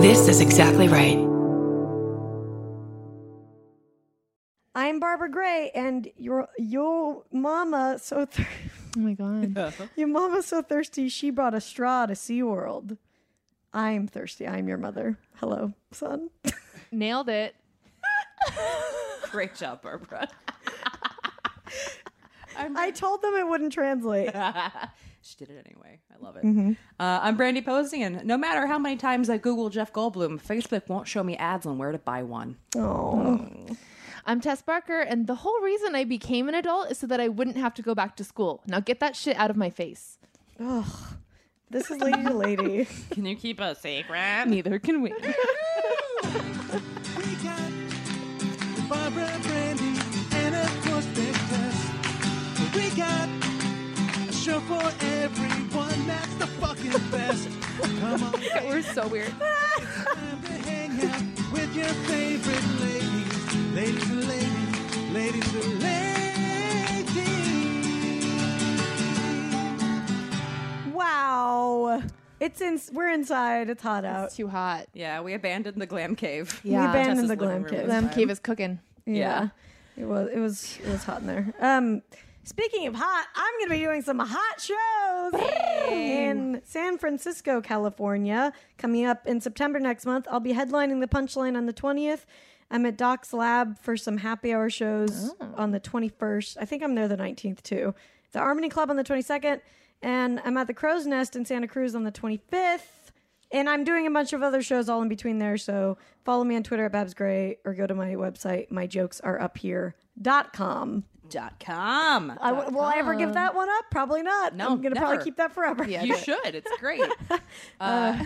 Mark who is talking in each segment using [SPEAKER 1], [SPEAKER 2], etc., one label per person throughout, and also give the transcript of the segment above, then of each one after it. [SPEAKER 1] This is exactly right.
[SPEAKER 2] I'm Barbara Gray, and your your mama so thir-
[SPEAKER 3] Oh my god.
[SPEAKER 2] your mama so thirsty she brought a straw to SeaWorld. I'm thirsty. I'm your mother. Hello, son.
[SPEAKER 3] Nailed it.
[SPEAKER 4] Great job, Barbara.
[SPEAKER 2] I told them it wouldn't translate.
[SPEAKER 4] She did it anyway. I love it.
[SPEAKER 3] Mm-hmm.
[SPEAKER 4] Uh, I'm Brandy Posey, and no matter how many times I Google Jeff Goldblum, Facebook won't show me ads on where to buy one.
[SPEAKER 2] Oh,
[SPEAKER 3] I'm Tess Barker, and the whole reason I became an adult is so that I wouldn't have to go back to school. Now get that shit out of my face.
[SPEAKER 2] this is lady to lady.
[SPEAKER 4] Can you keep a secret?
[SPEAKER 3] Neither can we.
[SPEAKER 5] We got Barbara Brandy and of course Big Tess. We got a show for everyone that's the fucking best. Come on,
[SPEAKER 3] We're so weird.
[SPEAKER 5] time to hang out with your favorite ladies. Ladies and ladies, ladies and ladies.
[SPEAKER 2] Wow, it's in. We're inside. It's hot out.
[SPEAKER 3] It's too hot.
[SPEAKER 4] Yeah, we abandoned the glam cave.
[SPEAKER 2] we
[SPEAKER 4] Tessa's
[SPEAKER 2] abandoned the
[SPEAKER 4] living
[SPEAKER 2] glam
[SPEAKER 4] room
[SPEAKER 2] kit.
[SPEAKER 4] is-
[SPEAKER 3] Glam Cave is cooking.
[SPEAKER 2] Yeah.
[SPEAKER 4] Yeah.
[SPEAKER 2] It was it was it was hot in there. Um speaking of hot, I'm going to be doing some hot shows in San Francisco, California, coming up in September next month. I'll be headlining the Punchline on the 20th. I'm at Doc's Lab for some happy hour shows on the 21st. I think I'm there the 19th too. The Harmony Club on the 22nd, and I'm at the Crow's Nest in Santa Cruz on the 25th. And I'm doing a bunch of other shows all in between there. So follow me on Twitter at Babs Gray or go to my website, myjokesareuphere.com.
[SPEAKER 4] Dot com.
[SPEAKER 2] I w- will I ever give that one up? Probably not.
[SPEAKER 4] No,
[SPEAKER 2] I'm going to probably
[SPEAKER 4] never.
[SPEAKER 2] keep that forever.
[SPEAKER 3] Yeah.
[SPEAKER 4] you should. It's great. uh,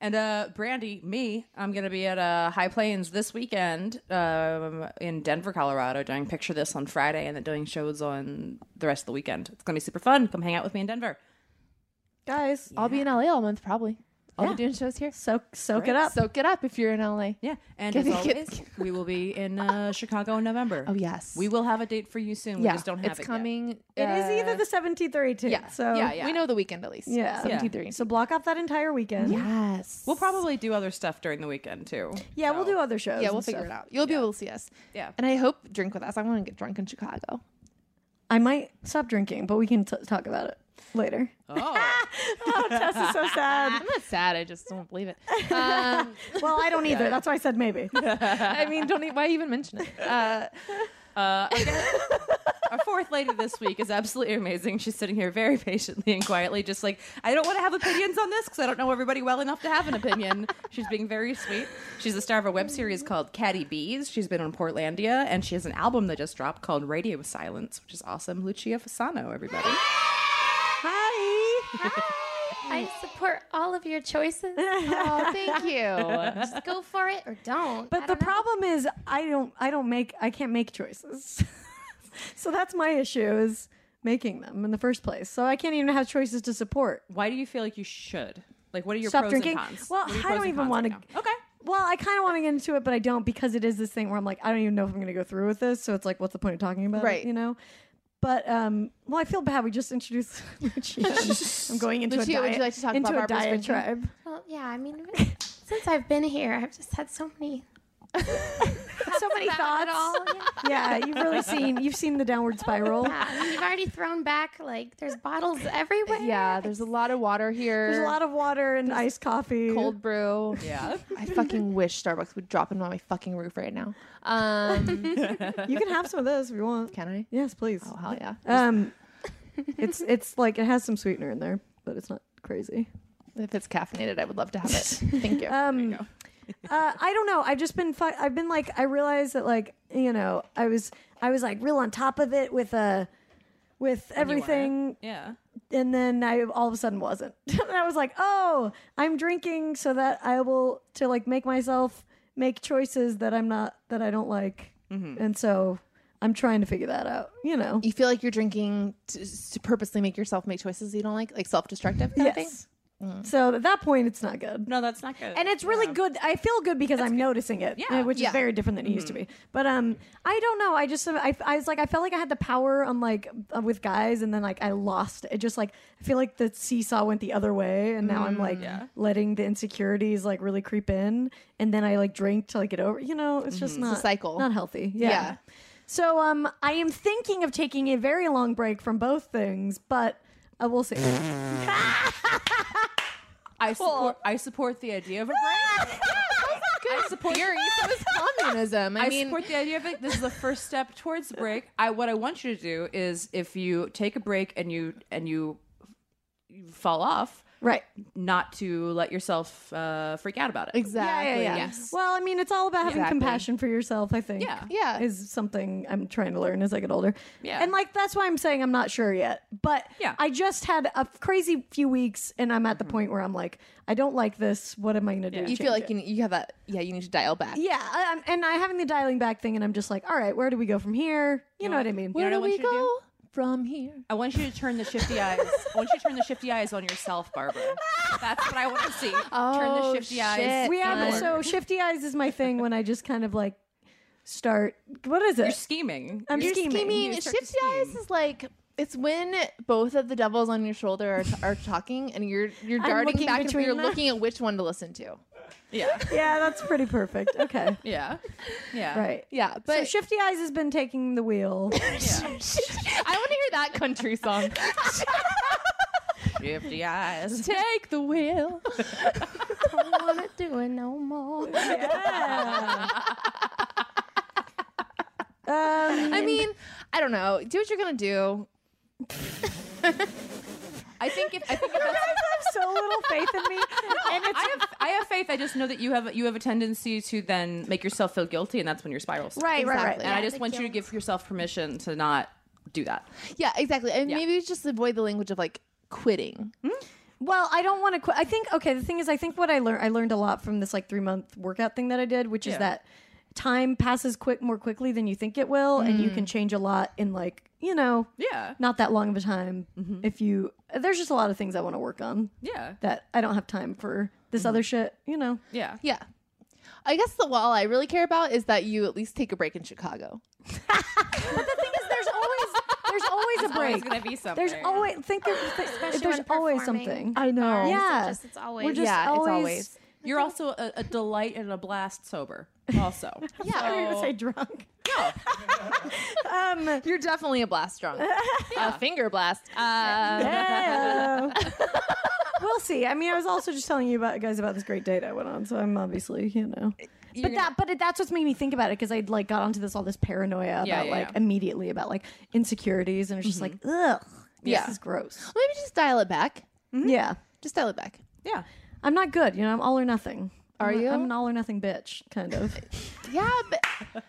[SPEAKER 4] And uh, Brandy, me, I'm going to be at uh, High Plains this weekend um, in Denver, Colorado, doing Picture This on Friday and then doing shows on the rest of the weekend. It's going to be super fun. Come hang out with me in Denver.
[SPEAKER 2] Guys,
[SPEAKER 3] I'll be in LA all month probably. I'll
[SPEAKER 4] Yeah.
[SPEAKER 3] be doing shows here.
[SPEAKER 2] soak, soak it up.
[SPEAKER 3] Soak it up if you're in LA.
[SPEAKER 4] Yeah. And
[SPEAKER 3] Get
[SPEAKER 4] as
[SPEAKER 3] it, get
[SPEAKER 4] always,
[SPEAKER 3] it, get
[SPEAKER 4] we will be in uh, Chicago in November.
[SPEAKER 3] Oh yes.
[SPEAKER 4] We will have a date for you soon.
[SPEAKER 3] yeah.
[SPEAKER 4] We just don't have
[SPEAKER 3] it's
[SPEAKER 4] it yet.
[SPEAKER 3] coming. uh,
[SPEAKER 2] it is either the 17th or 18th.
[SPEAKER 3] yeah.
[SPEAKER 2] So,
[SPEAKER 3] yeah,
[SPEAKER 4] yeah.
[SPEAKER 3] We know the weekend at least.
[SPEAKER 2] Yeah.
[SPEAKER 3] Seventeen
[SPEAKER 4] Yeah.
[SPEAKER 3] three.
[SPEAKER 2] so block off that entire weekend.
[SPEAKER 3] yes.
[SPEAKER 4] We'll probably do other stuff during the weekend too.
[SPEAKER 2] Yeah, we'll
[SPEAKER 4] So,
[SPEAKER 2] do other shows.
[SPEAKER 3] yeah,
[SPEAKER 2] and
[SPEAKER 3] we'll figure
[SPEAKER 2] stuff.
[SPEAKER 3] it out. You'll be able to see us.
[SPEAKER 4] Yeah.
[SPEAKER 3] And I hope drink with us. I want to get drunk in Chicago.
[SPEAKER 2] I might stop drinking, but we can t- talk about it later.
[SPEAKER 4] Oh,
[SPEAKER 2] oh, Tess is so sad.
[SPEAKER 3] I'm not sad. I just don't believe it. Um,
[SPEAKER 2] Well, I don't either. That's why I said maybe.
[SPEAKER 3] I mean, don't e- why even mention it? Uh,
[SPEAKER 4] Uh, our guest- our fourth lady this week is absolutely amazing. She's sitting here very patiently and quietly, just like, I don't want to have opinions on this because I don't know everybody well enough to have an opinion. She's being very sweet. She's the star of a web series called Caddy Bees. She's been on Portlandia, and she has an album that just dropped called Radio Silence, which is awesome. Lucia Fasano, everybody.
[SPEAKER 2] Hi.
[SPEAKER 6] I support all of your choices.
[SPEAKER 3] oh, thank you.
[SPEAKER 6] Just go for it or don't. I
[SPEAKER 2] But the
[SPEAKER 6] don't know.
[SPEAKER 2] problem is I don't I don't make I can't make choices. so that's my issue is making them in the first place. So I can't even have choices to support.
[SPEAKER 4] Why do you feel like you should? Like, what are your
[SPEAKER 2] Stop
[SPEAKER 4] pros
[SPEAKER 2] drinking?
[SPEAKER 4] and cons?
[SPEAKER 2] Well,
[SPEAKER 4] What are your
[SPEAKER 2] I
[SPEAKER 4] pros
[SPEAKER 2] don't
[SPEAKER 4] and
[SPEAKER 2] even
[SPEAKER 4] cons
[SPEAKER 2] wanna-
[SPEAKER 4] now? Okay.
[SPEAKER 2] Well, I kind of want to get into it, but I don't because it is this thing where I'm like, I don't even know if I'm going to go through with this. So it's like, what's the point of talking about
[SPEAKER 3] Right.
[SPEAKER 2] it? You know. But um, well, I feel bad. We just introduced Lucia. I'm going into
[SPEAKER 3] Lucia,
[SPEAKER 2] a
[SPEAKER 3] would
[SPEAKER 2] diet,
[SPEAKER 3] you like to talk
[SPEAKER 2] into
[SPEAKER 3] about
[SPEAKER 2] a diet
[SPEAKER 3] Barbara's drinking?
[SPEAKER 2] tribe.
[SPEAKER 6] Well, yeah, I mean, since I've been here, I've just had so many.
[SPEAKER 2] so many
[SPEAKER 6] about it
[SPEAKER 2] thoughts.
[SPEAKER 6] all.
[SPEAKER 2] Yeah, you've really seen you've seen the downward spiral.
[SPEAKER 6] Yeah, I mean, you've already thrown back, like, there's bottles everywhere.
[SPEAKER 3] Yeah, there's a lot of water here.
[SPEAKER 2] There's a lot of water and iced coffee.
[SPEAKER 3] cold brew.
[SPEAKER 4] Yeah.
[SPEAKER 3] I fucking wish Starbucks would drop in on my fucking roof right now. Um,
[SPEAKER 2] You can have some of those if you want.
[SPEAKER 3] can I?
[SPEAKER 2] Yes, please.
[SPEAKER 3] Oh hell yeah!
[SPEAKER 2] Um, it's it's like it has some sweetener in there, but it's not crazy.
[SPEAKER 3] If it's caffeinated, I would love to have it. Thank you.
[SPEAKER 2] Um, uh, I don't know. I've just been fi- I've been like I realized that like you know I was I was like real on top of it with uh with everything,
[SPEAKER 4] Yeah.
[SPEAKER 2] and then I all of a sudden wasn't. and I was like, oh, I'm drinking so that I will to like make myself make choices that I'm not that I don't like,
[SPEAKER 3] Mm-hmm.
[SPEAKER 2] and so I'm trying to figure that out. You know.
[SPEAKER 3] you feel like you're drinking to, to purposely make yourself make choices you don't like, like self-destructive kind of thing.
[SPEAKER 2] So at that point, it's not good.
[SPEAKER 4] No, that's not good.
[SPEAKER 2] And it's really good. I feel good because I'm noticing it,
[SPEAKER 4] Yeah.
[SPEAKER 2] uh, which
[SPEAKER 3] Yeah.
[SPEAKER 2] is very different than it used to be. But um, I don't know. I just uh, I, I was like I felt like I had the power on like uh, with guys, and then like I lost it. Just like I feel like the seesaw went the other way, and now I'm like letting the insecurities like really creep in, and then I like drink till I get over. You know, it's just not
[SPEAKER 3] cycle.
[SPEAKER 2] not healthy. Yeah.
[SPEAKER 3] Yeah.
[SPEAKER 2] So um, I am thinking of taking a very long break from both things, but uh, we'll see.
[SPEAKER 4] I support. I support the idea of a break. I support.
[SPEAKER 3] Your ethos is communism. I,
[SPEAKER 4] I,
[SPEAKER 3] mean,
[SPEAKER 4] support the idea of it. This is the first step towards the break. I what I want you to do is if you take a break and you and you, you fall off,
[SPEAKER 2] right.
[SPEAKER 4] not to let yourself uh, freak out about it.
[SPEAKER 3] exactly.
[SPEAKER 2] Yeah, yeah, yeah.
[SPEAKER 3] Yes.
[SPEAKER 2] Well, I mean, it's all about having
[SPEAKER 3] Exactly.
[SPEAKER 2] compassion for yourself. I think.
[SPEAKER 4] Yeah.
[SPEAKER 3] Yeah.
[SPEAKER 2] Is something I'm trying to learn as I get older.
[SPEAKER 4] Yeah.
[SPEAKER 2] And like that's why I'm saying I'm not sure yet. But
[SPEAKER 4] Yeah.
[SPEAKER 2] I just had a crazy few weeks, and I'm at the point where I'm like, I don't like this. What am I going to do? to
[SPEAKER 3] you
[SPEAKER 2] change
[SPEAKER 3] feel like
[SPEAKER 2] it?
[SPEAKER 3] you, ne- you have that. Yeah, you need to dial back.
[SPEAKER 2] Yeah, I, I'm- and I'm having the dialing back thing, and I'm just like, all right, where do we go from here? You know what I mean?
[SPEAKER 3] Where
[SPEAKER 4] know
[SPEAKER 3] do
[SPEAKER 4] what
[SPEAKER 3] we
[SPEAKER 4] I want you to
[SPEAKER 3] go from here?
[SPEAKER 4] I want you to turn the shifty eyes. I want you to turn the shifty eyes on yourself, Barbara. That's what I want to see. turn
[SPEAKER 3] Oh,
[SPEAKER 4] the shifty
[SPEAKER 3] shit.
[SPEAKER 4] eyes.
[SPEAKER 2] We have
[SPEAKER 4] inward.
[SPEAKER 2] so shifty eyes is my thing when I just kind of like start. What is
[SPEAKER 4] You're
[SPEAKER 2] it?
[SPEAKER 4] scheming.
[SPEAKER 2] I'm
[SPEAKER 4] You're-
[SPEAKER 2] scheming.
[SPEAKER 3] I mean,
[SPEAKER 4] You start to
[SPEAKER 3] shifty eyes
[SPEAKER 4] scheme.
[SPEAKER 3] is like it's when both of the devils on your shoulder are, are talking, and you're you're
[SPEAKER 2] I'm
[SPEAKER 3] darting
[SPEAKER 2] looking
[SPEAKER 3] back and
[SPEAKER 2] between
[SPEAKER 3] you're
[SPEAKER 2] them.
[SPEAKER 3] looking at which one to listen to.
[SPEAKER 4] yeah,
[SPEAKER 2] Yeah, that's pretty perfect. Okay,
[SPEAKER 4] yeah, yeah.
[SPEAKER 2] right.
[SPEAKER 3] Yeah,
[SPEAKER 2] So
[SPEAKER 3] but
[SPEAKER 2] Shifty Eyes has been taking the wheel.
[SPEAKER 3] I want to hear that country song.
[SPEAKER 4] Shifty eyes.
[SPEAKER 3] Take the wheel.
[SPEAKER 6] don't want to do it no more.
[SPEAKER 2] um,
[SPEAKER 3] I mean, I don't know. Do what you're gonna do.
[SPEAKER 4] I think if I think if
[SPEAKER 2] you guys
[SPEAKER 4] that's
[SPEAKER 2] have so little faith in me, and it's
[SPEAKER 4] I have I have faith. I just know that you have you have a tendency to then make yourself feel guilty, and that's when your spiral starts.
[SPEAKER 2] right, right,
[SPEAKER 3] Exactly.
[SPEAKER 4] And
[SPEAKER 2] right.
[SPEAKER 4] I just
[SPEAKER 6] the
[SPEAKER 4] want you to
[SPEAKER 6] guilt.
[SPEAKER 4] give yourself permission to not do that.
[SPEAKER 3] Yeah, exactly. And
[SPEAKER 4] Yeah. Mm-hmm.
[SPEAKER 3] maybe just avoid the language of like quitting.
[SPEAKER 2] Well, I don't want to quit. I think okay. The thing is, I think what I learned I learned a lot from this like three month workout thing that I did, which is
[SPEAKER 4] Yeah.
[SPEAKER 2] that time passes quick more quickly than you think it will, and you can change a lot in like you know
[SPEAKER 4] Yeah.
[SPEAKER 2] not that long of a time. If you there's just a lot of things I want to work on
[SPEAKER 4] Yeah.
[SPEAKER 2] that I don't have time for this other shit. You know.
[SPEAKER 4] Yeah.
[SPEAKER 3] Yeah. I guess the wall I really care about is that you at least take a break in Chicago.
[SPEAKER 2] There's always there's always a
[SPEAKER 4] There's
[SPEAKER 2] break.
[SPEAKER 4] gonna be something.
[SPEAKER 2] There's always think of, there's
[SPEAKER 6] when
[SPEAKER 2] always
[SPEAKER 6] performing.
[SPEAKER 2] something.
[SPEAKER 3] I know.
[SPEAKER 6] Bars,
[SPEAKER 2] Yeah.
[SPEAKER 6] It's just, it's always.
[SPEAKER 2] We're just
[SPEAKER 3] Yeah, it's
[SPEAKER 2] always.
[SPEAKER 3] always-
[SPEAKER 4] You're also a, a delight and a blast sober. Also.
[SPEAKER 2] Yeah, I was gonna say drunk. No. um.
[SPEAKER 3] You're definitely a blast drunk. A finger blast. Uh,
[SPEAKER 2] yeah. Um, we'll see. I mean, I was also just telling you about guys about this great date I went on, so I'm obviously you know. But that, but it, that's what's made me think about it because I like got onto this all this paranoia about
[SPEAKER 4] Yeah, yeah,
[SPEAKER 2] like
[SPEAKER 4] yeah.
[SPEAKER 2] immediately about like insecurities and it's just like ugh,
[SPEAKER 3] Yeah.
[SPEAKER 2] this is gross.
[SPEAKER 3] Maybe just dial it back.
[SPEAKER 2] Yeah,
[SPEAKER 3] Just dial it back.
[SPEAKER 4] Yeah.
[SPEAKER 2] I'm not good. You know, I'm all or nothing.
[SPEAKER 3] Are
[SPEAKER 2] I'm a-
[SPEAKER 3] you?
[SPEAKER 2] I'm an all or nothing bitch, kind of.
[SPEAKER 3] Yeah, but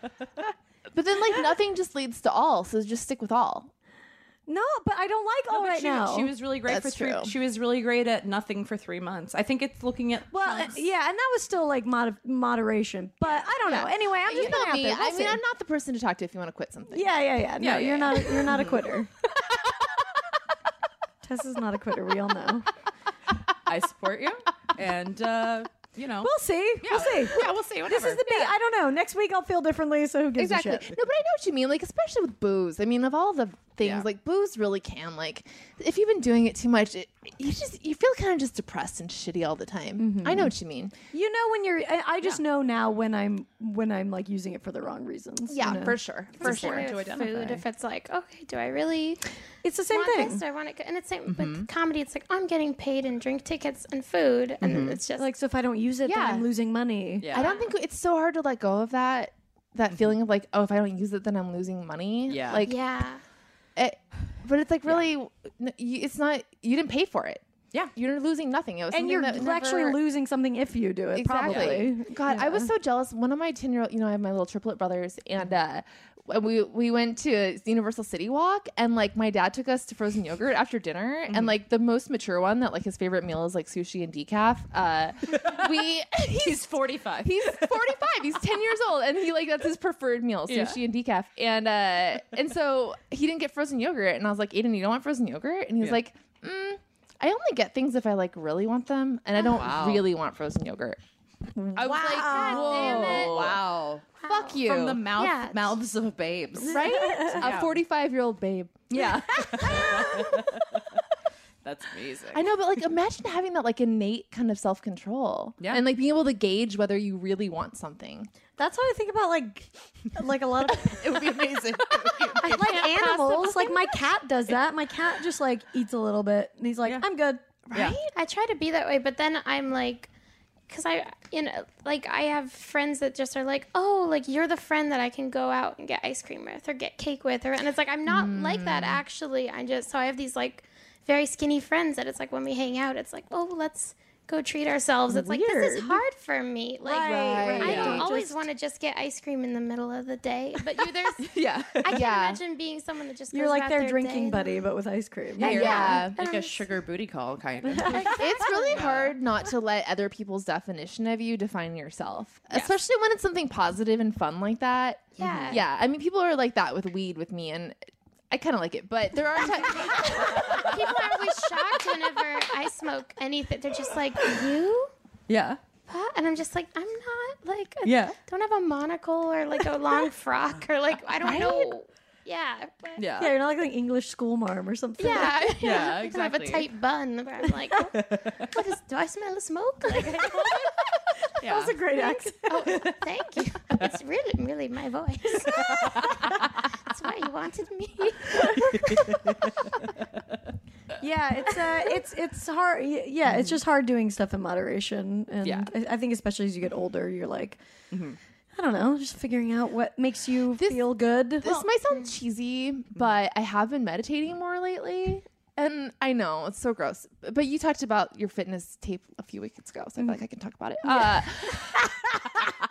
[SPEAKER 3] but then like nothing just leads to all, so just stick with all.
[SPEAKER 2] no, but I don't like all
[SPEAKER 4] But
[SPEAKER 2] right
[SPEAKER 4] she,
[SPEAKER 2] now.
[SPEAKER 4] she was really great
[SPEAKER 3] That's
[SPEAKER 4] for three.
[SPEAKER 3] true.
[SPEAKER 4] She was really great at nothing for three months. I think it's looking at
[SPEAKER 2] well, uh, yeah, and that was still like mod- moderation, but I don't know. Anyway, I'm just
[SPEAKER 3] You know
[SPEAKER 2] putting it out
[SPEAKER 3] me.
[SPEAKER 2] there. We'll
[SPEAKER 3] I mean,
[SPEAKER 2] see.
[SPEAKER 3] I'm not the person to talk to if you want to quit something.
[SPEAKER 2] Yeah, yeah, yeah. No,
[SPEAKER 4] Yeah, yeah,
[SPEAKER 2] you're
[SPEAKER 4] yeah.
[SPEAKER 2] not. A, you're not a quitter. Tessa's not a quitter. We all know.
[SPEAKER 4] I support you, and uh, you know
[SPEAKER 2] We'll see.
[SPEAKER 4] yeah.
[SPEAKER 2] We'll see.
[SPEAKER 4] Yeah, we'll see.
[SPEAKER 2] This
[SPEAKER 4] Whatever.
[SPEAKER 2] is the big. I don't know. Next week I'll feel differently. So who gives
[SPEAKER 3] Exactly.
[SPEAKER 2] a
[SPEAKER 3] No,
[SPEAKER 2] shit?
[SPEAKER 3] but I know what you mean. Like, especially with booze. I mean, of all the things,
[SPEAKER 4] Yeah.
[SPEAKER 3] like booze really can. Like, if you've been doing it too much, it, you just you feel kind of just depressed and shitty all the time.
[SPEAKER 4] Mm-hmm.
[SPEAKER 3] I know what you mean.
[SPEAKER 2] You know when you're. I, I just know now when I'm when I'm like using it for the wrong reasons. you know?
[SPEAKER 3] sure.
[SPEAKER 6] for sure. With food, if it's like, okay, do I really
[SPEAKER 2] It's the same
[SPEAKER 6] want
[SPEAKER 2] thing. Mm-hmm.
[SPEAKER 6] this? Do I want it? And it's same with comedy. It's like I'm getting paid in drink tickets and food, and it's just
[SPEAKER 2] Mm-hmm. Like so, if I don't use it,
[SPEAKER 3] Yeah.
[SPEAKER 2] then I'm losing money.
[SPEAKER 4] Yeah. Mm-hmm.
[SPEAKER 3] I don't think it's so hard to let go of that that feeling of like, oh, if I don't use it, then I'm losing money.
[SPEAKER 4] Yeah.
[SPEAKER 3] Like,
[SPEAKER 6] yeah.
[SPEAKER 3] it, Eh, but it's like really, n- you- it's not. You didn't pay for it.
[SPEAKER 4] Yeah.
[SPEAKER 3] You're losing nothing. It was
[SPEAKER 2] And
[SPEAKER 3] something
[SPEAKER 2] you're
[SPEAKER 3] that never-
[SPEAKER 2] actually losing something if you do it.
[SPEAKER 3] Exactly.
[SPEAKER 2] Probably.
[SPEAKER 3] God, I was so jealous. One of my ten year old, you know, I have my little triplet brothers, and uh, we we went to Universal City Walk, and like my dad took us to frozen yogurt after dinner,
[SPEAKER 2] Mm-hmm.
[SPEAKER 3] and like the most mature one that like his favorite meal is like sushi and decaf. Uh, we
[SPEAKER 4] he's 45.
[SPEAKER 3] He's 45. He's 10 years old, and he like that's his preferred meal, sushi and decaf. And uh, and so he didn't get frozen yogurt, and I was like, Aiden, you don't want frozen yogurt? And he was
[SPEAKER 4] Yeah.
[SPEAKER 3] like, mm, I only get things if I like really want them, and
[SPEAKER 2] Oh,
[SPEAKER 3] I don't really want frozen yogurt. I was like,
[SPEAKER 6] damn it.
[SPEAKER 3] whoa,
[SPEAKER 4] Wow.
[SPEAKER 3] fuck you,
[SPEAKER 4] From the mouth
[SPEAKER 6] Yeah.
[SPEAKER 4] mouths of babes.
[SPEAKER 3] right? A forty-five-year-old babe.
[SPEAKER 4] Yeah. That's amazing.
[SPEAKER 3] I know, but like, imagine having that like innate kind of self-control,
[SPEAKER 4] Yeah.
[SPEAKER 3] and like being able to gauge whether you really want something.
[SPEAKER 2] That's how I think about like like a lot of
[SPEAKER 4] It would be amazing.
[SPEAKER 2] like animals. Like my cat does that. My cat just like eats a little bit and he's like,
[SPEAKER 4] Yeah.
[SPEAKER 2] I'm good.
[SPEAKER 4] Yeah.
[SPEAKER 6] I try to be that way, but then I'm like, because I, you know, like I have friends that just are like, oh, like you're the friend that I can go out and get ice cream with or get cake with, or and it's like I'm not like
[SPEAKER 2] Mm.
[SPEAKER 6] that actually. I just so I have these like very skinny friends that it's like when we hang out, it's like, oh, let's go treat ourselves. It's like this is
[SPEAKER 2] Weird.
[SPEAKER 6] hard for me. Like
[SPEAKER 2] Right,
[SPEAKER 6] I
[SPEAKER 2] right.
[SPEAKER 6] don't
[SPEAKER 2] Yeah.
[SPEAKER 6] always want to just get ice cream in the middle of the day, but you, there's
[SPEAKER 3] Yeah,
[SPEAKER 6] I can
[SPEAKER 3] yeah.
[SPEAKER 6] imagine being someone that just
[SPEAKER 2] You're
[SPEAKER 6] goes
[SPEAKER 2] like
[SPEAKER 6] about
[SPEAKER 2] their
[SPEAKER 6] their
[SPEAKER 2] drinking
[SPEAKER 6] day.
[SPEAKER 2] buddy, but with ice cream.
[SPEAKER 3] Yeah.
[SPEAKER 4] Like a sugar booty call, kind of.
[SPEAKER 3] It's really hard not to let other people's definition of you define yourself, especially when it's something positive and fun like that.
[SPEAKER 6] Yeah.
[SPEAKER 3] Yeah. I mean, people are like that with weed with me, and I kind of like it, but there are times.
[SPEAKER 6] People are always shocked whenever I smoke anything. They're just like, you?
[SPEAKER 4] yeah.
[SPEAKER 6] What? And I'm just like, I'm not like, I
[SPEAKER 4] Yeah.
[SPEAKER 6] don't have a monocle or like a long frock or like, I don't know. Yeah. but-
[SPEAKER 4] Yeah.
[SPEAKER 2] Yeah, you're not like an English school mom or something.
[SPEAKER 6] Yeah.
[SPEAKER 4] Yeah,
[SPEAKER 6] I have a
[SPEAKER 4] exactly.
[SPEAKER 6] tight bun where I'm like, what is, do I smell a smoke? Like,
[SPEAKER 4] Yeah.
[SPEAKER 2] That's a great accent.
[SPEAKER 6] oh, thank you. It's really, really my voice. That's why you wanted me.
[SPEAKER 2] yeah, it's uh, it's it's hard. y- Yeah, it's just hard doing stuff in moderation, and
[SPEAKER 4] Yeah.
[SPEAKER 2] I, I think especially as you get older, you're like, Mm-hmm. I don't know, just figuring out what makes you feel good.
[SPEAKER 3] this might sound cheesy, but I have been meditating more lately. And I know it's so gross, but you talked about your fitness tape a few weeks ago, so I feel like I can talk about it. Uh,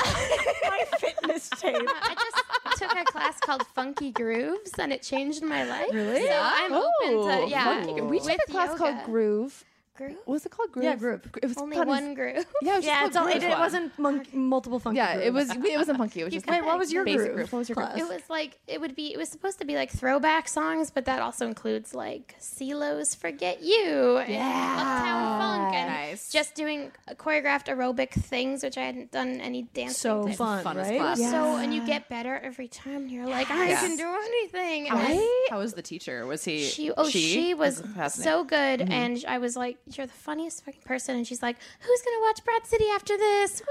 [SPEAKER 2] my fitness tape.
[SPEAKER 6] I just took a class called Funky Grooves and it changed my life.
[SPEAKER 2] Really?
[SPEAKER 6] So I'm open
[SPEAKER 3] Ooh,
[SPEAKER 6] to, yeah.
[SPEAKER 3] Oh, funky- we took
[SPEAKER 6] with
[SPEAKER 3] a class called
[SPEAKER 6] yoga.
[SPEAKER 3] Groove.
[SPEAKER 6] Groove?
[SPEAKER 3] What was it called? Groove.
[SPEAKER 2] Yeah, Groove.
[SPEAKER 3] It was
[SPEAKER 6] Only
[SPEAKER 3] called-
[SPEAKER 6] one groove.
[SPEAKER 3] Yeah, it was just
[SPEAKER 2] Yeah,
[SPEAKER 3] called
[SPEAKER 2] it's all, it,
[SPEAKER 3] Groove.
[SPEAKER 2] it wasn't mon- multiple funky.
[SPEAKER 3] Yeah, it was.
[SPEAKER 2] grooves.
[SPEAKER 3] It wasn't funky. It was just
[SPEAKER 6] Wait, what was
[SPEAKER 2] your
[SPEAKER 3] basic
[SPEAKER 2] groove
[SPEAKER 3] What was your
[SPEAKER 2] class?
[SPEAKER 3] groove?
[SPEAKER 6] It was like it would be. It was supposed to be like throwback songs, but that also includes like CeeLo's "Forget You" and Uptown Funk, and
[SPEAKER 4] Nice.
[SPEAKER 6] just doing choreographed aerobic things, which I hadn't done any dance.
[SPEAKER 2] so
[SPEAKER 6] things in.
[SPEAKER 2] fun,
[SPEAKER 4] fun as
[SPEAKER 2] right?
[SPEAKER 4] fuck.
[SPEAKER 6] It was So and you get better every time. And you're like, I
[SPEAKER 4] Yeah.
[SPEAKER 6] can do anything. And
[SPEAKER 3] I
[SPEAKER 4] How was the teacher? Was he?
[SPEAKER 6] she oh she, was
[SPEAKER 4] fascinating.
[SPEAKER 6] so good and I was like you're the funniest fucking person and she's like who's gonna watch Brad City after this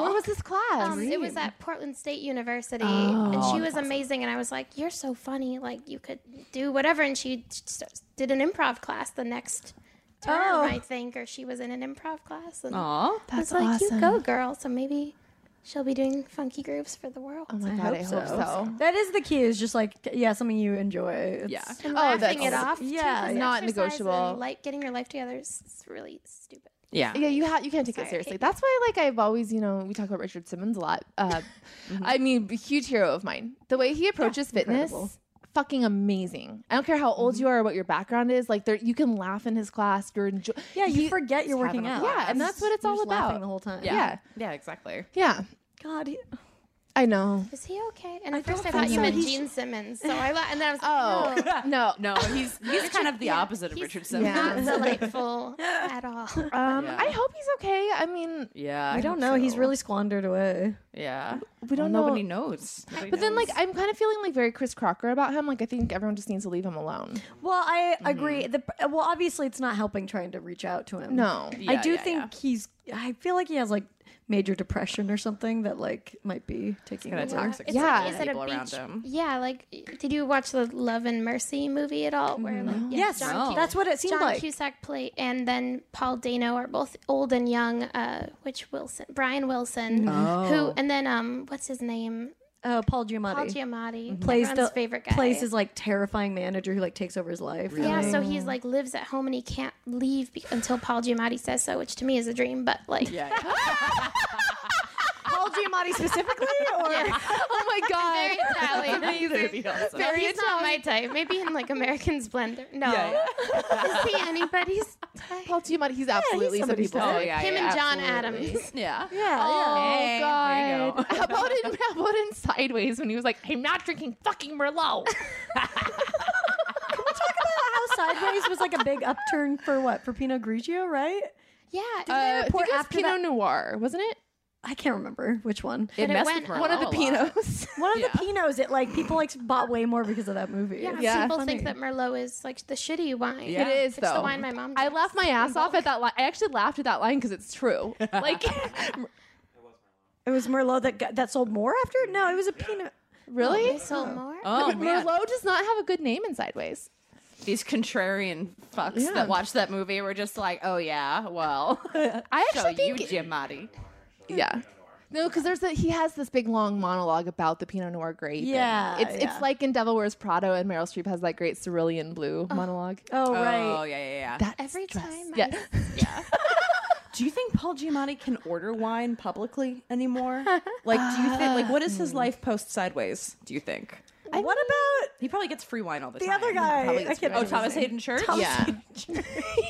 [SPEAKER 3] Where was this class?
[SPEAKER 6] Um, it was at Portland State University, and she was amazing. And I was like, "You're so funny! Like you could do whatever." And she just did an improv class the next term,
[SPEAKER 2] Oh.
[SPEAKER 6] I think, or she was in an improv class. And
[SPEAKER 4] Aw.
[SPEAKER 6] I was like, "You go, girl!" So maybe she'll be doing funky grooves for the world.
[SPEAKER 3] Oh my god, I hope, so.
[SPEAKER 2] That is the key. Is just like yeah, something you enjoy. It's,
[SPEAKER 4] Yeah.
[SPEAKER 6] And
[SPEAKER 3] Oh,
[SPEAKER 6] laughing
[SPEAKER 3] that's-
[SPEAKER 6] it off, too,
[SPEAKER 2] yeah,
[SPEAKER 6] 'cause
[SPEAKER 2] yeah.
[SPEAKER 3] Not
[SPEAKER 6] exercise
[SPEAKER 3] negotiable.
[SPEAKER 6] And, like getting your life together is is really stupid.
[SPEAKER 4] Yeah.
[SPEAKER 3] Yeah, you ha- you can't take it seriously.
[SPEAKER 6] Kate.
[SPEAKER 3] That's why, like, I've always, you know, we talk about Richard Simmons a lot. Uh, I mean, a huge hero of mine. The way he approaches fitness,
[SPEAKER 2] incredible.
[SPEAKER 3] fucking amazing. I don't care how old you are or what your background is. Like, there you can laugh in his class. You're enjoy-
[SPEAKER 2] Yeah, you
[SPEAKER 3] He-
[SPEAKER 2] forget you're working
[SPEAKER 4] having a
[SPEAKER 2] out.
[SPEAKER 3] Yeah, and that's what it's
[SPEAKER 2] You're
[SPEAKER 3] all
[SPEAKER 2] just laughing
[SPEAKER 3] about.
[SPEAKER 2] the whole time.
[SPEAKER 4] Yeah.
[SPEAKER 3] Yeah.
[SPEAKER 4] Yeah, exactly.
[SPEAKER 3] yeah,
[SPEAKER 2] God, he-
[SPEAKER 3] I know.
[SPEAKER 6] Is he okay? And at
[SPEAKER 2] don't
[SPEAKER 6] first I
[SPEAKER 2] think
[SPEAKER 6] thought you
[SPEAKER 2] so.
[SPEAKER 6] meant
[SPEAKER 2] He's-
[SPEAKER 6] Gene Simmons, so I la- and then I was like,
[SPEAKER 3] Oh
[SPEAKER 6] "No."
[SPEAKER 3] no,
[SPEAKER 4] No, he's he's kind of the opposite of
[SPEAKER 6] He's
[SPEAKER 4] Richard Simmons.
[SPEAKER 3] Yeah.
[SPEAKER 6] Not delightful at all.
[SPEAKER 3] Um,
[SPEAKER 4] Yeah.
[SPEAKER 3] I hope he's okay. I mean,
[SPEAKER 4] Yeah,
[SPEAKER 2] I don't
[SPEAKER 4] hope
[SPEAKER 2] know. He's
[SPEAKER 4] so.
[SPEAKER 2] really squandered away.
[SPEAKER 4] yeah.
[SPEAKER 3] we don't know.
[SPEAKER 4] Nobody knows. Nobody
[SPEAKER 3] But then,
[SPEAKER 4] knows.
[SPEAKER 3] like, I'm kind of feeling like very Chris Crocker about him. Like, I think everyone just needs to leave him alone.
[SPEAKER 2] Well, I
[SPEAKER 3] Mm-hmm.
[SPEAKER 2] agree. The well, obviously, it's not helping trying to reach out to him.
[SPEAKER 3] No.
[SPEAKER 2] I
[SPEAKER 4] Yeah,
[SPEAKER 2] do
[SPEAKER 4] yeah,
[SPEAKER 2] think
[SPEAKER 4] yeah.
[SPEAKER 2] he's. I feel like he has like major depression or something that like might be taking
[SPEAKER 4] kinda
[SPEAKER 2] over.
[SPEAKER 4] toxic.
[SPEAKER 6] It's
[SPEAKER 4] for
[SPEAKER 3] Yeah.
[SPEAKER 6] like,
[SPEAKER 4] the
[SPEAKER 6] is it a
[SPEAKER 4] people around
[SPEAKER 6] beach?
[SPEAKER 4] him.
[SPEAKER 6] Yeah, like did you watch the Love and Mercy movie at all? Where like yeah,
[SPEAKER 2] Yes,
[SPEAKER 6] John,
[SPEAKER 3] Oh.
[SPEAKER 4] No.
[SPEAKER 6] Cu-
[SPEAKER 2] that's what it seemed
[SPEAKER 6] John
[SPEAKER 2] like.
[SPEAKER 6] Cusack play, and then Paul Dano are both old and young. Uh, which Wilson, Brian Wilson,
[SPEAKER 2] Mm-hmm.
[SPEAKER 4] Oh.
[SPEAKER 6] who, and then um, what's his name?
[SPEAKER 2] Oh, Paul Giamatti.
[SPEAKER 6] Paul Giamatti,
[SPEAKER 2] plays
[SPEAKER 6] everyone's
[SPEAKER 2] the
[SPEAKER 6] favorite guy.
[SPEAKER 2] plays his like terrifying manager who like takes over his life.
[SPEAKER 6] yeah, so he's like lives at home and he can't leave be- until Paul Giamatti says so, which to me is a dream. But like,
[SPEAKER 4] Yeah, yeah.
[SPEAKER 2] Paul Giamatti specifically, or
[SPEAKER 3] Oh my
[SPEAKER 6] very
[SPEAKER 3] god.
[SPEAKER 6] Italian.
[SPEAKER 4] Neither of you also.
[SPEAKER 6] No, he's not my type. Maybe in like American Splendor. No,
[SPEAKER 4] Yeah,
[SPEAKER 6] is he anybody's type?
[SPEAKER 3] Paul Giamatti, he's absolutely
[SPEAKER 2] somebody's
[SPEAKER 3] somebody's type.
[SPEAKER 4] Oh yeah,
[SPEAKER 6] Him
[SPEAKER 4] yeah,
[SPEAKER 6] and John
[SPEAKER 4] absolutely.
[SPEAKER 6] Adams.
[SPEAKER 4] Yeah.
[SPEAKER 2] yeah, yeah.
[SPEAKER 4] Hey, there you
[SPEAKER 3] Oh, God. How about, in, how about in Sideways when he was like, I'm not drinking fucking Merlot?
[SPEAKER 2] Talk about how Sideways was like a big upturn for what? For Pinot Grigio, right?
[SPEAKER 6] Yeah.
[SPEAKER 3] Uh, I think
[SPEAKER 2] report
[SPEAKER 3] it was
[SPEAKER 2] after
[SPEAKER 3] Pinot Noir, wasn't it?
[SPEAKER 2] I can't remember which one.
[SPEAKER 4] It
[SPEAKER 6] it
[SPEAKER 4] messed
[SPEAKER 6] went
[SPEAKER 4] with Merlot
[SPEAKER 3] One of the
[SPEAKER 4] a lot.
[SPEAKER 3] Pinots.
[SPEAKER 2] One of
[SPEAKER 4] Yeah.
[SPEAKER 2] the Pinots, it like people like bought way more because of that movie.
[SPEAKER 6] yeah,
[SPEAKER 2] It's
[SPEAKER 3] Yeah.
[SPEAKER 6] people
[SPEAKER 2] funny.
[SPEAKER 6] think that Merlot is like the shitty wine.
[SPEAKER 4] Yeah.
[SPEAKER 3] It is
[SPEAKER 6] It's
[SPEAKER 3] though.
[SPEAKER 6] the wine my mom.
[SPEAKER 3] I
[SPEAKER 6] drinks.
[SPEAKER 3] laughed my ass off at that line. I actually laughed at that line because it's true. Like,
[SPEAKER 2] it was Merlot that got, that sold more after. it? No, it was a Pinot.
[SPEAKER 3] really?
[SPEAKER 6] They sold more.
[SPEAKER 4] Oh,
[SPEAKER 3] but
[SPEAKER 4] man.
[SPEAKER 3] Merlot does not have a good name in Sideways.
[SPEAKER 4] These contrarian fucks
[SPEAKER 3] Yeah.
[SPEAKER 4] that watched that movie were just like, oh,
[SPEAKER 3] Ah,
[SPEAKER 4] yeah, well,
[SPEAKER 3] I
[SPEAKER 4] show
[SPEAKER 3] actually
[SPEAKER 4] you,
[SPEAKER 3] think
[SPEAKER 4] Jim Motti.
[SPEAKER 3] Yeah. No, because there's a, he has this big long monologue about the Pinot Noir grape. and
[SPEAKER 2] Yeah,
[SPEAKER 3] it's
[SPEAKER 2] yeah.
[SPEAKER 3] it's like in Devil Wears Prado, and Meryl Streep has that great cerulean blue monologue.
[SPEAKER 2] Oh,
[SPEAKER 4] Oh,
[SPEAKER 2] right.
[SPEAKER 4] yeah, yeah, yeah.
[SPEAKER 3] That
[SPEAKER 6] Every
[SPEAKER 3] dress.
[SPEAKER 6] time I
[SPEAKER 3] yeah.
[SPEAKER 4] Do you think Paul Giamatti can order wine publicly anymore? Like, do you think, like, what is
[SPEAKER 2] Hmm.
[SPEAKER 4] his life post Sideways, do you think?
[SPEAKER 2] what about
[SPEAKER 4] He probably gets free wine all the,
[SPEAKER 2] the
[SPEAKER 4] time.
[SPEAKER 2] other
[SPEAKER 3] probably
[SPEAKER 2] guy? I
[SPEAKER 3] gets
[SPEAKER 2] can't
[SPEAKER 4] Oh,
[SPEAKER 2] remember his
[SPEAKER 4] Thomas
[SPEAKER 2] name.
[SPEAKER 4] Hayden Church?
[SPEAKER 3] yeah,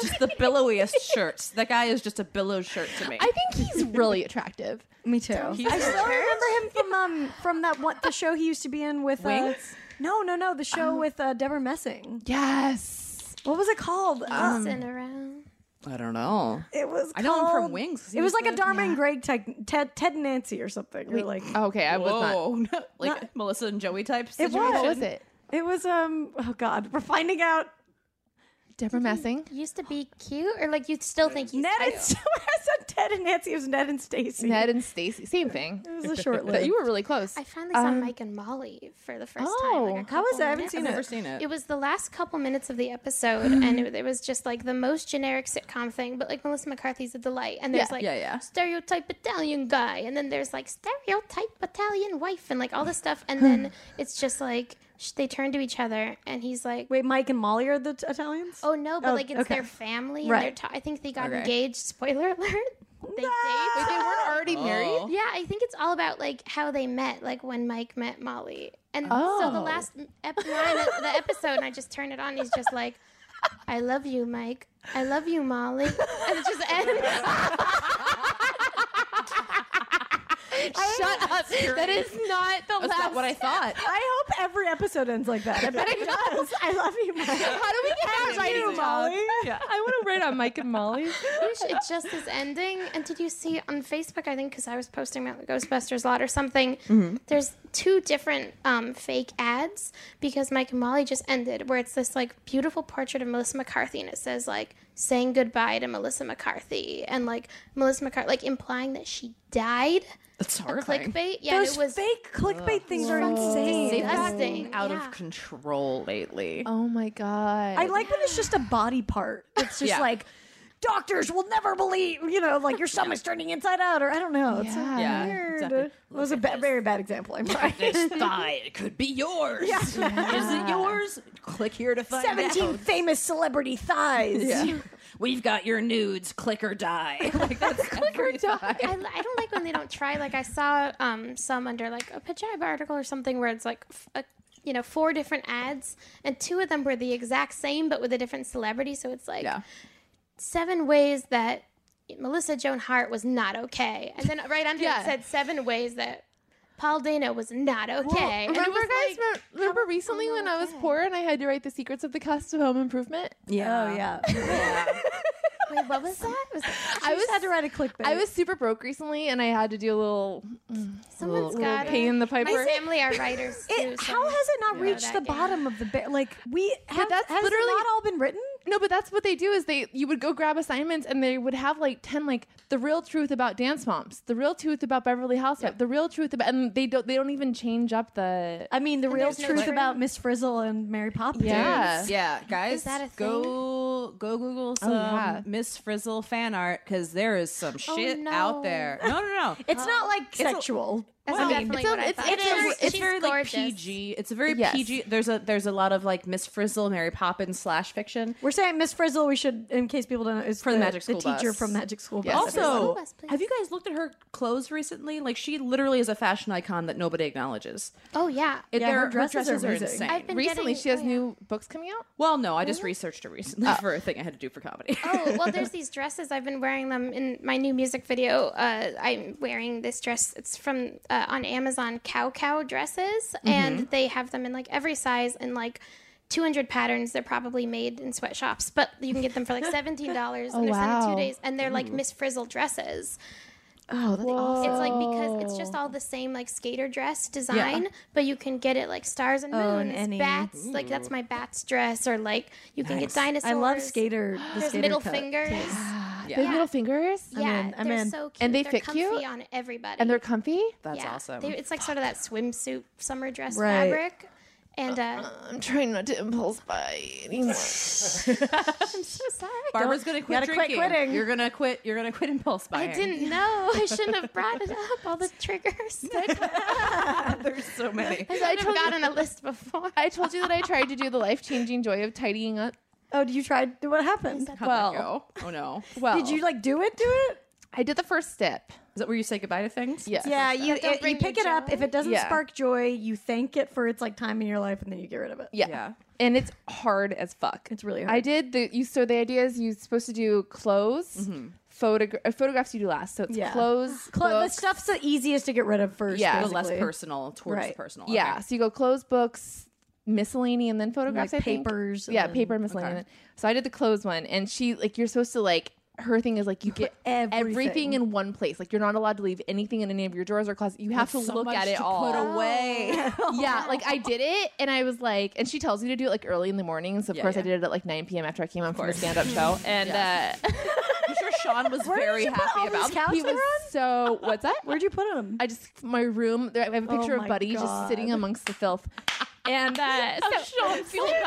[SPEAKER 4] Just the billowiest shirts. That guy is just a billow shirt to me.
[SPEAKER 3] I think he's really attractive.
[SPEAKER 2] Me too. I
[SPEAKER 4] He's
[SPEAKER 2] still remember him from um from that one the show he used to be in with uh,
[SPEAKER 4] Wings? Oh.
[SPEAKER 2] no no no the show with uh, Deborah Messing.
[SPEAKER 3] Yes,
[SPEAKER 2] What was it called? Um,
[SPEAKER 6] Sitting around.
[SPEAKER 4] I don't know.
[SPEAKER 2] it was.
[SPEAKER 4] I know him from
[SPEAKER 2] called-
[SPEAKER 4] Wings, 'cause he
[SPEAKER 2] It was
[SPEAKER 4] was
[SPEAKER 2] like a
[SPEAKER 4] the-
[SPEAKER 2] Dharma and Greg type, Ted Ted and Nancy or something. Or like
[SPEAKER 3] Okay, I was not.
[SPEAKER 4] Whoa. like
[SPEAKER 2] Not-
[SPEAKER 4] Melissa and Joey type
[SPEAKER 2] It was.
[SPEAKER 4] situation.
[SPEAKER 3] What was it?
[SPEAKER 2] it was um oh god we're finding out
[SPEAKER 3] Deborah Messing.
[SPEAKER 6] Used to be cute, or like you still think he's
[SPEAKER 2] Ned and I
[SPEAKER 6] cute?
[SPEAKER 2] said Ted and Nancy it was Ned and Stacy.
[SPEAKER 3] Ned and Stacy, same thing.
[SPEAKER 2] it was a short
[SPEAKER 3] But
[SPEAKER 2] lived.
[SPEAKER 3] you were really close.
[SPEAKER 6] I finally saw
[SPEAKER 3] Um,
[SPEAKER 6] Mike and Molly for the first
[SPEAKER 3] Oh.
[SPEAKER 6] time. Like a
[SPEAKER 2] How was it?
[SPEAKER 6] couple
[SPEAKER 2] I haven't
[SPEAKER 6] minutes.
[SPEAKER 2] seen
[SPEAKER 4] I've never
[SPEAKER 2] it. Mm.
[SPEAKER 4] seen it.
[SPEAKER 6] It was the last couple minutes of the episode, and it, it was just like the most generic sitcom thing. But like Melissa McCarthy's a delight, and there's
[SPEAKER 3] Yeah,
[SPEAKER 6] like
[SPEAKER 4] yeah, yeah.
[SPEAKER 6] stereotype Italian guy, and then there's like stereotype Italian wife, and like all this stuff.
[SPEAKER 2] Hmm.
[SPEAKER 6] And then it's just like sh- they turn to each other, and he's like,
[SPEAKER 2] Wait, Mike and Molly are the t- Italians.
[SPEAKER 6] "Oh no!" But
[SPEAKER 2] Oh,
[SPEAKER 6] like it's
[SPEAKER 2] okay.
[SPEAKER 6] their family, and
[SPEAKER 2] Right.
[SPEAKER 6] they're ta- I think they got
[SPEAKER 4] Okay.
[SPEAKER 6] engaged. Spoiler alert. They
[SPEAKER 2] No!
[SPEAKER 6] date.
[SPEAKER 3] Wait, they weren't already married.
[SPEAKER 4] Oh.
[SPEAKER 6] Yeah, I think it's all about like how they met, like when Mike met Molly. And so the
[SPEAKER 3] Oh.
[SPEAKER 6] last ep- line of the episode, and I just turn it on. He's just like, "I love you, Mike. I love you, Molly." And it just ends.
[SPEAKER 3] Shut up. That is not the
[SPEAKER 4] That's
[SPEAKER 3] last.
[SPEAKER 4] not what I thought.
[SPEAKER 2] I hope every episode ends like that. I bet it does. I love you, Mike.
[SPEAKER 3] How do we get out
[SPEAKER 2] I
[SPEAKER 3] of
[SPEAKER 2] do, Molly.
[SPEAKER 3] Yeah, I want to write on Mike and Molly.
[SPEAKER 6] it just is ending. And did you see on Facebook? I think because I was posting about the Ghostbusters lot or something. There's two different um, fake ads because Mike and Molly just ended, where it's this like beautiful portrait of Melissa McCarthy, and it says like saying goodbye to Melissa McCarthy, and like Melissa McCarthy, like implying that she died.
[SPEAKER 4] That's
[SPEAKER 6] A
[SPEAKER 4] horrifying.
[SPEAKER 6] clickbait, yeah. and
[SPEAKER 2] Those
[SPEAKER 6] it was
[SPEAKER 2] fake clickbait things are insane.
[SPEAKER 4] They've gotten
[SPEAKER 6] Disgusting,
[SPEAKER 4] out
[SPEAKER 6] yeah.
[SPEAKER 4] of control lately.
[SPEAKER 3] Oh my god.
[SPEAKER 2] I like when it's just a body part. It's just
[SPEAKER 4] Yeah.
[SPEAKER 2] like doctors will never believe, you know, like your stomach's turning inside out, or I don't know. It's so
[SPEAKER 3] Yeah.
[SPEAKER 4] Yeah,
[SPEAKER 2] weird.
[SPEAKER 4] exactly.
[SPEAKER 2] It was a ba- very bad example. I'm sorry.
[SPEAKER 4] This thigh, it could be yours. Is it yours? Click here to find
[SPEAKER 2] Seventeen
[SPEAKER 4] out.
[SPEAKER 2] famous celebrity thighs.
[SPEAKER 4] We've got your nudes. Click or die. Like that's click or die.
[SPEAKER 6] I, I don't like when they don't try. Like I saw um, some under like a Pajiba article or something where it's like f- a, you know four different ads and two of them were the exact same but with a different celebrity. So it's like
[SPEAKER 4] Yeah.
[SPEAKER 6] seven ways that Melissa Joan Hart was not okay, and then right under
[SPEAKER 3] Yeah.
[SPEAKER 6] it said seven ways that Paul Dano was not okay. And it
[SPEAKER 3] Remember,
[SPEAKER 6] was
[SPEAKER 3] guys?
[SPEAKER 6] like,
[SPEAKER 3] remember- remember recently when I was poor and I had to write the secrets of the cost of home improvement?
[SPEAKER 2] Oh yeah.
[SPEAKER 6] wait, what was that? Was that
[SPEAKER 3] I was
[SPEAKER 2] Just had to write a clickbait.
[SPEAKER 3] I was super broke recently, and I had to do a little,
[SPEAKER 6] someone's
[SPEAKER 3] little
[SPEAKER 6] got
[SPEAKER 3] pain in the
[SPEAKER 6] My
[SPEAKER 3] piper.
[SPEAKER 6] family are writers too.
[SPEAKER 2] It,
[SPEAKER 6] so-
[SPEAKER 2] how has it not
[SPEAKER 6] Yeah.
[SPEAKER 2] reached
[SPEAKER 6] that
[SPEAKER 2] the
[SPEAKER 6] game.
[SPEAKER 2] bottom of the ba- like we have,
[SPEAKER 3] that's
[SPEAKER 2] has
[SPEAKER 3] literally-
[SPEAKER 2] it not all been written?
[SPEAKER 3] No, but that's what they do is they you would go grab assignments and they would have like ten like the real truth about dance moms, the real truth about Beverly Housewife, the real truth about, and they don't they don't even change up the.
[SPEAKER 2] I mean, the real
[SPEAKER 6] there's no
[SPEAKER 2] truth
[SPEAKER 6] written-
[SPEAKER 2] about Miss Frizzle and Mary Poppins.
[SPEAKER 3] Yeah.
[SPEAKER 4] Yeah, guys,
[SPEAKER 6] that a
[SPEAKER 4] go go Google some
[SPEAKER 3] yeah.
[SPEAKER 4] Miss Frizzle fan art because there is some shit out
[SPEAKER 6] no.
[SPEAKER 4] there. No, no, no.
[SPEAKER 2] It's not like
[SPEAKER 4] a-
[SPEAKER 2] sexual.
[SPEAKER 6] That's
[SPEAKER 4] Well,
[SPEAKER 6] definitely
[SPEAKER 3] it's a-
[SPEAKER 6] what I
[SPEAKER 3] it's-
[SPEAKER 6] thought.
[SPEAKER 3] it's
[SPEAKER 6] She's-
[SPEAKER 3] a-
[SPEAKER 4] it's,
[SPEAKER 6] she's
[SPEAKER 4] very
[SPEAKER 6] gorgeous.
[SPEAKER 4] like PG. It's a very
[SPEAKER 3] Yes.
[SPEAKER 4] PG. There's a there's a lot of like Miss Frizzle, Mary Poppins slash fiction.
[SPEAKER 2] We're saying Miss Frizzle. We should, in case people don't know, is
[SPEAKER 4] From Magic School
[SPEAKER 2] the teacher
[SPEAKER 4] Bus.
[SPEAKER 2] from Magic School Bus.
[SPEAKER 3] Yes.
[SPEAKER 4] Also,
[SPEAKER 6] School Bus, please.
[SPEAKER 4] have you guys looked at her clothes recently? Like she literally is a fashion icon that nobody acknowledges.
[SPEAKER 6] Oh yeah.
[SPEAKER 4] It-
[SPEAKER 2] Yeah,
[SPEAKER 4] their-
[SPEAKER 2] her dresses are amazing.
[SPEAKER 4] insane.
[SPEAKER 6] I've been
[SPEAKER 3] recently,
[SPEAKER 6] getting-
[SPEAKER 3] she has
[SPEAKER 6] oh, yeah.
[SPEAKER 3] new books coming out.
[SPEAKER 4] well, no, I just researched her recently for a thing I had to do for comedy.
[SPEAKER 6] oh well there's these dresses i've been wearing them in my new music video uh, i'm wearing this dress it's from
[SPEAKER 2] Mm-hmm.
[SPEAKER 6] uh, on amazon cow cow dresses and they have them in like every size and like 200 patterns. They're probably made in sweatshops, but you can get them for like $17 and
[SPEAKER 3] Oh,
[SPEAKER 6] they're sent
[SPEAKER 3] wow.
[SPEAKER 6] in two days. And they're
[SPEAKER 2] Mm.
[SPEAKER 6] like Miss Frizzle dresses.
[SPEAKER 3] Oh, that's awesome.
[SPEAKER 6] It's like
[SPEAKER 3] Oh.
[SPEAKER 6] because it's just all the same like skater dress design, but you can get it like stars and
[SPEAKER 2] Oh, and
[SPEAKER 6] moons,
[SPEAKER 2] any- Mm.
[SPEAKER 6] bats. Like that's my bats dress, or like you can get dinosaurs.
[SPEAKER 2] I love skater. The
[SPEAKER 6] There's
[SPEAKER 2] skater
[SPEAKER 6] middle
[SPEAKER 2] cut.
[SPEAKER 6] fingers.
[SPEAKER 3] They have little fingers.
[SPEAKER 6] Yeah,
[SPEAKER 2] in, I'm
[SPEAKER 6] they're
[SPEAKER 2] in.
[SPEAKER 6] so cute.
[SPEAKER 3] And they
[SPEAKER 6] they're
[SPEAKER 3] fit
[SPEAKER 6] comfy
[SPEAKER 3] cute?
[SPEAKER 6] on everybody.
[SPEAKER 3] And they're comfy.
[SPEAKER 4] That's
[SPEAKER 6] Yeah.
[SPEAKER 4] awesome.
[SPEAKER 6] They- it's like sort of that swimsuit summer dress
[SPEAKER 2] Right.
[SPEAKER 6] fabric. And uh,
[SPEAKER 3] I'm trying not to impulse buy anymore.
[SPEAKER 4] Barbara's gonna quit
[SPEAKER 2] gotta quit
[SPEAKER 4] drinking.
[SPEAKER 2] quitting.
[SPEAKER 4] You're gonna quit. You're gonna quit impulse
[SPEAKER 6] I
[SPEAKER 4] buying.
[SPEAKER 6] didn't know. I shouldn't have brought it up. All the triggers.
[SPEAKER 4] There's so many.
[SPEAKER 6] I should have gotten a list before.
[SPEAKER 3] I told you that I tried to do the life changing joy of tidying up.
[SPEAKER 2] Oh, did you try? What happened?
[SPEAKER 4] How'd that go? oh no.
[SPEAKER 3] Well,
[SPEAKER 2] Did you like do it? Do it?
[SPEAKER 3] I did the first step.
[SPEAKER 4] Is that where you say goodbye to things?
[SPEAKER 3] Yes.
[SPEAKER 2] Yeah, you
[SPEAKER 6] That don't
[SPEAKER 2] you
[SPEAKER 6] bring you
[SPEAKER 2] pick it up.
[SPEAKER 6] joy?
[SPEAKER 2] If it doesn't
[SPEAKER 3] Yeah.
[SPEAKER 2] spark joy, you thank it for its like time in your life, and then you get rid of it.
[SPEAKER 3] Yeah.
[SPEAKER 4] Yeah.
[SPEAKER 3] And it's hard as fuck.
[SPEAKER 2] It's really
[SPEAKER 3] I
[SPEAKER 2] hard.
[SPEAKER 3] did the you so the idea is you're supposed to do clothes, photogra- uh, photographs you do last. So it's
[SPEAKER 2] Mm-hmm. Yeah.
[SPEAKER 3] clothes,
[SPEAKER 2] Clo- the
[SPEAKER 3] books.
[SPEAKER 2] stuff's the easiest to get rid of first.
[SPEAKER 3] Yeah.
[SPEAKER 4] The
[SPEAKER 2] basically.
[SPEAKER 4] less personal towards the
[SPEAKER 2] Right.
[SPEAKER 4] personal.
[SPEAKER 3] yeah. So you go clothes, books, miscellany, and then photographs.
[SPEAKER 2] Like
[SPEAKER 3] I think.
[SPEAKER 2] papers and
[SPEAKER 3] Yeah,
[SPEAKER 2] then-
[SPEAKER 3] paper and miscellaneous.
[SPEAKER 4] Okay.
[SPEAKER 3] So I did the clothes one, and she like you're supposed to like her thing is like you get
[SPEAKER 2] everything.
[SPEAKER 3] in one place. Like you're not allowed to leave anything in any of your drawers or closets. You have to
[SPEAKER 4] So
[SPEAKER 3] look
[SPEAKER 4] much
[SPEAKER 3] at it
[SPEAKER 4] to
[SPEAKER 3] all.
[SPEAKER 4] Put away.
[SPEAKER 2] Oh.
[SPEAKER 3] yeah, like I did it, and I was like, and she tells you to do it like early in the morning. So of
[SPEAKER 4] Yeah,
[SPEAKER 3] course I
[SPEAKER 4] yeah.
[SPEAKER 3] did it at like 9 p.m. after I came home from the stand-up show, and uh,
[SPEAKER 4] I'm sure Sean was very
[SPEAKER 2] you put all
[SPEAKER 4] happy
[SPEAKER 2] these
[SPEAKER 4] about.
[SPEAKER 2] cat- Couch
[SPEAKER 3] he was so what's that?
[SPEAKER 2] Where'd you put them?
[SPEAKER 3] I just my room. There, I have a picture
[SPEAKER 2] my
[SPEAKER 3] of Buddy
[SPEAKER 2] God.
[SPEAKER 3] just sitting amongst the filth. And uh, so Sean, Sean,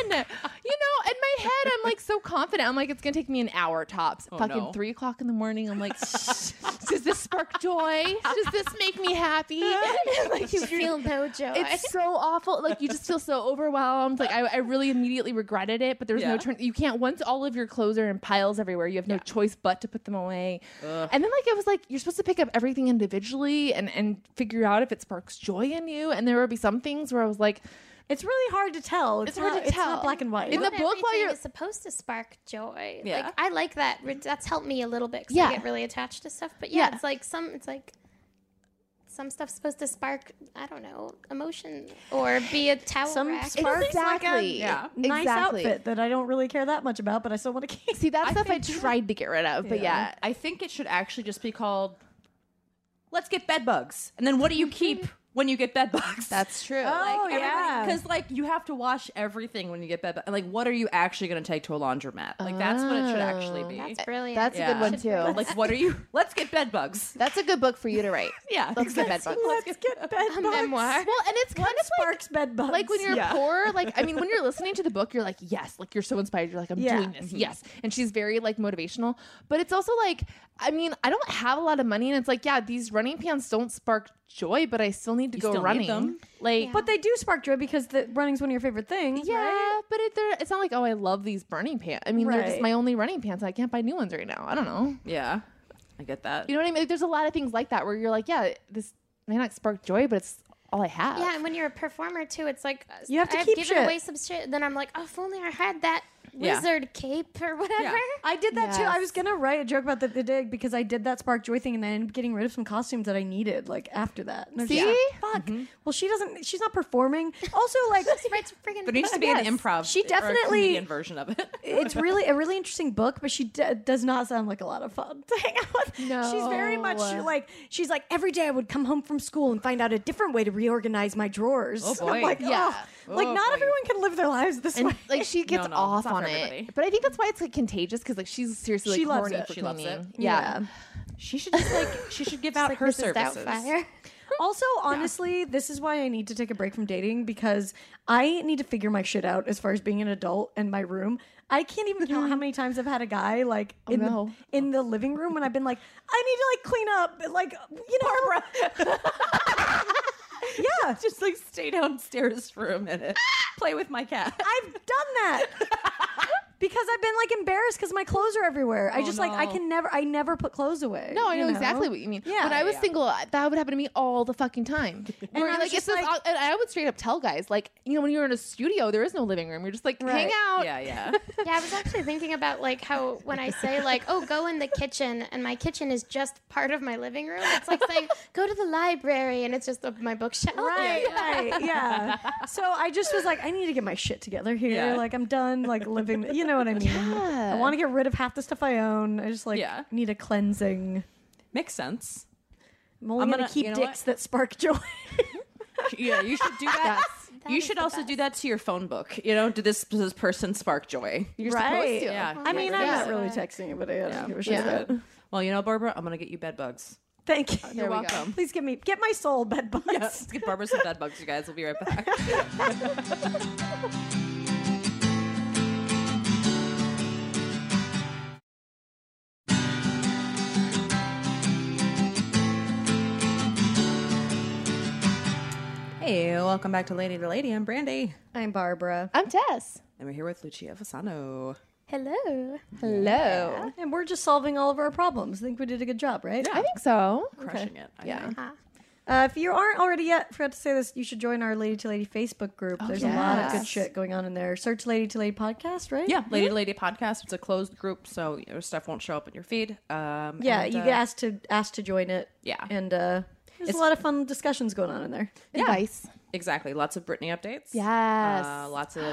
[SPEAKER 3] you know, in my head, I'm like so confident. I'm like, it's gonna take me an hour tops.
[SPEAKER 2] Oh,
[SPEAKER 3] Fucking
[SPEAKER 4] no.
[SPEAKER 3] three o'clock in the morning. I'm like, does this spark joy? Does this make me happy? like you feel
[SPEAKER 6] feel no joy.
[SPEAKER 3] it's so awful. Like you just feel so overwhelmed. Like I, I really immediately regretted it, but there's
[SPEAKER 4] Yeah.
[SPEAKER 3] no turn. You can't. Once all of your clothes are in piles everywhere, you have no choice but to put them away. And then like it was like you're supposed to pick up everything individually and and figure out if it sparks joy in you. And there would be some things where I was like,
[SPEAKER 2] It's really hard to tell. It's,
[SPEAKER 3] It's hard
[SPEAKER 2] not,
[SPEAKER 3] to
[SPEAKER 2] It's not
[SPEAKER 3] tell.
[SPEAKER 2] black and white.
[SPEAKER 3] In the
[SPEAKER 6] Not
[SPEAKER 3] book while
[SPEAKER 6] everything
[SPEAKER 3] you're-
[SPEAKER 6] is supposed to spark joy.
[SPEAKER 4] Yeah.
[SPEAKER 6] Like I like that. Re- That's helped me a little bit because
[SPEAKER 3] Yeah.
[SPEAKER 6] I get really attached to stuff. But yeah,
[SPEAKER 3] Yeah.
[SPEAKER 6] it's like some. It's like some stuff's supposed to spark. I don't know emotion or be a towel
[SPEAKER 2] Some
[SPEAKER 6] rack.
[SPEAKER 2] spark- Sparks like a-
[SPEAKER 3] exactly,
[SPEAKER 4] yeah,
[SPEAKER 2] nice
[SPEAKER 3] exactly.
[SPEAKER 2] outfit that I don't really care that much about, but I still want to keep.
[SPEAKER 3] See that
[SPEAKER 4] I
[SPEAKER 3] stuff I
[SPEAKER 4] think-
[SPEAKER 3] tried to get rid of, but yeah.
[SPEAKER 4] I think it should actually just be called. Let's get bed bugs, and then what do you keep when you get bed bugs?
[SPEAKER 3] That's true.
[SPEAKER 2] Oh, yeah.
[SPEAKER 4] because like you have to wash everything when you get bed. bu- And like, what are you actually going to take to a laundromat? Like that's what it should actually be.
[SPEAKER 6] That's brilliant.
[SPEAKER 3] That's a
[SPEAKER 4] Yeah.
[SPEAKER 3] good one too.
[SPEAKER 4] like, what are you? Let's get bed bugs.
[SPEAKER 3] That's a good book for you to write.
[SPEAKER 4] Yeah,
[SPEAKER 3] Let's get bed bugs.
[SPEAKER 2] Let's get bed bugs.
[SPEAKER 3] Well, and it's kind of like
[SPEAKER 2] Sparks bed bugs.
[SPEAKER 3] like when you're
[SPEAKER 4] Yeah.
[SPEAKER 3] poor like i mean when you're listening to the book you're like yes like you're so inspired you're like i'm
[SPEAKER 2] Yeah.
[SPEAKER 3] doing this yes and she's very like motivational but it's also like i mean i don't have a lot of money and it's like yeah these running pants don't spark joy but i still need to go
[SPEAKER 4] still need
[SPEAKER 3] running
[SPEAKER 4] them.
[SPEAKER 3] like
[SPEAKER 6] Yeah.
[SPEAKER 3] but
[SPEAKER 2] But they do spark joy because the running's one of your favorite things.
[SPEAKER 3] yeah
[SPEAKER 2] right?
[SPEAKER 3] but it, they're- it's not like oh i love these running pants i mean they're just
[SPEAKER 2] Right.
[SPEAKER 3] my only running pants i can't buy new ones right now i don't know
[SPEAKER 4] Yeah, I get that.
[SPEAKER 3] you know what i mean like, there's a lot of things like that where you're like yeah this may not spark joy but it's all i have
[SPEAKER 6] Yeah, and when you're a performer too, it's like uh,
[SPEAKER 2] You have to
[SPEAKER 6] I've
[SPEAKER 2] keep
[SPEAKER 6] given
[SPEAKER 2] shit.
[SPEAKER 6] away some shit. Then I'm like, oh, if only I had that
[SPEAKER 4] Yeah.
[SPEAKER 6] wizard cape or whatever.
[SPEAKER 2] I did that too.
[SPEAKER 3] Yes.
[SPEAKER 2] I was gonna write a joke about that the day because I did that spark joy thing, and then I ended up getting rid of some costumes that I needed like after that. And I was
[SPEAKER 3] See?
[SPEAKER 2] just like, fuck.
[SPEAKER 4] Mm-hmm.
[SPEAKER 2] Well, she doesn't. She's not performing. Also, like.
[SPEAKER 6] Right, friggin'
[SPEAKER 4] There needs to be
[SPEAKER 2] Yes.
[SPEAKER 4] an improv.
[SPEAKER 2] She
[SPEAKER 4] or a
[SPEAKER 2] definitely-
[SPEAKER 4] comedian version of it.
[SPEAKER 2] It's really a really interesting book, but she d- does not sound like a lot of fun to hang out with. she's very much
[SPEAKER 3] No.
[SPEAKER 2] like she's like every day I would come home from school and find out a different way to reorganize my drawers.
[SPEAKER 4] Oh,
[SPEAKER 2] And I'm
[SPEAKER 4] boy.
[SPEAKER 2] like, "Ugh."
[SPEAKER 3] Yeah.
[SPEAKER 2] like
[SPEAKER 4] Oh,
[SPEAKER 2] not
[SPEAKER 4] boy.
[SPEAKER 2] everyone can live their lives this way.
[SPEAKER 3] and like she gets
[SPEAKER 4] no,
[SPEAKER 3] off
[SPEAKER 4] it's
[SPEAKER 3] on
[SPEAKER 4] not for
[SPEAKER 3] it.
[SPEAKER 4] everybody.
[SPEAKER 3] But I think that's why it's like contagious because like she's seriously like
[SPEAKER 2] She loves
[SPEAKER 3] horny
[SPEAKER 2] it.
[SPEAKER 3] for
[SPEAKER 4] She loves
[SPEAKER 3] cleaning.
[SPEAKER 4] it.
[SPEAKER 3] Yeah.
[SPEAKER 4] She should just like she should give out
[SPEAKER 6] like
[SPEAKER 4] her
[SPEAKER 6] Mrs.
[SPEAKER 4] services.
[SPEAKER 6] Doubtfire.
[SPEAKER 2] Also, honestly, this is why I need to take a break from dating because I need to figure my shit out as far as being an adult and my room. I can't even count how many times I've had a guy like in
[SPEAKER 3] Oh, no.
[SPEAKER 2] the in the living room when I've been like, I need to like clean up, like you know, yeah,
[SPEAKER 4] Just like stay downstairs for a minute, play with my cat.
[SPEAKER 2] I've done that. because I've been like embarrassed because my clothes are everywhere. I just like I
[SPEAKER 4] no.
[SPEAKER 2] can never I never put clothes away.
[SPEAKER 3] Oh, No, I
[SPEAKER 2] you
[SPEAKER 3] know, exactly what you mean.
[SPEAKER 2] Yeah,
[SPEAKER 3] when I was
[SPEAKER 2] yeah.
[SPEAKER 3] single, I- that would happen to me all the fucking time.
[SPEAKER 2] And I
[SPEAKER 3] Where,
[SPEAKER 2] was
[SPEAKER 3] like, it's
[SPEAKER 2] just
[SPEAKER 3] this,
[SPEAKER 2] like-
[SPEAKER 3] and I would straight up tell guys, like, you know, when you're in a studio, there is no living room. You're just like, hang
[SPEAKER 2] Right.
[SPEAKER 3] out.
[SPEAKER 4] Yeah, yeah.
[SPEAKER 6] Yeah, I was actually thinking about like how when I say like, oh, go in the kitchen, and my kitchen is just part of my living room. It's like saying go to the library, and it's just up my bookshelf.
[SPEAKER 2] Right, right, yeah. So I just was like, I need to get my shit together here.
[SPEAKER 4] Yeah.
[SPEAKER 2] Like I'm done, like living. You know what I mean?
[SPEAKER 3] Yeah.
[SPEAKER 2] I want to get rid of half the stuff I own. I just like
[SPEAKER 4] Yeah.
[SPEAKER 2] need a cleansing.
[SPEAKER 4] Makes sense.
[SPEAKER 2] I'm only
[SPEAKER 4] I'm
[SPEAKER 2] gonna,
[SPEAKER 4] gonna-
[SPEAKER 2] keep
[SPEAKER 4] you know
[SPEAKER 2] dicks
[SPEAKER 4] what?
[SPEAKER 2] that spark joy.
[SPEAKER 4] Yeah, you should do that.
[SPEAKER 6] That
[SPEAKER 4] you
[SPEAKER 6] is
[SPEAKER 4] should
[SPEAKER 6] the
[SPEAKER 4] also do
[SPEAKER 6] best.
[SPEAKER 4] that to your phone book. You know, did this, does this person spark joy?
[SPEAKER 3] You're
[SPEAKER 2] Right.
[SPEAKER 3] supposed to.
[SPEAKER 4] Yeah.
[SPEAKER 2] I mean, I'm
[SPEAKER 3] Yeah.
[SPEAKER 2] not really texting anybody. I don't give a shit.
[SPEAKER 3] Yeah.
[SPEAKER 2] about it.
[SPEAKER 4] Well, you know, Barbara, I'm gonna get you bed bugs.
[SPEAKER 2] Thank you.
[SPEAKER 3] There we go.
[SPEAKER 4] welcome.
[SPEAKER 2] Please give me get my soul bed bugs.
[SPEAKER 4] Let's get Barbara Uh, some bed bugs, you guys. We'll be right back. hey, welcome back to Lady to Lady. I'm Brandy,
[SPEAKER 2] I'm Barbara,
[SPEAKER 3] I'm Tess.
[SPEAKER 4] and we're here with Lucia Fasano.
[SPEAKER 6] Hello.
[SPEAKER 3] Hello.
[SPEAKER 2] and we're just solving all of our problems. I think we did a good job, right?
[SPEAKER 3] I think so.
[SPEAKER 4] Crushing it. I
[SPEAKER 3] Yeah.
[SPEAKER 4] think.
[SPEAKER 2] Uh, if you aren't already yet, forgot to say this, you should join our Lady to Lady Facebook group. There's a lot of
[SPEAKER 3] yes.
[SPEAKER 2] good shit going on in there. Search Lady to Lady podcast, right?
[SPEAKER 4] Yeah, Lady to Lady podcast. It's a closed group, so your stuff won't show up in your feed. Um,
[SPEAKER 2] yeah.
[SPEAKER 4] and,
[SPEAKER 2] you
[SPEAKER 4] uh,
[SPEAKER 2] get asked to asked to join it.
[SPEAKER 4] Yeah.
[SPEAKER 2] and uh, there's a lot of fun discussions going on in there.
[SPEAKER 3] Advice.
[SPEAKER 4] exactly. Lots of Britney updates.
[SPEAKER 3] Yes.
[SPEAKER 4] Uh, lots of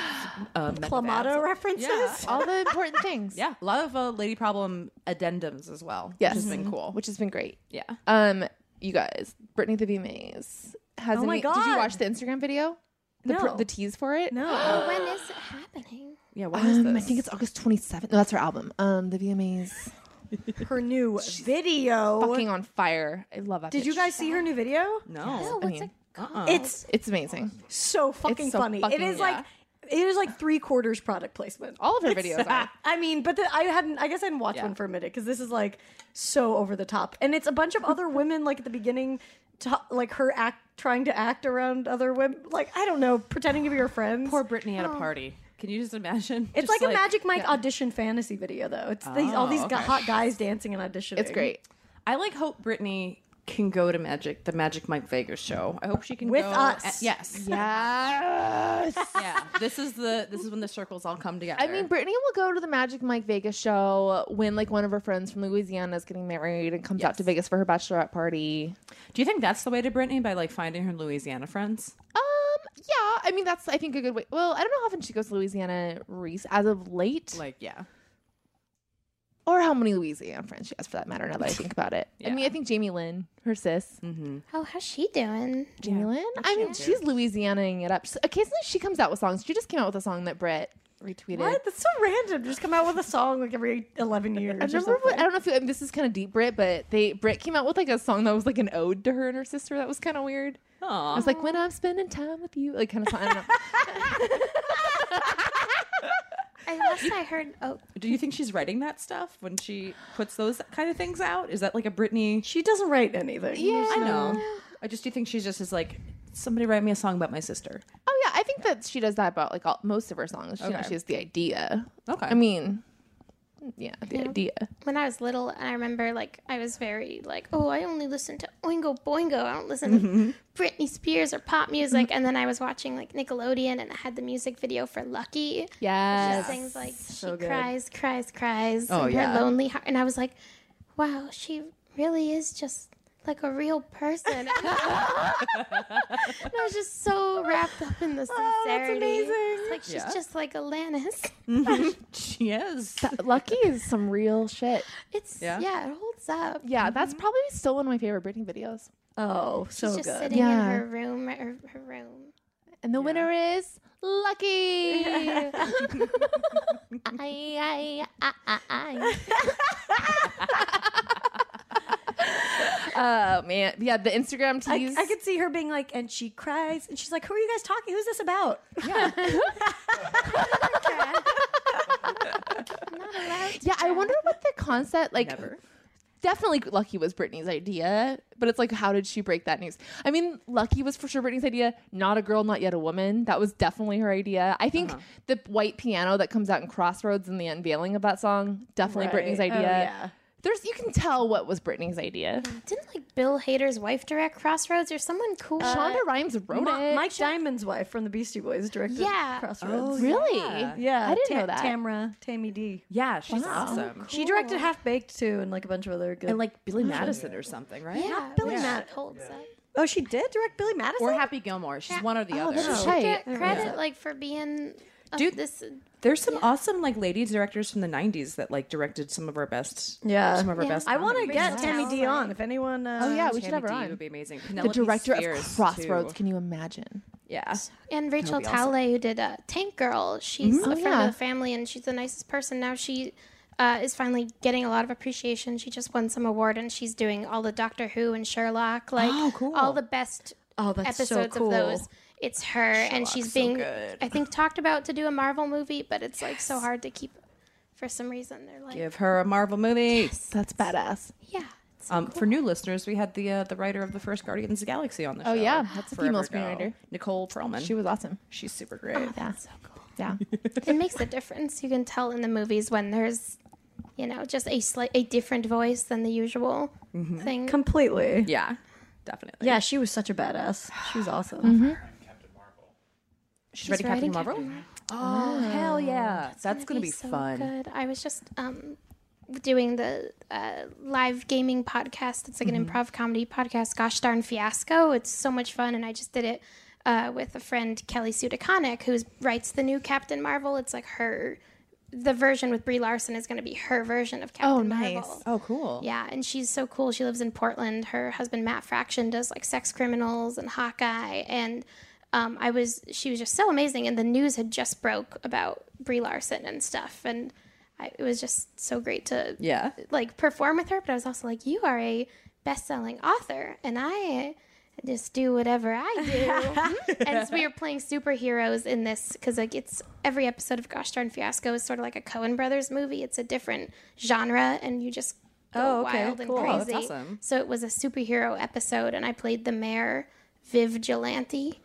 [SPEAKER 4] uh, meta
[SPEAKER 2] Clamato
[SPEAKER 4] ads.
[SPEAKER 2] references.
[SPEAKER 4] Yeah.
[SPEAKER 3] All the important things.
[SPEAKER 4] Yeah, a lot of uh, lady problem addendums as well.
[SPEAKER 3] Yes.
[SPEAKER 4] which has been cool.
[SPEAKER 3] Which has been great.
[SPEAKER 4] yeah,
[SPEAKER 3] Um, you guys, Brittany the Bee Maze has.
[SPEAKER 2] Oh my
[SPEAKER 3] any- Did you
[SPEAKER 2] God.
[SPEAKER 3] watch the Instagram video? The, pr-
[SPEAKER 2] No.
[SPEAKER 3] the tease for it.
[SPEAKER 2] No.
[SPEAKER 6] Oh, when is it happening?
[SPEAKER 4] yeah. What is
[SPEAKER 3] Um,
[SPEAKER 4] this?
[SPEAKER 3] I think it's August 27th. No, that's her album. Um, the VMAs.
[SPEAKER 2] Her new video.
[SPEAKER 3] Fucking on fire. I love that.
[SPEAKER 2] Did you
[SPEAKER 3] bitch.
[SPEAKER 2] guys see her new video?
[SPEAKER 6] Oh,
[SPEAKER 4] no.
[SPEAKER 6] what's
[SPEAKER 3] mean,
[SPEAKER 6] it called?
[SPEAKER 2] It's
[SPEAKER 3] It's amazing.
[SPEAKER 2] so fucking
[SPEAKER 3] so
[SPEAKER 2] funny.
[SPEAKER 3] fucking-
[SPEAKER 2] it is like it is like three quarters product placement.
[SPEAKER 3] All of her videos are.
[SPEAKER 2] I mean, but the, I hadn't. I guess I hadn't watched
[SPEAKER 4] Yeah.
[SPEAKER 2] one for a minute because this is like so over the top, and it's a bunch of other women like at the beginning, to, like her act trying to act around other women, like I don't know, pretending to be her friends.
[SPEAKER 4] Poor Brittany at a party. Can you just imagine?
[SPEAKER 2] Oh. it's
[SPEAKER 4] Just
[SPEAKER 2] like, a Magic Mike audition fantasy video, though. It's these, all
[SPEAKER 4] Oh,
[SPEAKER 2] these gu-
[SPEAKER 4] okay.
[SPEAKER 2] hot guys dancing and auditioning.
[SPEAKER 3] It's great.
[SPEAKER 4] I like hope Brittany can go to Magic, the Magic Mike Vegas show. I hope she can
[SPEAKER 2] With
[SPEAKER 4] go
[SPEAKER 2] us.
[SPEAKER 4] a- yes.
[SPEAKER 3] Yes.
[SPEAKER 4] yeah. This is the this is when the circles all come together.
[SPEAKER 3] I mean, Brittany will go to the Magic Mike Vegas show when like one of her friends from Louisiana is getting married and comes out to Vegas for her bachelorette party.
[SPEAKER 4] do you think that's the way to Brittany by like finding her Louisiana friends?
[SPEAKER 3] Um, yeah, I mean that's I think a good way. Well, I don't know how often she goes to Louisiana, Reese, as of late,
[SPEAKER 4] Like, yeah,
[SPEAKER 3] or how many Louisiana friends she has for that matter. Now that I think about it, I mean, I think Jamie Lynn, her sis,
[SPEAKER 6] Oh, how's she doing?
[SPEAKER 3] Jamie Lynn. I mean, she's Louisianaing it up. So occasionally, she comes out with songs. She just came out with a song that Brett retweeted.
[SPEAKER 2] What? That's so random. Just come out with a song like every eleven years.
[SPEAKER 3] I
[SPEAKER 2] or
[SPEAKER 3] remember
[SPEAKER 2] something.
[SPEAKER 3] what, I don't know if you, I mean, this is kind of deep, Brit, but they Brit came out with like a song that was like an ode to her and her sister. That was kind of weird. I was like, when I'm spending time with you, like kind of. I don't know.
[SPEAKER 6] I last I heard, oh,
[SPEAKER 4] do you think she's writing that stuff when she puts those kind of things out? Is that like a Brittany?
[SPEAKER 2] She doesn't write anything. Yeah.
[SPEAKER 4] I know. I just do think she's just as like somebody write me a song about my sister.
[SPEAKER 3] oh yeah, I think that she does that about like all, most of her songs. You know,
[SPEAKER 4] Okay.
[SPEAKER 3] she has the idea.
[SPEAKER 4] Okay.
[SPEAKER 3] I mean, yeah, the idea.
[SPEAKER 6] when I was little, and I remember like I was very like, oh, I only listen to Oingo Boingo. I don't listen to Britney Spears or pop music. And then I was watching like Nickelodeon, and it had the music video for Lucky.
[SPEAKER 3] Yes.
[SPEAKER 6] She sings like she
[SPEAKER 2] good.
[SPEAKER 6] cries, cries, cries.
[SPEAKER 4] Oh,
[SPEAKER 6] and
[SPEAKER 4] yeah.
[SPEAKER 6] Her lonely heart. And I was like, wow, she really is just like a real person. and I was just so wrapped up in the sincerity.
[SPEAKER 2] amazing.
[SPEAKER 6] It's like she's
[SPEAKER 4] Yeah.
[SPEAKER 6] just like Alanis.
[SPEAKER 4] She is.
[SPEAKER 3] That- Lucky is some real shit.
[SPEAKER 6] It's
[SPEAKER 4] Yeah.
[SPEAKER 6] yeah, it holds up.
[SPEAKER 3] Yeah, that's probably still one of my favorite Britney videos.
[SPEAKER 2] Oh, so
[SPEAKER 6] She's just
[SPEAKER 2] good.
[SPEAKER 6] sitting
[SPEAKER 3] Yeah.
[SPEAKER 6] in her room, her, her room.
[SPEAKER 3] And the winner is Lucky. I, I, I, I, I. oh man, yeah, the Instagram
[SPEAKER 2] I,
[SPEAKER 3] tease.
[SPEAKER 2] I could see her being like, and she cries, and she's like, "Who are you guys talking? Who's this about?"
[SPEAKER 6] I'm not allowed. To
[SPEAKER 3] yeah, I wonder what the concept like. definitely Lucky was Britney's idea, but it's like, how did she break that news? I mean, Lucky was for sure Britney's idea. Not a girl, not yet a woman. That was definitely her idea. I
[SPEAKER 2] Uh-huh.
[SPEAKER 3] think the white piano that comes out in Crossroads and the unveiling of that song definitely
[SPEAKER 2] Right.
[SPEAKER 3] Britney's
[SPEAKER 2] Oh,
[SPEAKER 3] idea.
[SPEAKER 4] yeah.
[SPEAKER 3] There's you can tell what was Britney's idea.
[SPEAKER 6] Didn't like Bill Hader's wife direct Crossroads or someone cool?
[SPEAKER 4] Uh,
[SPEAKER 3] Shonda Rhimes wrote it.
[SPEAKER 2] Mike Diamond's wife from the Beastie Boys directed
[SPEAKER 6] Yeah.
[SPEAKER 2] Crossroads.
[SPEAKER 3] really?
[SPEAKER 4] Yeah.
[SPEAKER 2] Yeah,
[SPEAKER 3] I didn't
[SPEAKER 2] Ta-
[SPEAKER 3] know that.
[SPEAKER 2] Tamra, Tammy D.
[SPEAKER 4] Yeah, she's
[SPEAKER 3] Wow.
[SPEAKER 4] awesome.
[SPEAKER 2] She directed Half Baked too, and like a bunch of other good.
[SPEAKER 4] And like Billy Madison or something, right?
[SPEAKER 6] yeah,
[SPEAKER 2] Billy
[SPEAKER 6] which
[SPEAKER 2] Mad-
[SPEAKER 6] holds up.
[SPEAKER 2] oh, she did direct Billy Madison.
[SPEAKER 4] Or Happy Gilmore. She's one or the other.
[SPEAKER 3] that's
[SPEAKER 6] She
[SPEAKER 3] right.
[SPEAKER 6] get
[SPEAKER 3] Yeah.
[SPEAKER 6] credit like for being a,
[SPEAKER 4] Dude.
[SPEAKER 6] this
[SPEAKER 4] There's some awesome like lady directors from the '90s that like directed some of our best.
[SPEAKER 2] Yeah.
[SPEAKER 4] some of our
[SPEAKER 6] Yeah.
[SPEAKER 4] best.
[SPEAKER 2] I want to
[SPEAKER 4] comedy.
[SPEAKER 2] get
[SPEAKER 6] Based
[SPEAKER 2] Tammy
[SPEAKER 6] on
[SPEAKER 2] D
[SPEAKER 6] Tammy.
[SPEAKER 2] on if anyone. Uh,
[SPEAKER 3] Oh yeah, we
[SPEAKER 4] Tammy
[SPEAKER 3] should have her
[SPEAKER 4] Dee
[SPEAKER 3] on.
[SPEAKER 4] would be amazing.
[SPEAKER 3] The
[SPEAKER 4] Penelope
[SPEAKER 3] director
[SPEAKER 4] Spears,
[SPEAKER 3] of Crossroads.
[SPEAKER 4] too.
[SPEAKER 3] Can you imagine?
[SPEAKER 4] Yeah,
[SPEAKER 6] and Rachel
[SPEAKER 4] be awesome.
[SPEAKER 6] Talle who did uh, Tank Girl. She's
[SPEAKER 3] Oh,
[SPEAKER 6] a friend
[SPEAKER 3] yeah.
[SPEAKER 6] of the family and she's the nicest person. Now she uh, is finally getting a lot of appreciation. She just won some award and she's doing all the Doctor Who and Sherlock, like
[SPEAKER 3] Oh,
[SPEAKER 6] all the best
[SPEAKER 2] Oh, that's so
[SPEAKER 6] episodes
[SPEAKER 2] cool.
[SPEAKER 6] of those. It's her and she's being I think talked about to do a Marvel movie, but it's like so hard to keep for some reason. They're like,
[SPEAKER 4] give her a Marvel movie.
[SPEAKER 3] That's badass.
[SPEAKER 6] yeah. it's
[SPEAKER 4] Um, For new listeners, we had the uh, the writer of the first Guardians of the Galaxy on the show.
[SPEAKER 3] Oh, yeah. That's a
[SPEAKER 4] Forever
[SPEAKER 3] female
[SPEAKER 4] ago.
[SPEAKER 3] screenwriter.
[SPEAKER 4] Nicole Perlman.
[SPEAKER 3] She was awesome.
[SPEAKER 4] She's super great.
[SPEAKER 3] Yeah.
[SPEAKER 6] so cool.
[SPEAKER 3] Yeah.
[SPEAKER 6] it makes a difference. You can tell in the movies when there's, you know, just a slight a different voice than the usual thing.
[SPEAKER 2] completely.
[SPEAKER 4] Yeah, definitely.
[SPEAKER 2] Yeah, she was such a badass. She was awesome.
[SPEAKER 3] Mm-hmm.
[SPEAKER 4] she's writing Captain
[SPEAKER 6] writing
[SPEAKER 4] Marvel.
[SPEAKER 6] Captain
[SPEAKER 4] Oh hell yeah, that's, gonna be,
[SPEAKER 6] so
[SPEAKER 4] fun.
[SPEAKER 6] Good. I was just um, doing the uh, live gaming podcast. It's like an
[SPEAKER 4] Mm-hmm.
[SPEAKER 6] improv comedy podcast. Gosh darn fiasco! It's so much fun, and I just did it uh, with a friend Kelly Sudakonic, who writes the new Captain Marvel. It's like her. The version with Brie Larson is going to be her version of Captain
[SPEAKER 3] nice.
[SPEAKER 6] Marvel.
[SPEAKER 4] Oh cool.
[SPEAKER 6] Yeah, and she's so cool. She lives in Portland. Her husband Matt Fraction does like sex criminals and Hawkeye, and um, I was she was just so amazing. And the news had just broke about Brie Larson and stuff, and I, it was just so great to
[SPEAKER 4] Yeah.
[SPEAKER 6] like perform with her. But I was also like, you are a best-selling author, and I just do whatever I do. and so we were playing superheroes in this because like it's every episode of Gosh Darn Fiasco is sort of like a Coen Brothers movie. It's a different genre, and you just go
[SPEAKER 2] Oh, okay,
[SPEAKER 6] wild and
[SPEAKER 2] cool. Oh,
[SPEAKER 4] that's
[SPEAKER 6] crazy.
[SPEAKER 4] awesome.
[SPEAKER 6] So it was a superhero episode, and I played the mayor. Viv Gelante.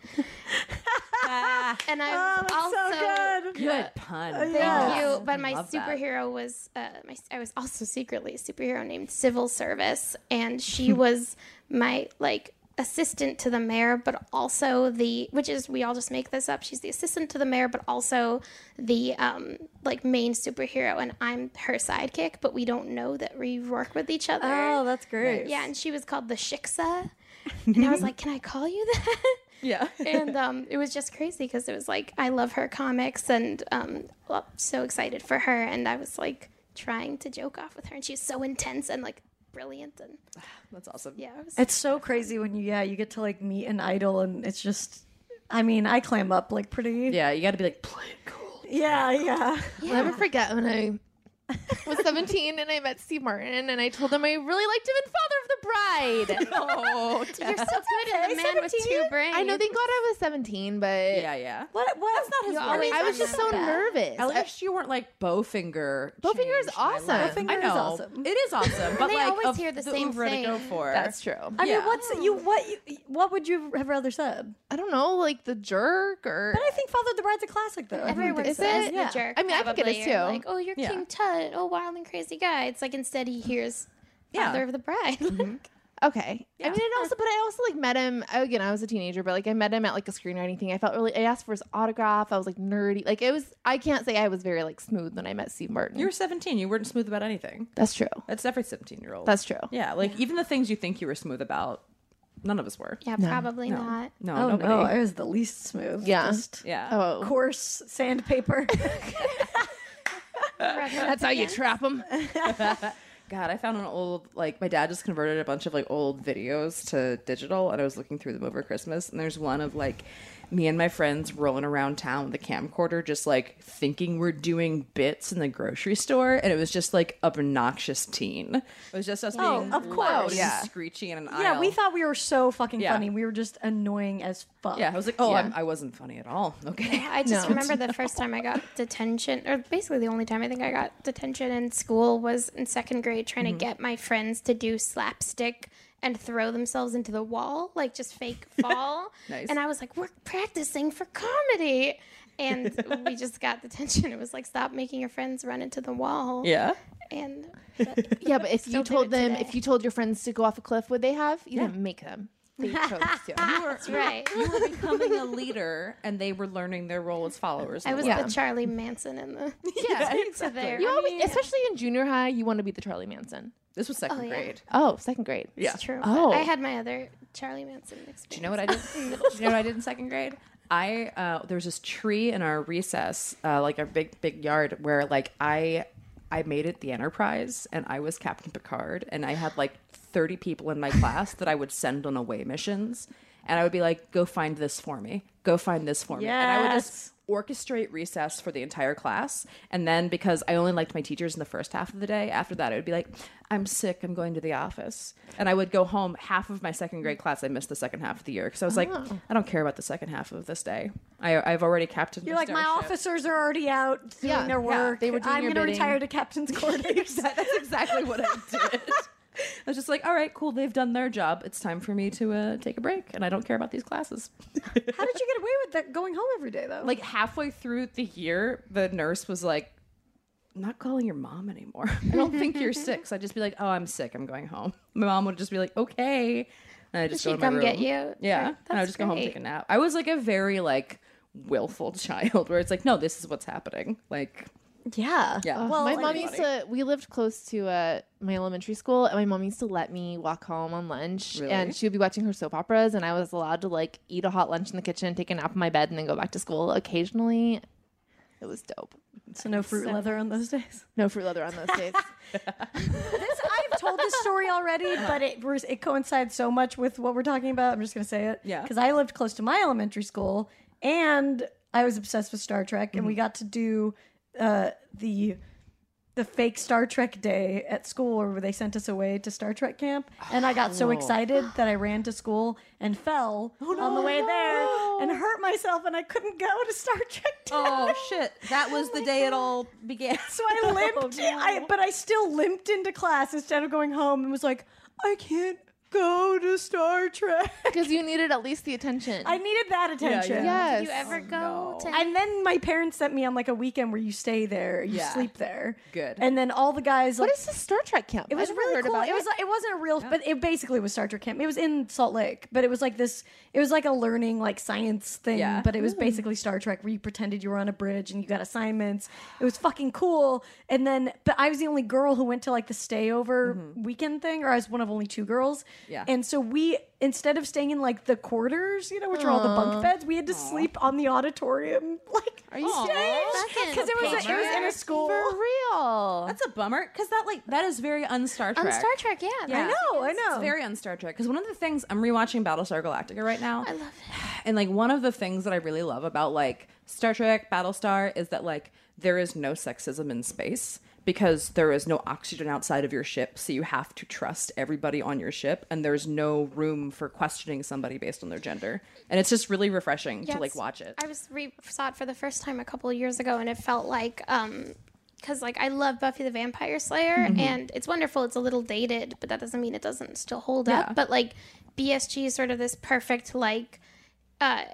[SPEAKER 6] and I
[SPEAKER 2] that's Oh, so
[SPEAKER 6] also
[SPEAKER 2] good.
[SPEAKER 4] Good pun.
[SPEAKER 6] Thank
[SPEAKER 4] Yeah.
[SPEAKER 6] you. But my
[SPEAKER 4] Love that.
[SPEAKER 6] superhero was uh, my, I was also secretly a superhero named Civil Service, and she was my like assistant to the mayor, but also the which is we all just make this up. She's the assistant to the mayor, but also the um, like main superhero, and I'm her sidekick. But we don't know that we work with each other.
[SPEAKER 2] Oh, that's great.
[SPEAKER 6] yeah, and she was called the Shiksa, and I was like, "Can I call you that?"
[SPEAKER 4] Yeah.
[SPEAKER 6] and um, it was just crazy because it was like I love her comics and um, well, so excited for her, and I was like trying to joke off with her, and she's so intense and like brilliant, and
[SPEAKER 4] That's awesome.
[SPEAKER 6] yeah, it was,
[SPEAKER 2] It's so crazy when you yeah you get to like meet an idol and it's just. I mean, I clam up like pretty.
[SPEAKER 4] Yeah, you got to be like play it cool.
[SPEAKER 2] yeah. yeah.
[SPEAKER 3] I'll never forget when I was 17 and I met Steve Martin and I told him I really liked him in Father of the Bride.
[SPEAKER 4] Oh,
[SPEAKER 6] you're so good at the man with two brains.
[SPEAKER 3] I know, thank God I was 17, but
[SPEAKER 4] yeah, yeah.
[SPEAKER 2] What? What? That's not his.
[SPEAKER 6] You always
[SPEAKER 3] I was just so
[SPEAKER 6] remember that.
[SPEAKER 3] nervous.
[SPEAKER 4] At least you weren't like Bowfinger.
[SPEAKER 3] Bowfinger is
[SPEAKER 4] changed my
[SPEAKER 3] awesome.
[SPEAKER 4] life.
[SPEAKER 2] Bowfinger
[SPEAKER 4] I
[SPEAKER 2] is
[SPEAKER 4] know.
[SPEAKER 2] awesome.
[SPEAKER 4] It is awesome. But
[SPEAKER 6] They
[SPEAKER 4] like,
[SPEAKER 6] always
[SPEAKER 4] of
[SPEAKER 6] hear the
[SPEAKER 4] the
[SPEAKER 6] same
[SPEAKER 4] oeuvre to go
[SPEAKER 6] thing.
[SPEAKER 4] for.
[SPEAKER 3] That's true.
[SPEAKER 2] I mean,
[SPEAKER 4] Yeah.
[SPEAKER 2] what's you? What? You, what would you have rather said?
[SPEAKER 3] I don't know, like the jerk or.
[SPEAKER 2] But I think Father the Bride's a classic though.
[SPEAKER 6] Everyone
[SPEAKER 3] Is
[SPEAKER 6] says
[SPEAKER 3] it?
[SPEAKER 6] the
[SPEAKER 3] Yeah.
[SPEAKER 6] jerk.
[SPEAKER 3] I mean, I think it
[SPEAKER 6] probably,
[SPEAKER 3] is,
[SPEAKER 6] or
[SPEAKER 3] too.
[SPEAKER 6] Like, oh, you're
[SPEAKER 4] Yeah.
[SPEAKER 6] King Tut. Oh, wild and crazy guy. It's like instead he
[SPEAKER 3] Uh,
[SPEAKER 6] hears
[SPEAKER 4] Yeah.
[SPEAKER 6] Father of the Bride. Like,
[SPEAKER 3] Okay. I mean, and also, but I also like met him again. I was a teenager, but like I met him at like a screenwriting thing. I felt really. I asked for his autograph. I was like nerdy. Like it was. I can't say I was very like smooth when I met Steve Martin.
[SPEAKER 4] You were 17. You weren't smooth about anything.
[SPEAKER 3] That's true.
[SPEAKER 4] That's every 17 year old.
[SPEAKER 3] That's true.
[SPEAKER 4] Yeah, like even the things you think you were smooth about, none of us were.
[SPEAKER 6] yeah, probably not.
[SPEAKER 4] No,
[SPEAKER 2] Oh
[SPEAKER 4] nobody.
[SPEAKER 2] no, I was the least smooth.
[SPEAKER 3] Yeah.
[SPEAKER 2] Just
[SPEAKER 4] yeah.
[SPEAKER 3] Oh,
[SPEAKER 2] coarse sandpaper.
[SPEAKER 3] that's how you trap him.
[SPEAKER 4] God, I found an old like my dad just converted a bunch of like old videos to digital, and I was looking through them over Christmas, and there's one of like me and my friends rolling around town with a camcorder, just like thinking we're doing bits in the grocery store, and it was just like obnoxious teen. It was just us
[SPEAKER 2] Oh,
[SPEAKER 4] being
[SPEAKER 2] of
[SPEAKER 4] loud
[SPEAKER 2] course.
[SPEAKER 4] and
[SPEAKER 2] Yeah.
[SPEAKER 4] screeching in an aisle.
[SPEAKER 2] Yeah, we thought we were so fucking
[SPEAKER 4] Yeah.
[SPEAKER 2] funny. We were just annoying as fuck.
[SPEAKER 4] Yeah, I was like, oh, I'm, I wasn't funny at all. Okay.
[SPEAKER 6] I just remember the first time I got detention, or basically the only time I think I got detention in school was in second grade trying
[SPEAKER 4] Mm-hmm.
[SPEAKER 6] to get my friends to do slapstick and throw themselves into the wall, like just fake fall.
[SPEAKER 4] Nice.
[SPEAKER 6] And I was like, we're practicing for comedy. And we just got detention. It was like, stop making your friends run into the wall.
[SPEAKER 4] Yeah.
[SPEAKER 6] And
[SPEAKER 3] Yeah, but if you
[SPEAKER 6] Still did
[SPEAKER 3] told
[SPEAKER 6] it
[SPEAKER 3] them,
[SPEAKER 6] today.
[SPEAKER 3] if you told your friends to go off a cliff, would they have? You didn't make them. They chose to.
[SPEAKER 6] that's right.
[SPEAKER 4] You were becoming a leader, and they were learning their role as followers. in
[SPEAKER 6] I
[SPEAKER 4] the
[SPEAKER 6] was
[SPEAKER 4] world.
[SPEAKER 6] the Charlie Manson in the
[SPEAKER 3] Yeah.
[SPEAKER 6] to their
[SPEAKER 3] You always, especially in junior high, you want to be the Charlie Manson.
[SPEAKER 4] This was second
[SPEAKER 6] Oh, yeah.
[SPEAKER 4] grade.
[SPEAKER 3] Oh, second grade.
[SPEAKER 4] Yeah.
[SPEAKER 6] It's true.
[SPEAKER 3] Oh.
[SPEAKER 6] I had my other Charlie Manson experience.
[SPEAKER 4] Do you know what I did? Do you know what I did in second grade? I uh, there was this tree in our recess, uh, like our big big yard, where like I I made it the Enterprise, and I was Captain Picard, and I had like thirty people in my class that I would send on away missions, and I would be like, "Go find this for me. Go find this for me," and I would just
[SPEAKER 2] Yes.
[SPEAKER 4] orchestrate recess for the entire class. And then because I only liked my teachers in the first half of the day, after that I would be like, I'm sick, I'm going to the office. And I would go home half of my second grade class. I missed the second half of the year because I was
[SPEAKER 2] Oh.
[SPEAKER 4] like, I don't care about the second half of this day. I, I've already captained.
[SPEAKER 2] You're
[SPEAKER 4] this
[SPEAKER 2] like, my
[SPEAKER 4] starship."
[SPEAKER 2] officers are already out doing
[SPEAKER 3] Yeah,
[SPEAKER 2] their
[SPEAKER 3] yeah,
[SPEAKER 2] work.
[SPEAKER 3] they were doing
[SPEAKER 2] I'm
[SPEAKER 3] your
[SPEAKER 2] gonna
[SPEAKER 3] bidding.
[SPEAKER 2] retire to captain's quarters.
[SPEAKER 4] That- That's exactly what I did. I was just like, all right, cool, they've done their job. It's time for me to uh, take a break, and I don't care about these classes.
[SPEAKER 2] How did you get away with that going home every day though?
[SPEAKER 4] like halfway through the year, the nurse was like, I'm not calling your mom anymore. I don't think you're sick. So I'd just be like, oh, I'm sick. I'm going home. My mom would just be like, okay. And I just go
[SPEAKER 6] she
[SPEAKER 4] to my
[SPEAKER 6] come get
[SPEAKER 4] room.
[SPEAKER 6] you?
[SPEAKER 4] Yeah.
[SPEAKER 6] That's
[SPEAKER 4] And I would just go home,
[SPEAKER 6] great.
[SPEAKER 4] take a nap. I was like a very like willful child where it's like, no, this is what's happening. Like,
[SPEAKER 2] yeah.
[SPEAKER 4] yeah.
[SPEAKER 3] Well, my
[SPEAKER 2] like-
[SPEAKER 3] mom used to. We lived close to uh, my elementary school, and my mom used to let me walk home on lunch,
[SPEAKER 4] Really?
[SPEAKER 3] and she would be watching her soap operas, and I was allowed to like eat a hot lunch in the kitchen, take a nap in my bed, and then go back to school occasionally. It was dope.
[SPEAKER 2] So no fruit leather on those days.
[SPEAKER 3] No fruit leather on those days.
[SPEAKER 2] This I've told this story already, but it was- it coincides so much with what we're talking about. I'm just gonna say it.
[SPEAKER 4] Yeah.
[SPEAKER 2] Because I lived close to my elementary school, and I was obsessed with Star Trek, and we
[SPEAKER 4] Mm-hmm.
[SPEAKER 2] got to do uh, the the fake Star Trek day at school where they sent us away to Star Trek camp. And I got
[SPEAKER 4] Oh.
[SPEAKER 2] so excited that I ran to school and fell on the way there and hurt myself and I couldn't go to Star Trek day.
[SPEAKER 4] oh, shit. That was the day it all began.
[SPEAKER 2] So I limped, I, but I still limped into class instead of going home and was like, I can't go to Star Trek.
[SPEAKER 3] Because you needed at least the attention.
[SPEAKER 2] I needed that attention.
[SPEAKER 3] yes.
[SPEAKER 6] Did you ever go to?
[SPEAKER 2] And then my parents sent me on like a weekend where you stay there, you
[SPEAKER 4] Yeah.
[SPEAKER 2] sleep there.
[SPEAKER 4] Good.
[SPEAKER 2] And then all the guys like
[SPEAKER 3] what is this Star Trek camp?
[SPEAKER 2] it was really cool. it, was
[SPEAKER 3] Like,
[SPEAKER 2] it wasn't a real, but it basically was Star Trek camp. It was in Salt Lake, but it was like this. It was like a learning like science thing,
[SPEAKER 4] Yeah.
[SPEAKER 2] but it was basically Star Trek where you pretended you were on a bridge and you got assignments. It was fucking cool. And then, but I was the only girl who went to like the stayover weekend thing, or I was one of only two girls.
[SPEAKER 4] Yeah.
[SPEAKER 2] And so we instead of staying in like the quarters, you know, which are all the bunk beds, we had to sleep on the auditorium. Like, are
[SPEAKER 3] you
[SPEAKER 6] serious?
[SPEAKER 2] Because it was it was in a
[SPEAKER 6] Bummer.
[SPEAKER 2] school.
[SPEAKER 3] for real.
[SPEAKER 4] That's a bummer because that, like, that is very un Star Trek.
[SPEAKER 6] on Star Trek, yeah.
[SPEAKER 4] Yeah.
[SPEAKER 6] that's-
[SPEAKER 2] know, I know.
[SPEAKER 4] It's very on Star Trek because one of the things I'm rewatching Battlestar Galactica right now. I love it. And like one of the things that I really love about like Star Trek, Battlestar is that like there is no sexism in space because there is no oxygen outside of your ship, so you have to trust everybody on your ship, and there's no room for questioning somebody based on their gender. And it's just really refreshing to like
[SPEAKER 6] Yes.
[SPEAKER 4] watch it.
[SPEAKER 6] I was re- saw it for the first time a couple of years ago, and it felt like um, because like I love Buffy the Vampire Slayer,
[SPEAKER 4] Mm-hmm.
[SPEAKER 6] and it's wonderful. It's a little dated, but that doesn't mean it doesn't still hold
[SPEAKER 4] Yeah.
[SPEAKER 6] up. But like BSG is sort of this perfect like. Uh,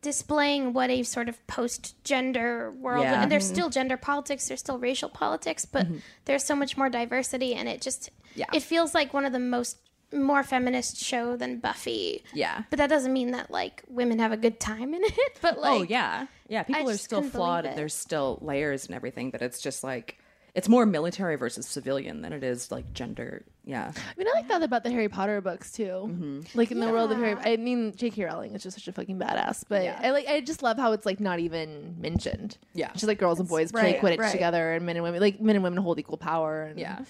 [SPEAKER 6] displaying what a sort of post-gender world,
[SPEAKER 4] Yeah. Mm-hmm.
[SPEAKER 6] and there's still gender politics, there's still racial politics, but there's so much more diversity, and it just
[SPEAKER 4] Yeah.
[SPEAKER 6] it feels like one of the most more feminist show than Buffy.
[SPEAKER 4] Yeah.
[SPEAKER 6] But that doesn't mean that like women have a good time in it. But like,
[SPEAKER 4] oh yeah, yeah. People are
[SPEAKER 6] just
[SPEAKER 4] still
[SPEAKER 6] couldn't believe
[SPEAKER 4] flawed, and
[SPEAKER 6] it.
[SPEAKER 4] there's still layers and everything, but it's just like. It's more military versus civilian than it is like gender. Yeah.
[SPEAKER 3] I mean, I like that about the Harry Potter books too. Like in the world of Harry, I mean, J.K. Rowling is just such a fucking badass. But I like, I just love how it's like not even mentioned.
[SPEAKER 4] Yeah.
[SPEAKER 3] just like girls and boys
[SPEAKER 2] right,
[SPEAKER 3] play Quidditch
[SPEAKER 2] right.
[SPEAKER 3] together, and men and women, like men and women hold equal power. And
[SPEAKER 4] Yeah.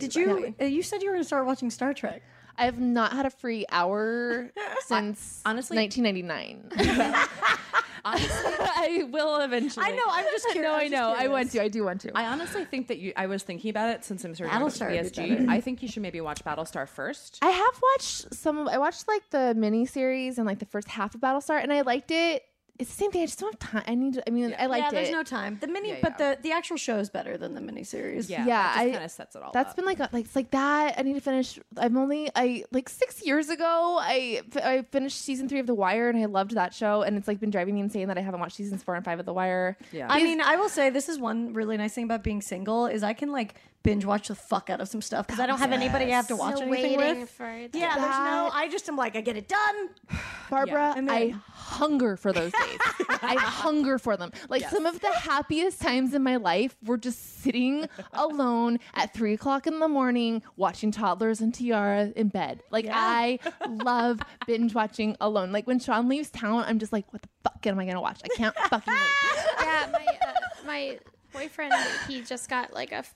[SPEAKER 2] Did you? uh, You said you were going to start watching Star Trek.
[SPEAKER 3] I've not had a free hour since
[SPEAKER 4] Honestly-
[SPEAKER 3] 1999. I will eventually.
[SPEAKER 2] I know. I'm just curious.
[SPEAKER 3] No,
[SPEAKER 2] I'm
[SPEAKER 3] I
[SPEAKER 2] just
[SPEAKER 3] know. I
[SPEAKER 2] curious.
[SPEAKER 3] want to. I do want to.
[SPEAKER 4] I honestly think that you. I was thinking about it since I'm sort of
[SPEAKER 2] Battlestar would be
[SPEAKER 4] PSG. I think you should maybe watch Battlestar first.
[SPEAKER 3] I have watched some. of I watched like the mini series and like the first half of Battlestar, and I liked it. It's the same thing. I just don't have time. I need. To, I mean, I liked
[SPEAKER 2] yeah,
[SPEAKER 3] it.
[SPEAKER 2] there's no time. The mini,
[SPEAKER 4] Yeah,
[SPEAKER 2] but the the actual show is better than the miniseries.
[SPEAKER 4] Yeah,
[SPEAKER 3] yeah,
[SPEAKER 4] that
[SPEAKER 3] I-
[SPEAKER 4] kind of sets it all.
[SPEAKER 3] That's
[SPEAKER 4] up.
[SPEAKER 3] been like a- like it's like that. I need to finish. I'm only I like six years ago. I I finished season three of The Wire, and I loved that show. And it's like been driving me insane that I haven't watched seasons four and five of The Wire.
[SPEAKER 4] Yeah.
[SPEAKER 2] I mean, I will say this is one really nice thing about being single is I can like binge watch the fuck out of some stuff because I don't have anybody I have to watch
[SPEAKER 6] So
[SPEAKER 2] anything
[SPEAKER 6] waiting
[SPEAKER 2] with.
[SPEAKER 6] for it.
[SPEAKER 2] Yeah, there's no.
[SPEAKER 3] That-
[SPEAKER 2] I just am like, I get it done.
[SPEAKER 3] Barbara,
[SPEAKER 2] And
[SPEAKER 3] I
[SPEAKER 2] then-
[SPEAKER 3] hunger for those days. I hunger for them. Like some of the happiest times in my life were just sitting alone at three o'clock in the morning watching toddlers and tiara in bed. Like I love binge watching alone. Like when Sean leaves town, I'm just like, what the fuck am I gonna watch? I can't fucking wait.
[SPEAKER 6] yeah, my uh, my boyfriend he just got like a f-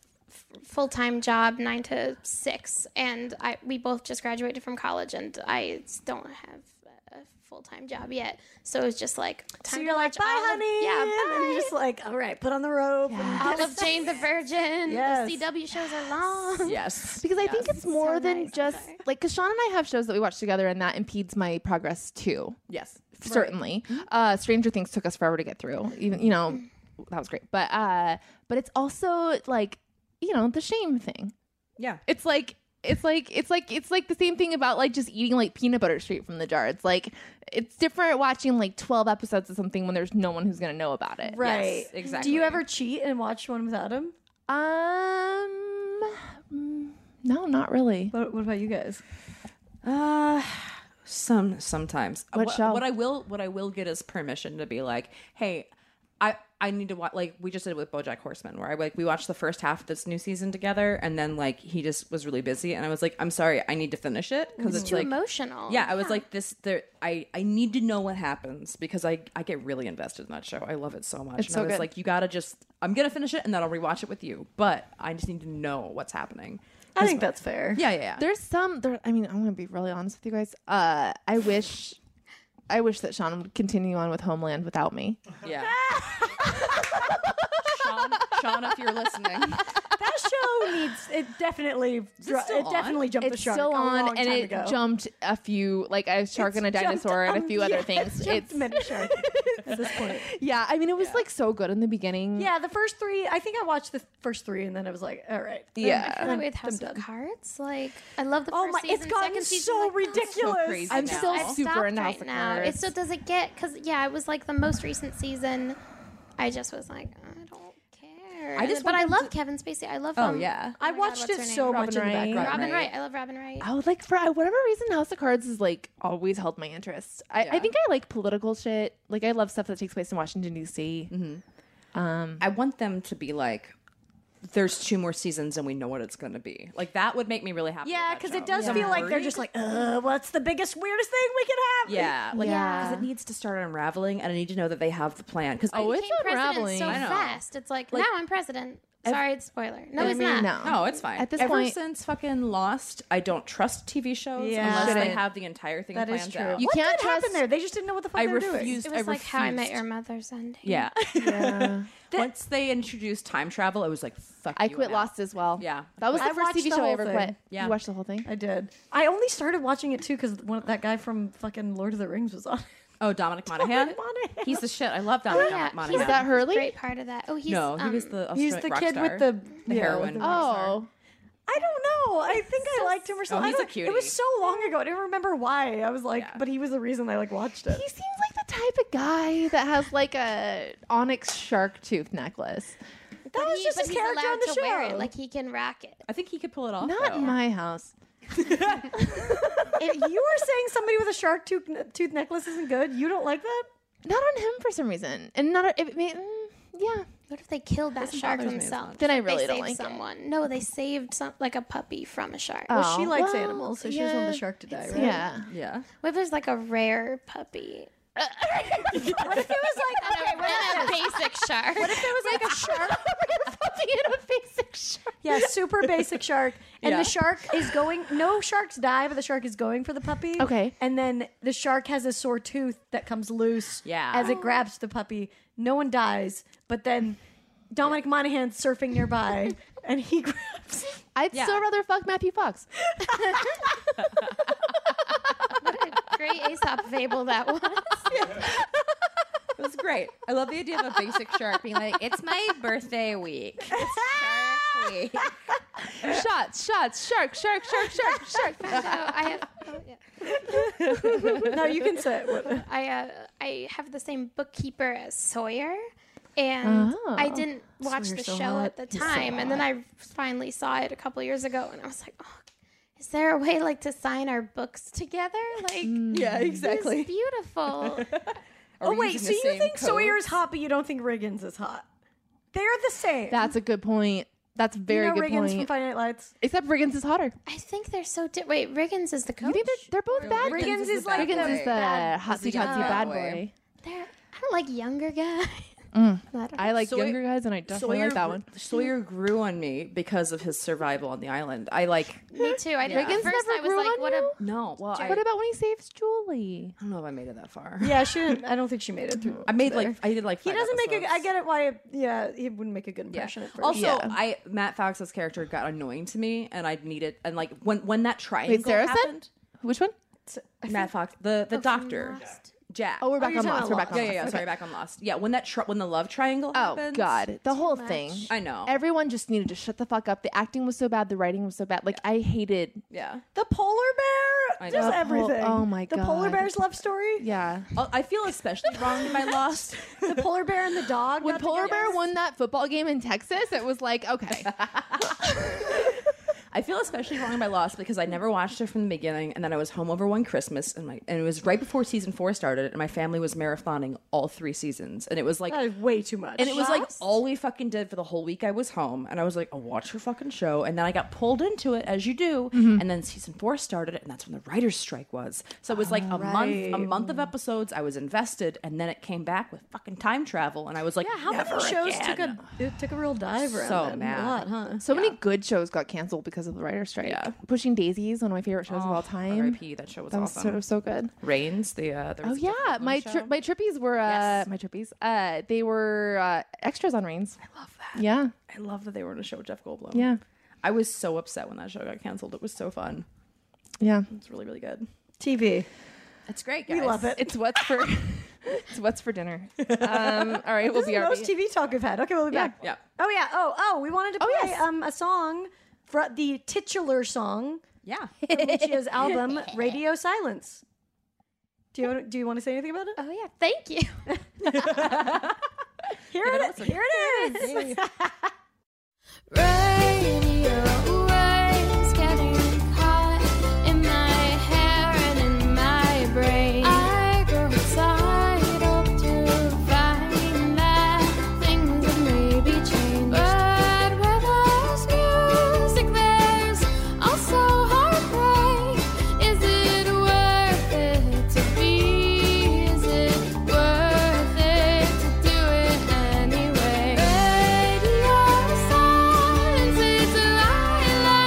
[SPEAKER 6] full time job, nine to six, and I we both just graduated from college, and I s- don't have a full time job yet, so it's just like time
[SPEAKER 2] So
[SPEAKER 6] to
[SPEAKER 2] you're like,
[SPEAKER 6] watch
[SPEAKER 2] bye,
[SPEAKER 6] all of-
[SPEAKER 2] honey.
[SPEAKER 6] yeah,
[SPEAKER 2] And
[SPEAKER 6] bye.
[SPEAKER 2] you're just like, all right, put on the robe. and-
[SPEAKER 6] all of Jane the Virgin.
[SPEAKER 2] Yes.
[SPEAKER 6] The CW shows are long.
[SPEAKER 4] yes.
[SPEAKER 3] Because I think it's more than
[SPEAKER 6] nice.
[SPEAKER 3] just like because Sean and I have shows that we watch together and that impedes my progress too.
[SPEAKER 4] Yes.
[SPEAKER 3] certainly uh stranger things took us forever to get through even you know that was great but uh but it's also like you know the shame thing
[SPEAKER 4] Yeah.
[SPEAKER 3] it's like it's like it's like it's like the same thing about like just eating like peanut butter straight from the jar it's like it's different watching like 12 episodes of something when there's no one who's gonna know about it
[SPEAKER 2] Right.
[SPEAKER 4] exactly.
[SPEAKER 2] Do you ever cheat and watch one without him?
[SPEAKER 3] um mm, no not really
[SPEAKER 2] What, what about you guys?
[SPEAKER 4] Uh some sometimes.
[SPEAKER 3] What
[SPEAKER 4] what,
[SPEAKER 3] show?
[SPEAKER 4] what I will what I will get is permission to be like, hey, I I need to watch like we just did it with BoJack Horseman where I like we watched the first half of this new season together and then like he just was really busy and I was like, I'm sorry, I need to finish it because it's
[SPEAKER 6] Too
[SPEAKER 4] like
[SPEAKER 6] emotional.
[SPEAKER 4] yeah, I was like this. There, I I need to know what happens because I I get really invested in that show. I love it so much. and
[SPEAKER 3] so
[SPEAKER 4] I was
[SPEAKER 3] good.
[SPEAKER 4] like, you gotta just. I'm gonna finish it and then I'll rewatch it with you. But I just need to know what's happening.
[SPEAKER 2] I think that's fair.
[SPEAKER 4] Yeah, yeah, yeah.
[SPEAKER 3] There's some there I mean, I'm gonna be really honest with you guys. Uh I wish I wish that Sean would continue on with Homeland without me.
[SPEAKER 4] Yeah. Sean, Sean, if you're listening,
[SPEAKER 2] that show needs it definitely.
[SPEAKER 4] it
[SPEAKER 2] dro-
[SPEAKER 4] still
[SPEAKER 2] it definitely jumped the
[SPEAKER 3] It's
[SPEAKER 2] shark.
[SPEAKER 3] still
[SPEAKER 2] a long
[SPEAKER 3] on and
[SPEAKER 2] time
[SPEAKER 3] it
[SPEAKER 2] ago.
[SPEAKER 3] jumped a few like a shark and a
[SPEAKER 2] It's jumped
[SPEAKER 3] dinosaur and a
[SPEAKER 2] on-
[SPEAKER 3] few
[SPEAKER 2] yeah,
[SPEAKER 3] other things.
[SPEAKER 2] It's, jumped
[SPEAKER 3] It's
[SPEAKER 2] many sharks at this point.
[SPEAKER 3] yeah, I mean it was like so good in the beginning.
[SPEAKER 2] Yeah, the first three. I think I watched the first three, and then I was like, all right. then-
[SPEAKER 3] Yeah.
[SPEAKER 6] I feel
[SPEAKER 2] then
[SPEAKER 6] like with
[SPEAKER 2] I'm
[SPEAKER 6] House
[SPEAKER 2] done.
[SPEAKER 6] of Cards, like I love the
[SPEAKER 2] Oh
[SPEAKER 6] first
[SPEAKER 2] my!
[SPEAKER 6] season.
[SPEAKER 2] It's gotten
[SPEAKER 6] second season,
[SPEAKER 2] so
[SPEAKER 6] like, oh,
[SPEAKER 2] ridiculous.
[SPEAKER 4] crazy.
[SPEAKER 3] I'm
[SPEAKER 4] now.
[SPEAKER 3] still
[SPEAKER 4] I've
[SPEAKER 6] I've
[SPEAKER 3] super
[SPEAKER 6] stopped
[SPEAKER 3] into House
[SPEAKER 6] right
[SPEAKER 3] of
[SPEAKER 6] now.
[SPEAKER 3] Cards.
[SPEAKER 6] It's so does it get? Because yeah, it was like the most recent season. I just was like, I don't care.
[SPEAKER 4] I just
[SPEAKER 6] but I
[SPEAKER 4] want them
[SPEAKER 6] love Kevin Spacey. I love.
[SPEAKER 4] Oh
[SPEAKER 6] him.
[SPEAKER 4] yeah.
[SPEAKER 2] I
[SPEAKER 6] my God,
[SPEAKER 2] watched
[SPEAKER 6] what's
[SPEAKER 2] it
[SPEAKER 6] her name?
[SPEAKER 2] so
[SPEAKER 6] Robin
[SPEAKER 2] much in the
[SPEAKER 3] Wright.
[SPEAKER 2] background.
[SPEAKER 6] Robin
[SPEAKER 4] Right.
[SPEAKER 6] Wright. I love Robin Wright.
[SPEAKER 3] I would like for uh, whatever reason House of Cards is like always held my interest. I, I
[SPEAKER 4] Yeah.
[SPEAKER 3] think I like political shit. Like I love stuff that takes place in Washington D.C.
[SPEAKER 2] Mm-hmm.
[SPEAKER 4] I want them to be like, there's two more seasons and we know what it's going to be. Like that would make me really happy.
[SPEAKER 2] Yeah,
[SPEAKER 4] because
[SPEAKER 2] because it does feel like they're just like, uh, what's the biggest, weirdest thing we could have?
[SPEAKER 4] Yeah, like
[SPEAKER 3] Yeah.
[SPEAKER 4] because it needs to start unraveling, and I need to know that they have the plan. Because
[SPEAKER 3] Oh,
[SPEAKER 4] oh,
[SPEAKER 3] it's
[SPEAKER 6] became president
[SPEAKER 3] unraveling.
[SPEAKER 6] so
[SPEAKER 3] I
[SPEAKER 4] know.
[SPEAKER 6] fast. It's like, now I'm president. Sorry, it's spoiler. No,
[SPEAKER 3] I
[SPEAKER 6] it's
[SPEAKER 3] mean,
[SPEAKER 6] not.
[SPEAKER 4] no, it's fine.
[SPEAKER 3] At this
[SPEAKER 4] Ever
[SPEAKER 3] point-
[SPEAKER 4] since fucking Lost, I don't trust TV shows
[SPEAKER 2] Yeah.
[SPEAKER 4] unless they
[SPEAKER 3] Shouldn't.
[SPEAKER 4] have the entire thing
[SPEAKER 2] that
[SPEAKER 4] planned
[SPEAKER 2] is true.
[SPEAKER 4] out.
[SPEAKER 3] You
[SPEAKER 2] what
[SPEAKER 3] can't
[SPEAKER 2] did happen
[SPEAKER 3] trust-
[SPEAKER 2] there? They just didn't know what the fuck
[SPEAKER 4] I
[SPEAKER 2] they were
[SPEAKER 4] refuse.
[SPEAKER 2] doing.
[SPEAKER 6] It was
[SPEAKER 4] I
[SPEAKER 6] like How I Met
[SPEAKER 4] refused.
[SPEAKER 6] Your Mother's ending.
[SPEAKER 4] Yeah.
[SPEAKER 3] Yeah.
[SPEAKER 4] Once they introduced time travel, I was like, "Fuck."
[SPEAKER 3] I
[SPEAKER 4] you,
[SPEAKER 3] quit
[SPEAKER 4] I'm out.
[SPEAKER 3] Lost as well.
[SPEAKER 4] Yeah.
[SPEAKER 3] That was
[SPEAKER 2] I
[SPEAKER 3] the first
[SPEAKER 2] watched
[SPEAKER 3] TV
[SPEAKER 2] the
[SPEAKER 3] show I
[SPEAKER 2] whole
[SPEAKER 3] ever
[SPEAKER 2] thing.
[SPEAKER 3] quit.
[SPEAKER 4] Yeah.
[SPEAKER 3] You watched the whole thing?
[SPEAKER 2] I did. I only started watching it too because that guy from fucking Lord of the Rings was on. it.
[SPEAKER 4] Oh, Dominic Monaghan.
[SPEAKER 2] Monaghan.
[SPEAKER 4] He's the shit. I love Dominic
[SPEAKER 6] Oh, yeah. He's
[SPEAKER 4] Monaghan.
[SPEAKER 3] Is that Hurley?
[SPEAKER 6] Great part of that. Oh, he's
[SPEAKER 4] no, he
[SPEAKER 6] um,
[SPEAKER 4] was the
[SPEAKER 2] He's the
[SPEAKER 4] Australian rock
[SPEAKER 2] kid
[SPEAKER 4] star.
[SPEAKER 2] with the,
[SPEAKER 4] The
[SPEAKER 2] yeah,
[SPEAKER 4] heroin.
[SPEAKER 2] with the-
[SPEAKER 3] Oh.
[SPEAKER 2] I don't know. I think I liked him or something. I
[SPEAKER 4] he's a
[SPEAKER 2] don't- It
[SPEAKER 4] cutie.
[SPEAKER 2] was so long ago. I didn't remember why. I was like,
[SPEAKER 4] Yeah.
[SPEAKER 2] but he was the reason I like watched it.
[SPEAKER 3] He seems like the type of guy that has like a onyx shark tooth necklace.
[SPEAKER 2] that was
[SPEAKER 6] he-
[SPEAKER 2] just
[SPEAKER 6] but
[SPEAKER 2] his
[SPEAKER 6] he's
[SPEAKER 2] character
[SPEAKER 6] allowed
[SPEAKER 2] on the
[SPEAKER 6] to
[SPEAKER 2] show.
[SPEAKER 6] Wear it. Like he can rack it.
[SPEAKER 4] I think he could pull it off.
[SPEAKER 3] Not
[SPEAKER 4] though.
[SPEAKER 3] in my house.
[SPEAKER 2] if you were saying somebody with a shark tooth, tooth necklace isn't good, you don't like that?
[SPEAKER 3] Not on him for some reason. And not it, it, mm, yeah.
[SPEAKER 6] What if they killed that shark
[SPEAKER 4] bothers me as
[SPEAKER 6] themselves?
[SPEAKER 4] much.
[SPEAKER 3] Then I
[SPEAKER 6] They
[SPEAKER 3] really don't
[SPEAKER 6] saved
[SPEAKER 3] like it.
[SPEAKER 6] someone. No, they saved some like a puppy from a shark.
[SPEAKER 3] Oh.
[SPEAKER 2] Well, she likes
[SPEAKER 3] well,
[SPEAKER 2] animals, so she doesn't want
[SPEAKER 3] yeah,
[SPEAKER 2] the shark to die, right?
[SPEAKER 3] Yeah.
[SPEAKER 4] Yeah.
[SPEAKER 6] What if there's like a rare puppy?
[SPEAKER 2] What if it was like okay, what about
[SPEAKER 6] and a
[SPEAKER 2] this?
[SPEAKER 6] basic shark.
[SPEAKER 2] What if there was like a shark?
[SPEAKER 6] in a basic shark?
[SPEAKER 2] Yeah, super basic shark. And
[SPEAKER 3] Yeah.
[SPEAKER 2] the shark is going. No sharks die, but the shark is going for the puppy.
[SPEAKER 3] Okay.
[SPEAKER 2] And then the shark has a sore tooth that comes loose.
[SPEAKER 4] Yeah.
[SPEAKER 2] As it grabs the puppy, no one dies. But then Dominic Monaghan's surfing nearby, and he grabs.
[SPEAKER 3] I'd
[SPEAKER 4] Yeah.
[SPEAKER 3] still rather fuck Matthew Fox.
[SPEAKER 6] Great Aesop fable that was.
[SPEAKER 4] It was great. I love the idea of a basic shark being like, "It's my birthday week. It's shark week."
[SPEAKER 3] Shots, shots, shark, shark, shark, shark, shark.
[SPEAKER 6] So I have, oh, yeah.
[SPEAKER 2] No, you can sit. What-
[SPEAKER 6] I uh, I have the same bookkeeper as Sawyer, and
[SPEAKER 3] Oh.
[SPEAKER 6] I didn't watch
[SPEAKER 2] Sawyer's
[SPEAKER 6] the
[SPEAKER 2] so
[SPEAKER 6] show
[SPEAKER 2] hot.
[SPEAKER 6] at the time, and then I finally saw it a couple years ago, and I was like, oh, is there a way like to sign our books together? Like,
[SPEAKER 3] Mm.
[SPEAKER 4] Yeah,
[SPEAKER 6] it's beautiful.
[SPEAKER 2] Oh wait, so you think Sawyer's hot, but you don't think Riggins is hot? They're the same.
[SPEAKER 3] That's a good point. That's a very
[SPEAKER 2] you know
[SPEAKER 3] good
[SPEAKER 2] Riggins
[SPEAKER 3] point.
[SPEAKER 2] from Friday Night Lights.
[SPEAKER 3] Except Riggins is hotter.
[SPEAKER 6] I think they're so. Di- Wait, Riggins is the
[SPEAKER 3] You
[SPEAKER 6] coach.
[SPEAKER 3] think they're, they're both bad?
[SPEAKER 2] Riggins is
[SPEAKER 4] the
[SPEAKER 2] like
[SPEAKER 4] bad
[SPEAKER 3] Riggins
[SPEAKER 2] the
[SPEAKER 3] is the
[SPEAKER 2] bad-
[SPEAKER 3] hotsy
[SPEAKER 4] is the young
[SPEAKER 3] totsy bad
[SPEAKER 4] bad
[SPEAKER 3] boy.
[SPEAKER 4] boy.
[SPEAKER 6] They're- I don't like younger guys. I don't
[SPEAKER 3] I like
[SPEAKER 4] Sawyer-
[SPEAKER 3] younger guys, and I definitely like that one.
[SPEAKER 4] Sawyer grew on me because of his survival on the island. I like
[SPEAKER 6] Me too. I didn't.
[SPEAKER 3] Riggins
[SPEAKER 6] At first,
[SPEAKER 3] never
[SPEAKER 6] I was
[SPEAKER 3] grew
[SPEAKER 6] like,
[SPEAKER 3] on
[SPEAKER 6] "What
[SPEAKER 3] you?
[SPEAKER 6] a
[SPEAKER 4] no. Well, I,
[SPEAKER 3] What about when he saves Julie?
[SPEAKER 4] I don't know if I made it that far.
[SPEAKER 2] Yeah, she didn't. I don't think she made it through.
[SPEAKER 4] I made like I did like.
[SPEAKER 2] He
[SPEAKER 4] five
[SPEAKER 2] doesn't make a.
[SPEAKER 4] episodes.
[SPEAKER 2] I get it. Why? it- Yeah, he wouldn't make a good
[SPEAKER 4] Yeah.
[SPEAKER 2] impression at first.
[SPEAKER 4] Also,
[SPEAKER 3] Yeah.
[SPEAKER 4] I Matt Fox's character got annoying to me, and I needed and like when when that triangle
[SPEAKER 3] Wait, Sarah
[SPEAKER 4] happened,
[SPEAKER 3] Which one?
[SPEAKER 4] Matt Fox, the the doctor,
[SPEAKER 6] Lost.
[SPEAKER 4] Jack.
[SPEAKER 3] Oh, we're back
[SPEAKER 2] you're
[SPEAKER 3] on
[SPEAKER 2] talking
[SPEAKER 3] Lost.
[SPEAKER 2] about
[SPEAKER 3] We're back on
[SPEAKER 4] yeah, yeah,
[SPEAKER 3] Lost.
[SPEAKER 4] yeah. Sorry, back on Lost. Yeah, when that tr- when the love triangle.
[SPEAKER 3] Oh
[SPEAKER 4] happens,
[SPEAKER 3] God, the whole thing.
[SPEAKER 4] I know.
[SPEAKER 3] Everyone just needed to shut the fuck up. The acting was so bad. The writing was so bad. Like I hated.
[SPEAKER 4] yeah,
[SPEAKER 2] the polar
[SPEAKER 4] I
[SPEAKER 2] bear,
[SPEAKER 4] know.
[SPEAKER 2] just
[SPEAKER 4] The
[SPEAKER 3] pol-
[SPEAKER 2] everything.
[SPEAKER 3] oh my
[SPEAKER 2] the polar
[SPEAKER 3] God.
[SPEAKER 2] bear's love story.
[SPEAKER 3] Yeah.
[SPEAKER 4] Oh, I feel especially wronged by Lost.
[SPEAKER 2] The polar bear and the dog.
[SPEAKER 3] When
[SPEAKER 2] got
[SPEAKER 3] Polar
[SPEAKER 2] together.
[SPEAKER 3] Bear won that football game in Texas, it was like okay.
[SPEAKER 4] I feel especially wronged by Lost because I never watched it from the beginning, and then I was home over one Christmas, and my and it was right before season four started, and my family was marathoning all three seasons, and it was like
[SPEAKER 2] that is way too much.
[SPEAKER 4] And it was like all we fucking did for the whole week I was home. And I was like, I'll watch your fucking show. And then I got pulled into it, as you do. And then season four started, and that's when the writer's strike was. So it was like a month, a month of episodes. I was invested, and then it came back with fucking time travel. And I was like,
[SPEAKER 2] yeah. How many shows took a it took a real dive around?
[SPEAKER 4] So
[SPEAKER 2] that?
[SPEAKER 4] mad.
[SPEAKER 2] a lot, huh?
[SPEAKER 3] So many good shows got canceled because of the writer's strike.
[SPEAKER 4] Yeah. Oh,
[SPEAKER 3] Pushing Daisies, one of my favorite shows of all time.
[SPEAKER 4] RIP, that show was
[SPEAKER 3] That was
[SPEAKER 4] awesome.
[SPEAKER 3] so so good.
[SPEAKER 4] Rains, the uh, there
[SPEAKER 3] Oh
[SPEAKER 4] was a
[SPEAKER 3] yeah,
[SPEAKER 4] Brooklyn
[SPEAKER 3] my
[SPEAKER 4] show.
[SPEAKER 3] tri- my trippies were uh
[SPEAKER 4] Yes.
[SPEAKER 3] my trippies. Uh they were uh extras on Reigns.
[SPEAKER 4] I love that.
[SPEAKER 3] Yeah.
[SPEAKER 4] I love that they were in a show with Jeff Goldblum.
[SPEAKER 3] Yeah.
[SPEAKER 4] I was so upset when that show got canceled. It was so fun.
[SPEAKER 3] Yeah.
[SPEAKER 4] It's really, really good.
[SPEAKER 2] TV.
[SPEAKER 4] It's great,
[SPEAKER 2] We
[SPEAKER 4] guys.
[SPEAKER 2] love it.
[SPEAKER 3] It's what's for it's what's for dinner. Um all right, we'll
[SPEAKER 2] This
[SPEAKER 3] be
[SPEAKER 2] is the
[SPEAKER 3] our
[SPEAKER 2] most TV talk we've had. Okay, we'll be
[SPEAKER 3] Yeah.
[SPEAKER 2] back.
[SPEAKER 4] Yeah.
[SPEAKER 2] Oh yeah. Oh oh, we wanted to play
[SPEAKER 3] yes.
[SPEAKER 2] um a song for the titular song
[SPEAKER 4] Yeah.
[SPEAKER 2] from Lucia's album Radio Silence. Do you want, do you want to say anything about it?
[SPEAKER 6] Oh yeah, thank you.
[SPEAKER 2] Here it is. Here it is.
[SPEAKER 6] Radio waves getting caught in my hair and in my brain. I grow excited to find that things have maybe changed. But where there's music, there's also heartbreak. Is it worth it to be? Is it worth it to do it anyway? Radio silence is a Ah, ah,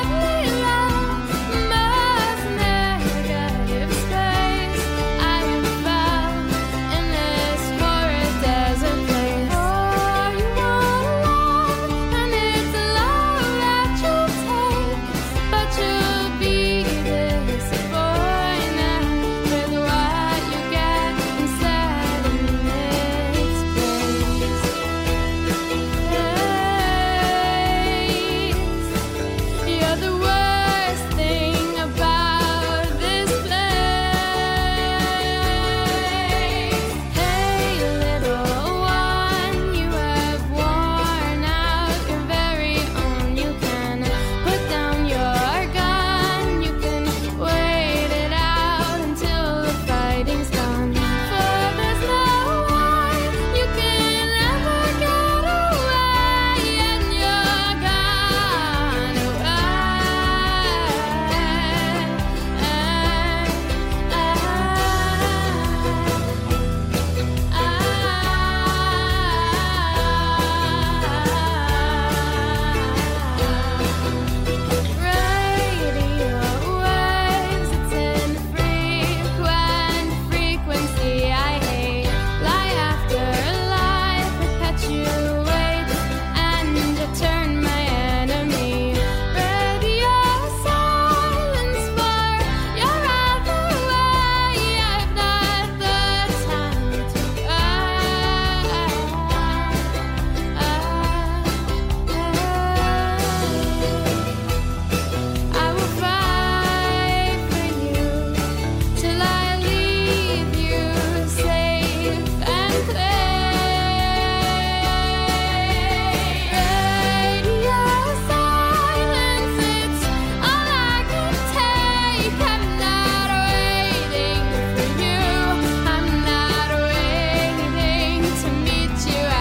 [SPEAKER 6] Ah,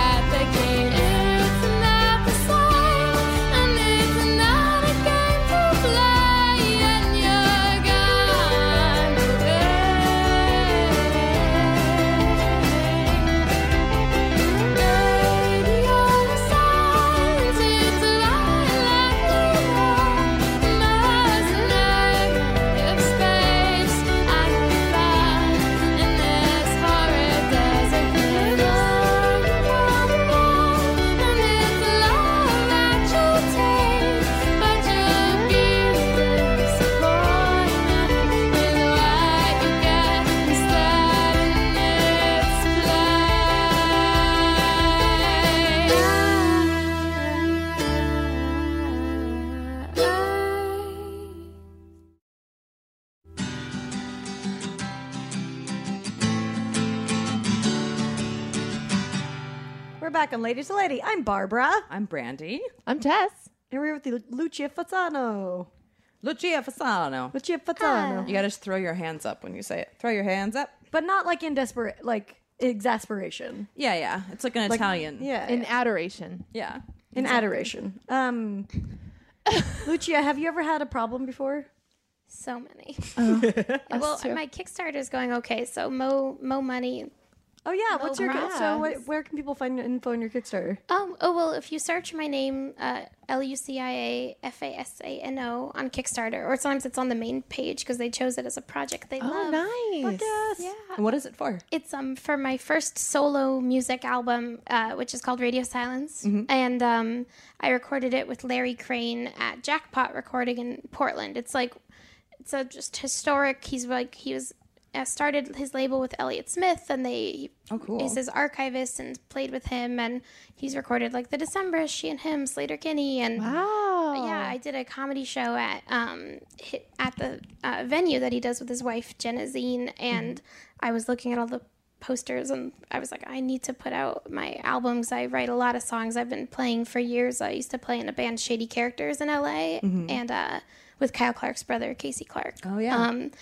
[SPEAKER 2] back on Lady to Lady. I'm Barbara.
[SPEAKER 4] I'm Brandy.
[SPEAKER 3] I'm Tess.
[SPEAKER 2] And we're here with Lucia Fasano.
[SPEAKER 4] Lucia Fasano.
[SPEAKER 2] Lucia Fasano.
[SPEAKER 4] You gotta just throw your hands up when you say it. Throw your hands up.
[SPEAKER 1] but not like in desperate, like exasperation,
[SPEAKER 4] Yeah, yeah. It's like an Italian.
[SPEAKER 2] Yeah.
[SPEAKER 3] In adoration.
[SPEAKER 4] Yeah.
[SPEAKER 1] in adoration.
[SPEAKER 2] um, Lucia, have you ever had a problem before?
[SPEAKER 6] So many. well, my Kickstarter is going okay, so mo mo money.
[SPEAKER 2] Oh yeah. What's your
[SPEAKER 6] Congrats.
[SPEAKER 2] so? What, where can people find info on your Kickstarter?
[SPEAKER 6] Oh, oh well, if you search my name, uh, L U C I A F A S A N O on Kickstarter, or sometimes it's on the main page because they chose it as a project they love.
[SPEAKER 3] Oh, nice.
[SPEAKER 6] Yeah.
[SPEAKER 4] And what is it for?
[SPEAKER 6] It's um for my first solo music album, uh, which is called Radio Silence,
[SPEAKER 4] Mm-hmm.
[SPEAKER 6] and um, I recorded it with Larry Crane at Jackpot Recording in Portland. It's like it's a just historic. He's like he was uh, started his label with Elliott Smith, and they
[SPEAKER 4] Oh, cool.
[SPEAKER 6] he's his archivist and played with him, and he's recorded like the Decemberists, she and him, Slater Kinney, and
[SPEAKER 3] Wow.
[SPEAKER 6] yeah, I did a comedy show at um hi- at the uh, venue that he does with his wife Genazine, and I was looking at all the posters, and I was like, I need to put out my albums. I write a lot of songs. I've been playing for years. I used to play in a band, Shady Characters, in L.A. and uh, with Kyle Clark's brother, Casey Clark.
[SPEAKER 4] Oh, yeah.
[SPEAKER 6] Um,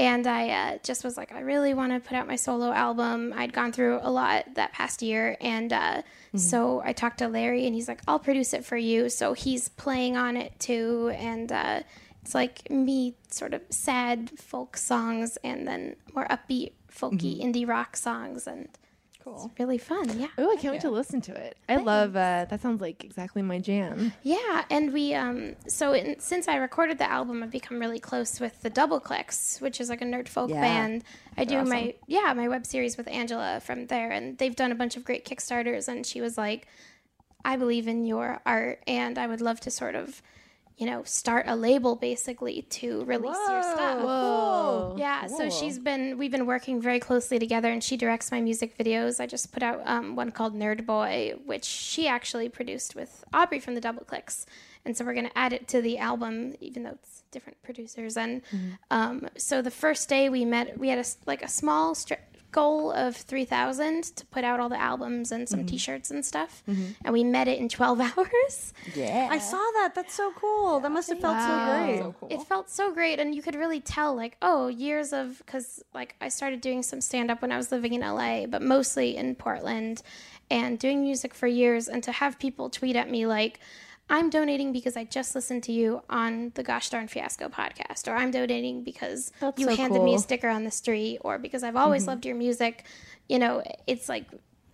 [SPEAKER 6] and I uh, just was like, I really want to put out my solo album. I'd gone through a lot that past year. And uh,
[SPEAKER 4] Mm-hmm.
[SPEAKER 6] so I talked to Larry, and he's like, I'll produce it for you. So he's playing on it too. And uh, it's like me, sort of sad folk songs, and then more upbeat, folky indie rock songs. And
[SPEAKER 4] Mm-hmm. Cool.
[SPEAKER 6] it's really fun. Yeah.
[SPEAKER 3] Oh, I can't wait to listen to it. I love uh, that. Sounds like exactly my jam.
[SPEAKER 6] Yeah, and we um so in, since I recorded the album, I've become really close with the Double Clicks, which is like a nerd folk
[SPEAKER 4] Yeah,
[SPEAKER 6] band. I do my yeah my web series with Angela from there, and they've done a bunch of great kickstarters. And she was like, "I believe in your art, and I would love to sort of, you know, start a label basically to release your stuff."
[SPEAKER 3] Whoa.
[SPEAKER 6] Yeah, so she's been we've been working very closely together, and she directs my music videos. I just put out um, one called Nerd Boy, which she actually produced with Aubrey from the Double Clicks, and so we're gonna add it to the album, even though it's different producers. And um, so the first day we met, we had a s- like a small stri- goal of three thousand to put out all the albums and some T-shirts and stuff, and we met it in twelve hours.
[SPEAKER 4] Yeah.
[SPEAKER 2] I saw that. That's so cool. That must have felt so great.
[SPEAKER 6] It felt so great, and you could really tell, like, oh, years of because like I started doing some stand up when I was living in LA, but mostly in Portland, and doing music for years, and to have people tweet at me like. I'm donating because I just listened to you on the Gosh Darn Fiasco podcast, or I'm donating because you
[SPEAKER 2] so
[SPEAKER 6] handed
[SPEAKER 2] cool.
[SPEAKER 6] me a
[SPEAKER 2] Mm-hmm.
[SPEAKER 6] sticker on the street, or because I've always loved your music. You know, it's like,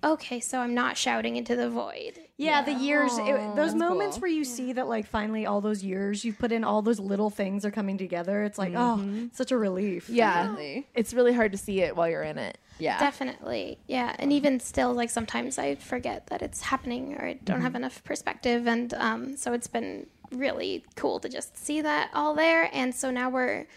[SPEAKER 6] okay, so I'm not shouting into the void.
[SPEAKER 1] Yeah, the years, it, those moments
[SPEAKER 4] cool.
[SPEAKER 1] where you see that, like, finally all those years you've put in, all those little things are coming together. It's like, oh, such a relief.
[SPEAKER 3] Yeah.
[SPEAKER 4] Definitely.
[SPEAKER 3] It's really hard to see it while you're in it.
[SPEAKER 4] Yeah.
[SPEAKER 6] Definitely. Yeah. And even still, like sometimes I forget that it's happening or I don't
[SPEAKER 3] Mm-hmm.
[SPEAKER 6] have enough perspective. And um, so it's been really cool to just see that all there. And so now we're,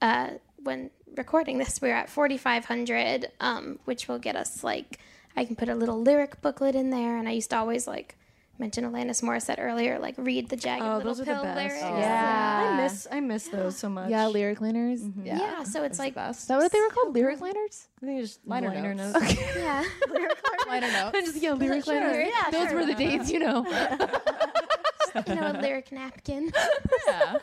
[SPEAKER 6] uh, when recording this, we're at 4,500, um, which will get us like, I can put a little lyric booklet in there. And I used to always like, mention Alanis Morissette earlier, like read the Jagged
[SPEAKER 1] Oh,
[SPEAKER 6] Little
[SPEAKER 1] those are the
[SPEAKER 6] Pill
[SPEAKER 1] best.
[SPEAKER 6] lyrics.
[SPEAKER 1] Oh.
[SPEAKER 3] Yeah.
[SPEAKER 1] I miss I miss those so much.
[SPEAKER 3] Yeah, lyric liners.
[SPEAKER 6] Yeah. so it's like,
[SPEAKER 3] Is that what they were called? lyric liners?
[SPEAKER 1] I think it's just
[SPEAKER 4] Liner
[SPEAKER 1] liner,
[SPEAKER 4] notes.
[SPEAKER 1] notes.
[SPEAKER 6] yeah.
[SPEAKER 4] Liner notes.
[SPEAKER 3] just yeah, lyric
[SPEAKER 6] Sure.
[SPEAKER 3] liners.
[SPEAKER 6] Yeah,
[SPEAKER 3] Those
[SPEAKER 6] sure.
[SPEAKER 3] were the dates, you know.
[SPEAKER 6] you know, a lyric napkin
[SPEAKER 4] Yeah.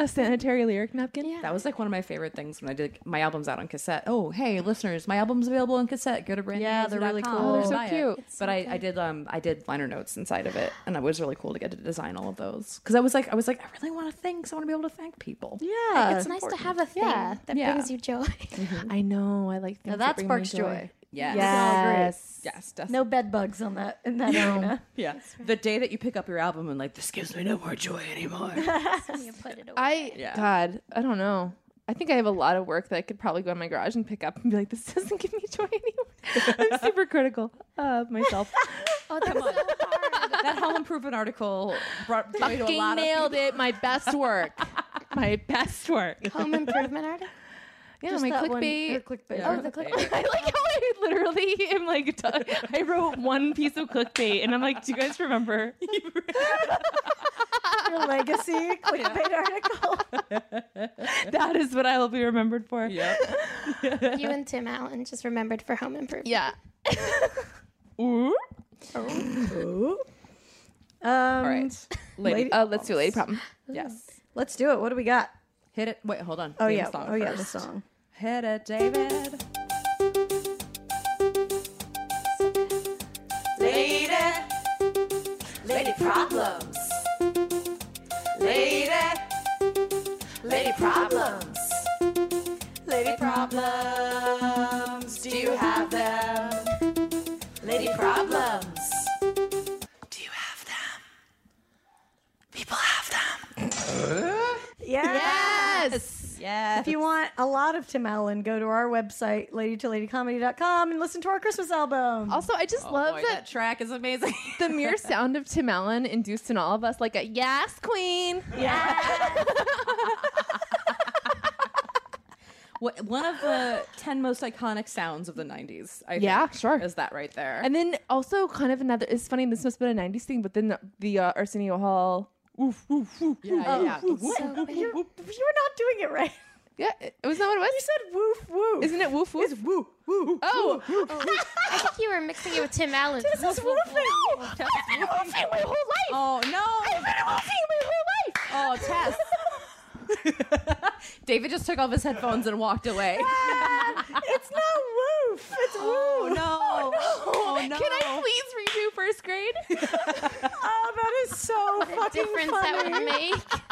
[SPEAKER 3] a sanitary lyric napkin. Yeah.
[SPEAKER 4] That was like one of my favorite things when I did my albums out on cassette. Oh, hey, listeners, my album's available on cassette. Go to brand.
[SPEAKER 1] Yeah, they're really cool. Oh,
[SPEAKER 3] they're so cute.
[SPEAKER 4] But I, I did um I did liner notes inside of it, and it was really cool to get to design all of those because I was like I was like I really want to thank. 'cause I want to be able to thank people.
[SPEAKER 2] Uh,
[SPEAKER 1] Yeah.
[SPEAKER 6] it's nice to have a thing
[SPEAKER 3] Yeah.
[SPEAKER 6] that
[SPEAKER 4] Yeah.
[SPEAKER 6] brings you joy.
[SPEAKER 3] I know. I like things
[SPEAKER 1] Now that
[SPEAKER 3] bring me
[SPEAKER 1] sparks joy.
[SPEAKER 4] Yes.
[SPEAKER 3] Yes.
[SPEAKER 4] Yes. Definitely.
[SPEAKER 1] No bed bugs on that in that arena.
[SPEAKER 4] Yeah. The day that you pick up your album and like this gives me no more joy anymore.
[SPEAKER 6] when you put it away.
[SPEAKER 3] I
[SPEAKER 4] Yeah.
[SPEAKER 3] God, I don't know. I think I have a lot of work that I could probably go in my garage and pick up and be like, this doesn't give me joy anymore. I'm super critical of myself.
[SPEAKER 6] oh, that's so hard.
[SPEAKER 4] that home improvement article brought joy to a
[SPEAKER 3] Fucking
[SPEAKER 4] lot of
[SPEAKER 3] nailed it. My best work. my best work.
[SPEAKER 6] Home improvement artist.
[SPEAKER 3] Yeah,
[SPEAKER 1] Just
[SPEAKER 3] my
[SPEAKER 1] that
[SPEAKER 3] clickbait.
[SPEAKER 1] one- or clickbait.
[SPEAKER 4] Yeah.
[SPEAKER 1] Oh, the
[SPEAKER 4] click.
[SPEAKER 3] I like how I literally am like t- I wrote one piece of clickbait and I'm like, do you guys remember?
[SPEAKER 1] your legacy clickbait article.
[SPEAKER 3] that is what I will be remembered for.
[SPEAKER 4] Yep.
[SPEAKER 6] You and Tim Allen just remembered for home improvement.
[SPEAKER 3] Yeah. Ooh.
[SPEAKER 6] Oh,
[SPEAKER 2] Um,
[SPEAKER 3] All right.
[SPEAKER 4] Lady,
[SPEAKER 2] Lady-
[SPEAKER 3] Uh, let's do lady problem.
[SPEAKER 4] yes.
[SPEAKER 2] Let's do it. What do we got?
[SPEAKER 4] Hit it. Wait, hold on.
[SPEAKER 2] Oh
[SPEAKER 4] David's
[SPEAKER 2] yeah.
[SPEAKER 4] song
[SPEAKER 2] oh yeah. The
[SPEAKER 4] first.
[SPEAKER 2] song.
[SPEAKER 4] Hit it, David.
[SPEAKER 2] Yeah.
[SPEAKER 3] Yes.
[SPEAKER 4] Yeah.
[SPEAKER 2] If you want a lot of Tim Allen, go to our website, ladytoladycomedy.com, and listen to our Christmas album.
[SPEAKER 3] Also, I just love
[SPEAKER 4] Oh, Boy, that
[SPEAKER 3] that
[SPEAKER 4] track is amazing.
[SPEAKER 3] the mere sound of Tim Allen induced in all of us like a yes, queen.
[SPEAKER 4] What, one of the 10 most iconic sounds of the 90s, I
[SPEAKER 3] Yeah,
[SPEAKER 4] think,
[SPEAKER 3] sure.
[SPEAKER 4] Is that right there?
[SPEAKER 3] And then also kind of another. It's funny. This must have been a '90s thing, but then the, the uh, Arsenio Hall.
[SPEAKER 4] yeah, yeah.
[SPEAKER 2] You're, you're not doing it right.
[SPEAKER 3] Oh, Yeah, it was that what it was.
[SPEAKER 2] You said woof woof.
[SPEAKER 3] Isn't it woof woof?
[SPEAKER 2] woo woo?
[SPEAKER 3] oh,
[SPEAKER 6] I think you were mixing it with Tim Allen.
[SPEAKER 2] This is woofing.
[SPEAKER 3] I've been woofing my whole life.
[SPEAKER 4] Oh, no.
[SPEAKER 3] I've been woofing my whole life.
[SPEAKER 4] Oh, Tess. Oh, David just took off his headphones and walked away.
[SPEAKER 2] it's not woof. It's woof.
[SPEAKER 4] Oh, no. Oh, no.
[SPEAKER 3] Can I please redo first grade?
[SPEAKER 2] Oh, that is so fucking
[SPEAKER 6] Difference
[SPEAKER 2] funny.
[SPEAKER 6] that would make.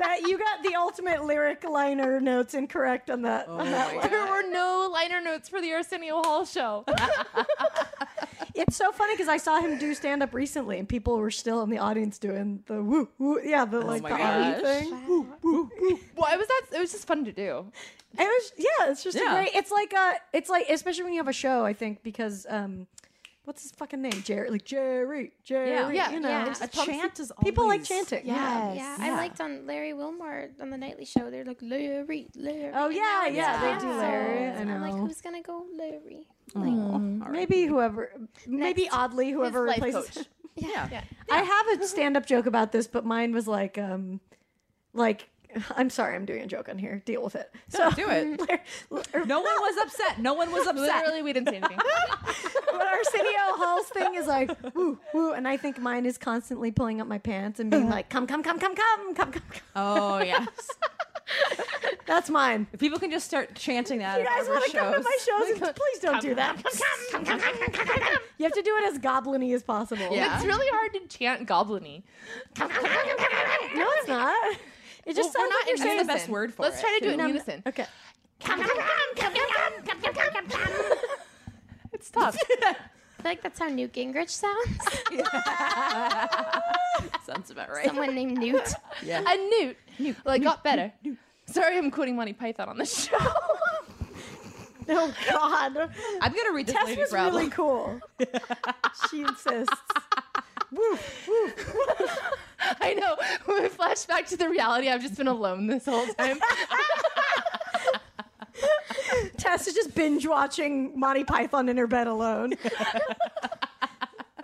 [SPEAKER 2] That you got the ultimate lyric liner notes incorrect on that. on that one.
[SPEAKER 3] there were no liner notes for the Arsenio Hall show.
[SPEAKER 2] It's so funny because I saw him do stand up recently, and people were still in the audience doing the woo woo. Yeah, the like
[SPEAKER 4] Oh my
[SPEAKER 2] the arm
[SPEAKER 4] gosh.
[SPEAKER 2] thing.
[SPEAKER 3] well, it was that. It was just fun to do.
[SPEAKER 2] It was yeah. It's just a
[SPEAKER 4] Yeah.
[SPEAKER 2] great. It's like uh, it's like especially when you have a show. I think because um, what's his fucking name? Jerry, like Jerry, Jerry.
[SPEAKER 4] Yeah.
[SPEAKER 3] Yeah,
[SPEAKER 2] you know,
[SPEAKER 6] yeah.
[SPEAKER 2] it's-
[SPEAKER 4] A chant is
[SPEAKER 2] people like
[SPEAKER 4] always-
[SPEAKER 2] chanting.
[SPEAKER 3] Yes.
[SPEAKER 6] Yeah, I liked on Larry Wilmore on the Nightly Show. They're like Larry, Larry.
[SPEAKER 2] Oh,
[SPEAKER 6] and
[SPEAKER 2] yeah,
[SPEAKER 6] now it's
[SPEAKER 2] yeah, they do
[SPEAKER 6] canceled.
[SPEAKER 2] Larry, I
[SPEAKER 6] And I'm like,
[SPEAKER 2] know.
[SPEAKER 6] who's gonna go Larry?
[SPEAKER 4] Oh,
[SPEAKER 2] Maybe whoever, maybe oddly whoever
[SPEAKER 3] life
[SPEAKER 2] replaces.
[SPEAKER 3] coach.
[SPEAKER 4] Yeah.
[SPEAKER 2] I have a stand-up joke about this, but mine was like, um, like I'm sorry, I'm doing a joke on here. Deal with it. So
[SPEAKER 4] do it.
[SPEAKER 2] Larry-
[SPEAKER 4] No one was upset. No one was upset.
[SPEAKER 3] Literally, we didn't say anything.
[SPEAKER 2] but Arsenio Hall's thing is like woo woo, and I think mine is constantly pulling up my pants and being like, come come come come come come come. come.
[SPEAKER 4] Oh, yes.
[SPEAKER 2] That's mine.
[SPEAKER 4] If people can just start chanting that.
[SPEAKER 2] You
[SPEAKER 4] at
[SPEAKER 2] guys
[SPEAKER 4] every
[SPEAKER 2] want to come to
[SPEAKER 4] shows.
[SPEAKER 2] my shows? And please don't do that. you have to do it as goblin-y as possible.
[SPEAKER 3] It's really hard to chant goblin-y.
[SPEAKER 2] No, it's not. It just sounds
[SPEAKER 3] Well,
[SPEAKER 2] like you're
[SPEAKER 4] in
[SPEAKER 2] saying
[SPEAKER 4] the best word for
[SPEAKER 3] Let's
[SPEAKER 4] it,
[SPEAKER 3] try to do it in
[SPEAKER 2] Um,
[SPEAKER 3] unison.
[SPEAKER 2] Okay.
[SPEAKER 3] It's tough.
[SPEAKER 6] I feel like that's how Newt Gingrich sounds.
[SPEAKER 4] Sounds about right.
[SPEAKER 6] Someone named Newt.
[SPEAKER 3] A newt. Well, it got better. Sorry, I'm quoting Monty Python on the show.
[SPEAKER 2] Oh God.
[SPEAKER 4] I'm gonna read this
[SPEAKER 2] Tess
[SPEAKER 4] lady
[SPEAKER 2] was
[SPEAKER 4] problem.
[SPEAKER 2] really cool. she insists.
[SPEAKER 3] I know. When we flash back to the reality, I've just been alone this whole time.
[SPEAKER 2] Tess is just binge watching Monty Python in her bed alone.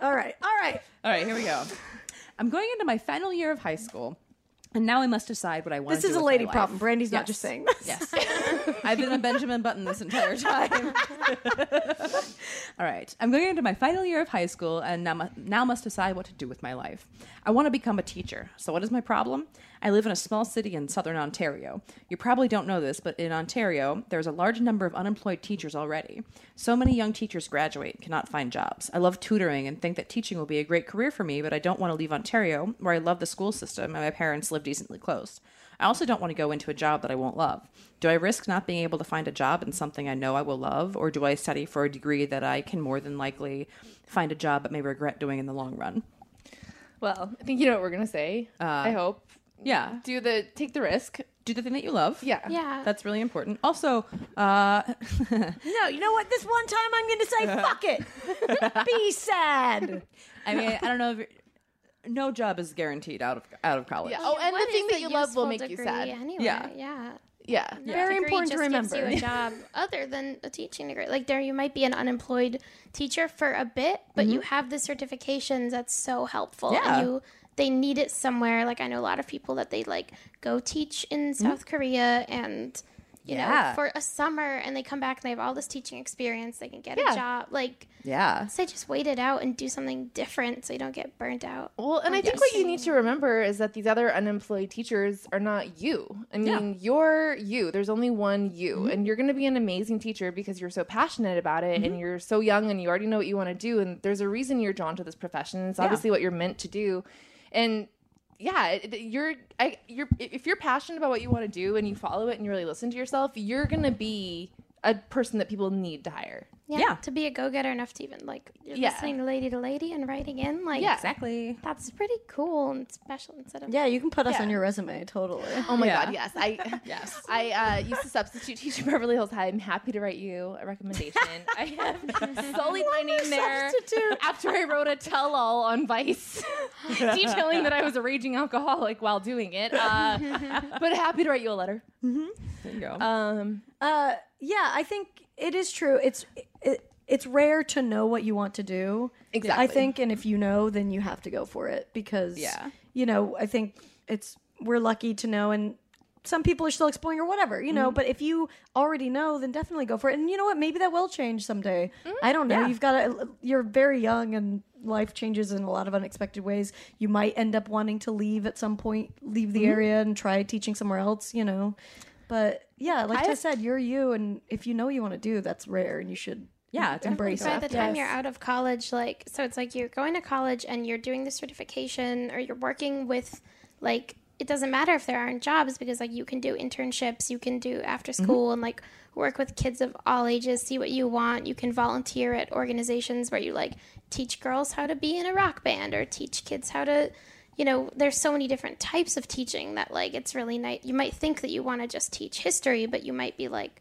[SPEAKER 2] all right. All right.
[SPEAKER 4] All right, here we go. I'm going into my final year of high school, and now I must decide what I want.
[SPEAKER 2] This is a lady problem. Brandy's not just saying this.
[SPEAKER 4] Yes, I've been a Benjamin Button this entire time. All right, I'm going into my final year of high school, and now, mu- now must decide what to do with my life. I want to become a teacher. So what is my problem? I live in a small city in southern Ontario. You probably don't know this, but in Ontario, there's a large number of unemployed teachers already. So many young teachers graduate and cannot find jobs. I love tutoring and think that teaching will be a great career for me, but I don't want to leave Ontario, where I love the school system and my parents live decently close. I also don't want to go into a job that I won't love. Do I risk not being able to find a job in something I know I will love, or do I study for a degree that I can more than likely find a job but may regret doing in the long run?
[SPEAKER 3] well, I think you know what we're gonna say. I hope.
[SPEAKER 4] Yeah.
[SPEAKER 3] Do the take the risk.
[SPEAKER 4] Do the thing that you love.
[SPEAKER 3] Yeah.
[SPEAKER 6] Yeah.
[SPEAKER 4] That's really important. Also, uh,
[SPEAKER 2] No, you know what? This one time I'm going to say, fuck it. Be sad.
[SPEAKER 4] I mean, I don't know if you're- no job is guaranteed out of out of college.
[SPEAKER 3] Yeah. Oh, and
[SPEAKER 6] What
[SPEAKER 3] the
[SPEAKER 6] is
[SPEAKER 3] thing
[SPEAKER 6] a
[SPEAKER 3] that you love will
[SPEAKER 6] useful
[SPEAKER 3] make you
[SPEAKER 6] degree
[SPEAKER 3] sad.
[SPEAKER 6] Anyway,
[SPEAKER 4] Yeah.
[SPEAKER 6] yeah. yeah.
[SPEAKER 3] Yeah.
[SPEAKER 2] Very
[SPEAKER 6] degree
[SPEAKER 2] important to
[SPEAKER 6] just
[SPEAKER 2] remember.
[SPEAKER 6] Gives you a job other than a teaching degree. Like there, you might be an unemployed teacher for a bit, but you have the certifications. That's so helpful.
[SPEAKER 4] Yeah.
[SPEAKER 6] And you, they need it somewhere. Like I know a lot of people that they like go teach in South Korea and you
[SPEAKER 7] Yeah.
[SPEAKER 6] know, for a summer and they come back and they have all this teaching experience. They can get
[SPEAKER 3] Yeah.
[SPEAKER 6] a job. Like,
[SPEAKER 7] Yeah.
[SPEAKER 6] say, just wait it out and do something different so you don't get burnt out.
[SPEAKER 3] Well, and I think what you need to remember is that these other unemployed teachers are not you. I mean, you're you. There's only one you, and you're going to be an amazing teacher because you're so passionate about it, and you're so young, and you already know what you want to do. And there's a reason you're drawn to this profession. It's obviously what you're meant to do, and yeah, it- it- you're I, you're if you're passionate about what you want to do and you follow it and you really listen to yourself, you're going to be a person that people need to hire.
[SPEAKER 6] Yeah.
[SPEAKER 7] Yeah.
[SPEAKER 6] To be a go getter enough to even, like, you're
[SPEAKER 3] Yeah.
[SPEAKER 6] listening to Lady to Lady and writing in. Like,
[SPEAKER 3] Yeah.
[SPEAKER 7] Exactly.
[SPEAKER 6] that's pretty cool and special instead of.
[SPEAKER 2] Yeah, you can put us
[SPEAKER 3] Yeah.
[SPEAKER 2] on your resume, totally.
[SPEAKER 3] Oh my god, yes. I yes. I uh, used to substitute teach at Beverly Hills High. I'm happy to write you a recommendation. I have sullied my name there after I wrote a tell-all on Vice, detailing that I was a raging alcoholic while doing it. Uh, but happy to write you a letter.
[SPEAKER 4] There you go.
[SPEAKER 3] Um,
[SPEAKER 2] Uh, yeah, I think it is true. It's it, it's rare to know what you want to do.
[SPEAKER 3] Exactly.
[SPEAKER 2] I think, and if you know, then you have to go for it because
[SPEAKER 4] Yeah.
[SPEAKER 2] you know, I think it's we're lucky to know and some people are still exploring or whatever, you
[SPEAKER 4] Mm-hmm.
[SPEAKER 2] know, but if you already know, then definitely go for it. And you know what? Maybe that will change someday.
[SPEAKER 4] Mm-hmm.
[SPEAKER 2] I don't know. You've got to, you're very young and life changes in a lot of unexpected ways. You might end up wanting to leave at some point, leave
[SPEAKER 4] Mm-hmm.
[SPEAKER 2] the area and try teaching somewhere else, you know. But yeah, like I said, you're you. And if you know you want to do, that's rare and you should
[SPEAKER 4] Yeah,
[SPEAKER 2] em-
[SPEAKER 4] definitely
[SPEAKER 2] embrace
[SPEAKER 6] by
[SPEAKER 2] it.
[SPEAKER 6] the time you're out of college like so it's like you're going to college and you're doing the certification or you're working with like it doesn't matter if there aren't jobs because like you can do internships you can do after school and like work with kids of all ages see what you want you can volunteer at organizations where you like teach girls how to be in a rock band or teach kids how to you know there's so many different types of teaching that like it's really nice you might think that you want to just teach history but you might be like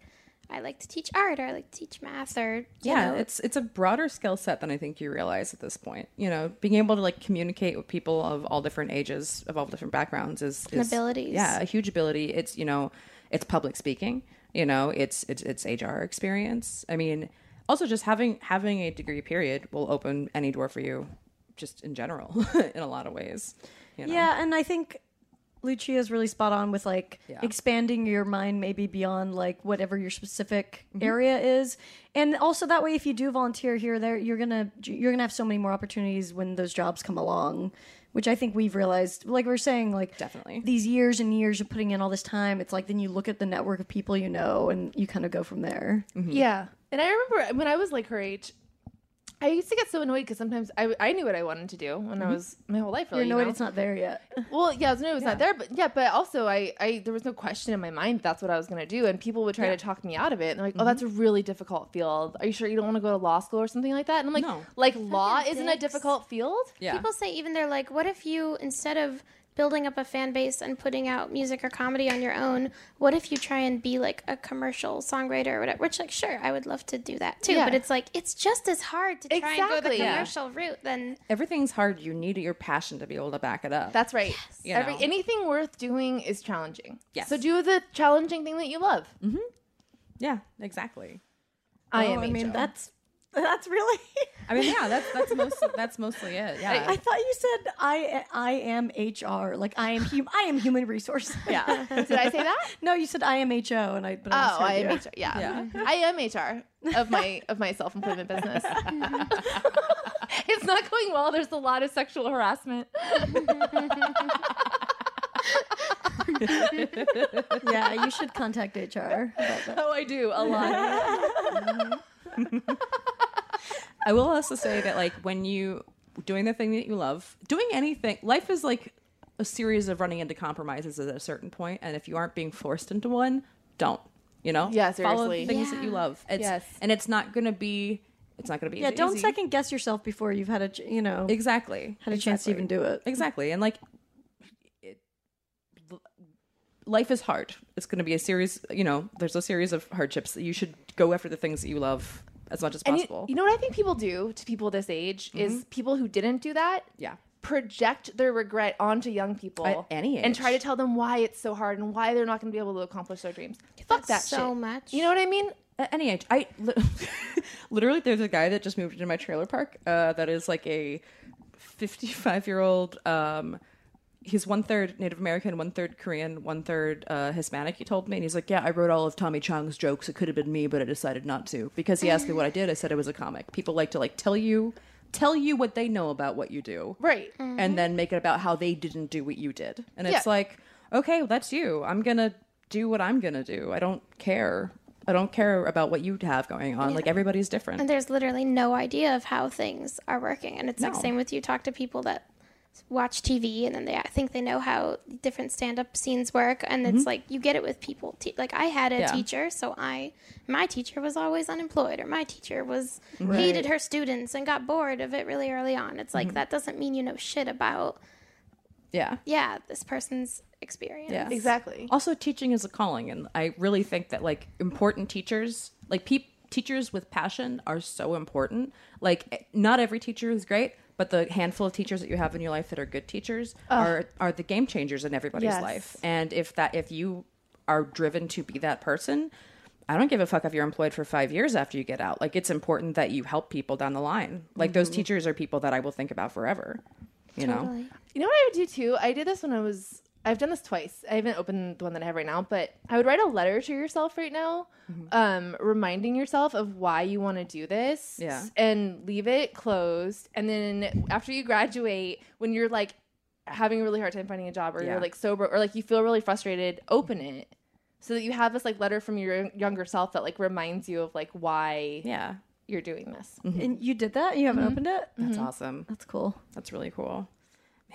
[SPEAKER 6] I like to teach art or I like to teach math or you
[SPEAKER 4] yeah
[SPEAKER 6] know,
[SPEAKER 4] it's it's a broader skill set than i think you realize at this point you know being able to like communicate with people of all different ages of all different backgrounds is, is
[SPEAKER 6] abilities.
[SPEAKER 4] yeah a huge ability it's you know it's public speaking you know it's it's it's hr experience i mean also just having having a degree period will open any door for you just in general in a lot of ways you know?
[SPEAKER 2] Yeah, and I think Lucia's really spot on with like
[SPEAKER 4] Yeah.
[SPEAKER 2] expanding your mind maybe beyond like whatever your specific area is. And also that way if you do volunteer here or there, you're going to you're going to have so many more opportunities when those jobs come along, which I think we've realized like we are saying like
[SPEAKER 4] Definitely.
[SPEAKER 2] these years and years of putting in all this time, it's like then you look at the network of people you know and you kind of go from there.
[SPEAKER 3] Yeah. And I remember when I was like her age, I used to get so annoyed because sometimes I, I knew what I wanted to do when I was my whole life.
[SPEAKER 2] Mm-hmm. You're
[SPEAKER 3] Really, you
[SPEAKER 2] annoyed
[SPEAKER 3] know?
[SPEAKER 2] it's not there yet.
[SPEAKER 3] Well, yeah, I was no, it was not there, but yeah, but also I, I, there was no question in my mind that's what I was going to do, and people would try to talk me out of it, and they're like, "Oh, that's a really difficult field. Are you sure you don't want to go to law school or something like that?" And I'm like,
[SPEAKER 4] No.
[SPEAKER 3] "Like law isn't a
[SPEAKER 6] dicks.
[SPEAKER 3] difficult field."
[SPEAKER 4] yeah
[SPEAKER 6] People say even they're like, what if you instead of building up a fan base and putting out music or comedy on your own, what if you try and be like a commercial songwriter or whatever? Which like sure, I would love to do that too,
[SPEAKER 3] Yeah.
[SPEAKER 6] but it's like it's just as hard to try and go the
[SPEAKER 3] Exactly. Yeah.
[SPEAKER 6] commercial route than
[SPEAKER 4] everything's hard you need your passion to be able to back it up
[SPEAKER 3] That's right.
[SPEAKER 4] You
[SPEAKER 3] Every,
[SPEAKER 4] know.
[SPEAKER 3] anything worth doing is challenging.
[SPEAKER 4] Yes.
[SPEAKER 3] So do the challenging thing that you love.
[SPEAKER 4] yeah exactly
[SPEAKER 3] I
[SPEAKER 2] Oh,
[SPEAKER 3] am.
[SPEAKER 2] I mean,
[SPEAKER 3] Angel.
[SPEAKER 2] that's that's really
[SPEAKER 4] i mean yeah that's that's mostly that's mostly it yeah
[SPEAKER 2] I thought you said I I am HR, like I am hum, I am human resource.
[SPEAKER 3] yeah. Did I say that?
[SPEAKER 2] No, you said I am HO, and I. But I
[SPEAKER 3] Oh, I am
[SPEAKER 2] you.
[SPEAKER 3] HR. Yeah. I am HR of my of my self employment business. it's not going well. There's a lot of sexual harassment.
[SPEAKER 2] Yeah, you should contact HR. about that.
[SPEAKER 3] Oh, I do a lot.
[SPEAKER 4] I will also say that like when you doing the thing that you love, doing anything, life is like a series of running into compromises at a certain point, and if you aren't being forced into one, don't. You know?
[SPEAKER 3] Yeah,
[SPEAKER 4] Follow
[SPEAKER 3] seriously.
[SPEAKER 4] things that you
[SPEAKER 6] Yeah.
[SPEAKER 4] love. It's,
[SPEAKER 3] Yes.
[SPEAKER 4] And it's not gonna be. It's not gonna be.
[SPEAKER 2] Yeah,
[SPEAKER 4] as
[SPEAKER 2] don't
[SPEAKER 4] easy.
[SPEAKER 2] second guess yourself before you've had a ch- you know
[SPEAKER 4] Exactly.
[SPEAKER 2] had a chance to even do it.
[SPEAKER 4] Exactly. And like it, life is hard. It's going to be a series, you know, there's a series of hardships. You should go after the things that you love as much as
[SPEAKER 3] And
[SPEAKER 4] possible. Mm-hmm.
[SPEAKER 3] you, you know what I think people do to people this age is people who didn't do that.
[SPEAKER 4] Yeah.
[SPEAKER 3] Project their regret onto young people
[SPEAKER 4] At any
[SPEAKER 3] and try to
[SPEAKER 4] age.
[SPEAKER 3] tell them why it's so hard and why they're not going to be able to accomplish their dreams. Fuck that
[SPEAKER 6] that's so
[SPEAKER 3] shit.
[SPEAKER 6] much.
[SPEAKER 3] You know what I mean?
[SPEAKER 4] At any age, I li- literally there's a guy that just moved into my trailer park. Uh, that is like a 55 year old um, he's one third Native American, one third Korean, one third uh, Hispanic. He told me, and he's like, "Yeah, I wrote all of Tommy Chong's jokes. It could have been me, but I decided not to because he asked me what I did. I said I was a comic. People like to like tell you, tell you what they know about what you do,
[SPEAKER 3] Right.
[SPEAKER 4] and then make it about how they didn't do what you did. And it's
[SPEAKER 3] Yeah.
[SPEAKER 4] like, okay, well, that's you. I'm gonna do what I'm gonna do. I don't care. I don't care about what you have going on. Like everybody's different.
[SPEAKER 6] And there's literally no idea of how things are working. And it's like
[SPEAKER 4] No.
[SPEAKER 6] same with you talk to people that watch TV and then they think they know how different stand-up scenes work and it's like you get it with people Te- like I had a
[SPEAKER 4] Mm-hmm. Yeah.
[SPEAKER 6] teacher so I my teacher was always unemployed or my teacher was hated her students and got bored of it really early on it's
[SPEAKER 4] Mm-hmm.
[SPEAKER 6] like that doesn't mean you know shit about
[SPEAKER 4] yeah.
[SPEAKER 6] yeah this person's experience
[SPEAKER 4] Yeah.
[SPEAKER 3] Exactly.
[SPEAKER 4] also teaching is a calling and i really think that like important teachers like peop teachers with passion are so important like eh, not every teacher is great but the handful of teachers that you have in your life that are good teachers are are the game changers in everybody's
[SPEAKER 3] Yes.
[SPEAKER 4] life and if that if you are driven to be that person I don't give a fuck if you're employed for five years after you get out. Like, it's important that you help people down the line. Like, those teachers are people that I will think about forever. You know?
[SPEAKER 6] Totally.
[SPEAKER 3] You know what I would do too? I did this when I was. I've done this twice. I haven't opened the one that I have right now, but I would write a letter to yourself right now,
[SPEAKER 4] Mm-hmm.
[SPEAKER 3] um, reminding yourself of why you want to do this,
[SPEAKER 4] Yeah.
[SPEAKER 3] and leave it closed. And then after you graduate, when you're like having a really hard time finding a job, or
[SPEAKER 4] Yeah.
[SPEAKER 3] you're like sober, or like you feel really frustrated, open it so that you have this like letter from your younger self that like reminds you of like why
[SPEAKER 4] Yeah.
[SPEAKER 3] you're doing this.
[SPEAKER 4] Mm-hmm.
[SPEAKER 1] And you did that? You haven't opened it?
[SPEAKER 4] That's awesome.
[SPEAKER 1] That's cool.
[SPEAKER 4] That's really cool.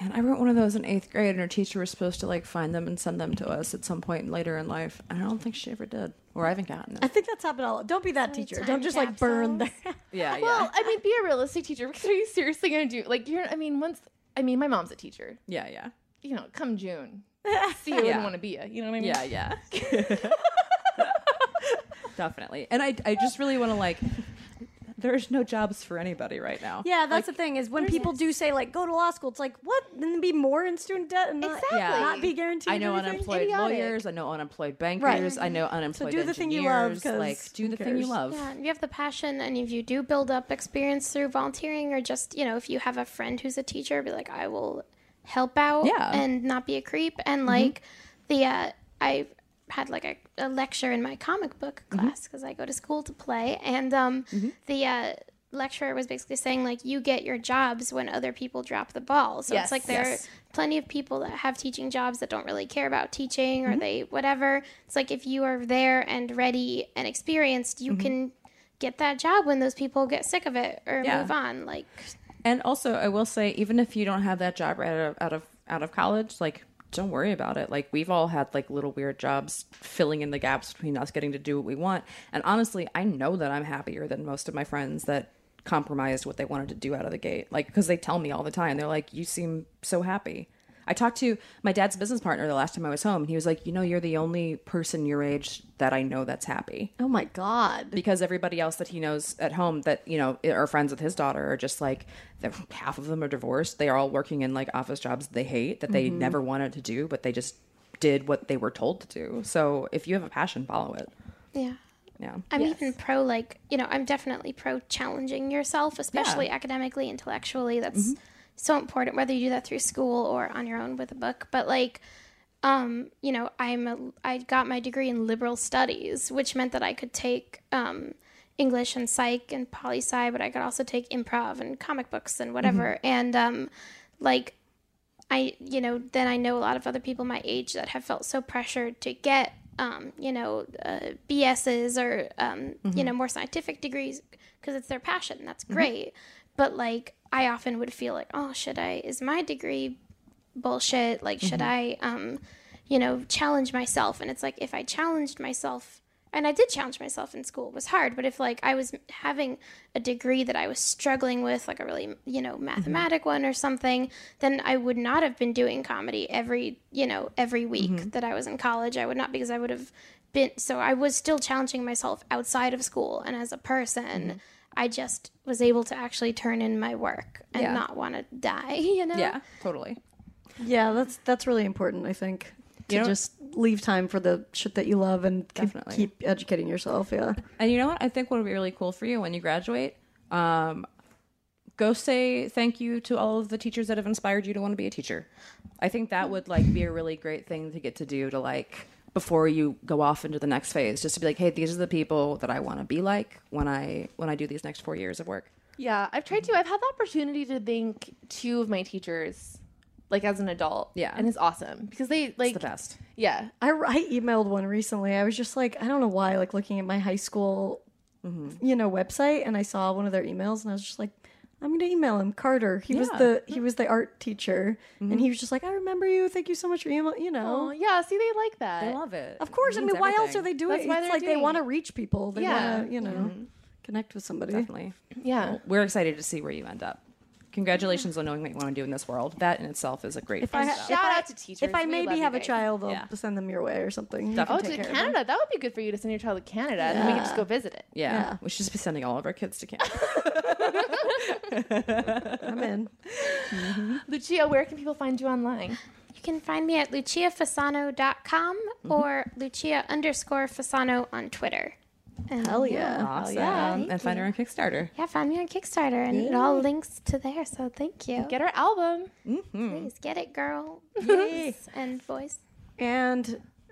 [SPEAKER 4] Man, I wrote one of those in eighth grade, and our teacher was supposed to like find them and send them to us at some point later in life. I don't think she ever did, or I haven't gotten
[SPEAKER 1] I
[SPEAKER 4] it.
[SPEAKER 1] think that's happened all. Don't be that teacher. Don't just like burn there.
[SPEAKER 4] Yeah, yeah,
[SPEAKER 3] Well, I mean, be a realistic teacher because are you seriously gonna do like you're? I mean, once I mean, my mom's a teacher.
[SPEAKER 4] yeah, yeah,
[SPEAKER 3] You know, come June, see, I wouldn't
[SPEAKER 4] Yeah.
[SPEAKER 3] want to be a. You know what I mean?
[SPEAKER 4] yeah, yeah. Definitely. And I, I just really want to like. There's no jobs for anybody right now.
[SPEAKER 1] Yeah, that's the thing is when people do say like go to law school, it's like what? Then be more in student debt and not,
[SPEAKER 3] Exactly.
[SPEAKER 4] Yeah.
[SPEAKER 1] not be guaranteed.
[SPEAKER 4] I know
[SPEAKER 1] anything?
[SPEAKER 4] unemployed
[SPEAKER 3] idiotic.
[SPEAKER 4] lawyers. I know unemployed bankers. I know unemployed
[SPEAKER 1] do the
[SPEAKER 4] engineers.
[SPEAKER 1] thing you love, 'cause
[SPEAKER 4] like do
[SPEAKER 1] who
[SPEAKER 4] the thing you
[SPEAKER 1] cares?
[SPEAKER 4] love.
[SPEAKER 6] Yeah, if you have the passion, and if you do build up experience through volunteering, or just you know, if you have a friend who's a teacher, be like, I will help out
[SPEAKER 4] Yeah. Mm-hmm.
[SPEAKER 6] and not be a creep. And like the uh, I had like a, a lecture in my comic book
[SPEAKER 4] Mm-hmm.
[SPEAKER 6] class because I go to school to play, and um, the uh, lecturer was basically saying like, you get your jobs when other people drop the ball. So
[SPEAKER 3] Yes.
[SPEAKER 6] it's like there
[SPEAKER 4] Yes.
[SPEAKER 6] are plenty of people that have teaching jobs that don't really care about teaching or they whatever. It's like if you are there and ready and experienced, you can get that job when those people get sick of it or
[SPEAKER 4] Yeah.
[SPEAKER 6] move on. Like
[SPEAKER 4] And also, I will say, even if you don't have that job right out of out of, out of college, like don't worry about it. Like we've all had like little weird jobs filling in the gaps between us getting to do what we want. And honestly, I know that I'm happier than most of my friends that compromised what they wanted to do out of the gate. Like because they tell me all the time, they're like, "You seem so happy." I talked to my dad's business partner the last time I was home, and he was like, "You know, you're the only person your age that I know that's happy."
[SPEAKER 1] Oh my god.
[SPEAKER 4] because everybody else that he knows at home that you know are friends with his daughter are just like they're- half of them are divorced they are all working in like office jobs they hate that they never wanted to do but they just did what they were told to do so if you have a passion follow it
[SPEAKER 6] yeah.
[SPEAKER 4] yeah
[SPEAKER 6] I'm even pro like, you know, I'm definitely pro challenging yourself, especially academically, intellectually. That's so important whether you do that through school or on your own with a book. But like um, you know, I'm a, I got my degree in liberal studies, which meant that I could take um English and psych and poli sci, but I could also take improv and comic books and whatever. And um like I, you know, then I know a lot of other people my age that have felt so pressured to get, um, you know, uh, BSs or, um, you know, more scientific degrees because it's their passion. That's great. But like, I often would feel like, oh, should I, is my degree bullshit? Like, should I, um, you know, challenge myself? And it's like, if I challenged myself, and I did challenge myself in school, it was hard, but if like I was having a degree that I was struggling with, like a really, you know, mathematic one or something, then I would not have been doing comedy every, you know, every week that I was in college. I would not, because I would have been, so I was still challenging myself outside of school and as a person. I just was able to actually turn in my work and
[SPEAKER 4] Yeah.
[SPEAKER 6] not want to die, you know?
[SPEAKER 4] yeah totally
[SPEAKER 1] Yeah, that's that's really important. I think to
[SPEAKER 4] You know-
[SPEAKER 1] just leave time for the shit that you love and keep,
[SPEAKER 4] Definitely.
[SPEAKER 1] keep educating yourself. Yeah.
[SPEAKER 4] and you know what i think what would be really cool for you when you graduate um go say thank you to all of the teachers that have inspired you to want to be a teacher. I think that would like be a really great thing to get to do to like before you go off into the next phase just to be like hey these are the people that i want to be like when i when i do these next four years of work
[SPEAKER 3] Yeah, I've tried to. I've had the opportunity to thank two of my teachers, like as an adult.
[SPEAKER 4] Yeah.
[SPEAKER 3] and it's awesome because they like
[SPEAKER 4] the best.
[SPEAKER 3] Yeah,
[SPEAKER 1] I, I emailed one recently. I was just like, I don't know why, like looking at my high school,
[SPEAKER 3] Mm-hmm.
[SPEAKER 1] you know, website, and I saw one of their emails, and I was just like, I'm gonna email him. Carter, he was
[SPEAKER 4] Yeah.
[SPEAKER 1] the he was the art teacher,
[SPEAKER 3] Mm-hmm.
[SPEAKER 1] and he was just like, I remember you. Thank you so much for email. You
[SPEAKER 3] oh
[SPEAKER 1] know,
[SPEAKER 3] yeah. See, they like that.
[SPEAKER 4] i love it
[SPEAKER 1] of course. I mean, why else are they doing?
[SPEAKER 3] That's
[SPEAKER 1] it?
[SPEAKER 3] why
[SPEAKER 1] It's
[SPEAKER 3] they're
[SPEAKER 1] like they
[SPEAKER 3] doing
[SPEAKER 1] want
[SPEAKER 3] it.
[SPEAKER 1] to reach people. They
[SPEAKER 3] Yeah. Mm-hmm.
[SPEAKER 1] want to, you know, connect with somebody.
[SPEAKER 4] definitely
[SPEAKER 3] Yeah,
[SPEAKER 4] we're excited to see where you end up congratulations on knowing what you want to do in this world that in itself is a great
[SPEAKER 1] If I,
[SPEAKER 4] first
[SPEAKER 1] ha-
[SPEAKER 4] step.
[SPEAKER 1] if
[SPEAKER 3] Shout
[SPEAKER 1] I-
[SPEAKER 3] out to teachers.
[SPEAKER 1] If I
[SPEAKER 3] We
[SPEAKER 1] maybe
[SPEAKER 3] love you
[SPEAKER 1] have a
[SPEAKER 3] guys.
[SPEAKER 1] child, I'll
[SPEAKER 4] Yeah.
[SPEAKER 1] send them your way or something. You can
[SPEAKER 3] Oh,
[SPEAKER 1] take
[SPEAKER 3] to
[SPEAKER 1] care of them.
[SPEAKER 3] Canada. That would be good for you to send your child to Canada, and then we can just go visit it.
[SPEAKER 4] yeah.
[SPEAKER 1] yeah.
[SPEAKER 4] we should just be sending all of our kids to camp
[SPEAKER 1] I'm in.
[SPEAKER 3] Lucia, where can people find you online?
[SPEAKER 6] You can find me at luciafasano.com or lucia underscore fasano on Twitter. And
[SPEAKER 1] Hell yeah.
[SPEAKER 4] awesome
[SPEAKER 3] yeah,
[SPEAKER 4] and find her on kickstarter
[SPEAKER 6] Yeah, find me on Kickstarter and it all links to there, so thank you.
[SPEAKER 3] Get our album.
[SPEAKER 6] Please get it, girl. Yes. and boys.
[SPEAKER 1] And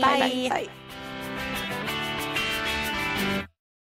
[SPEAKER 8] Bye.
[SPEAKER 2] Bye.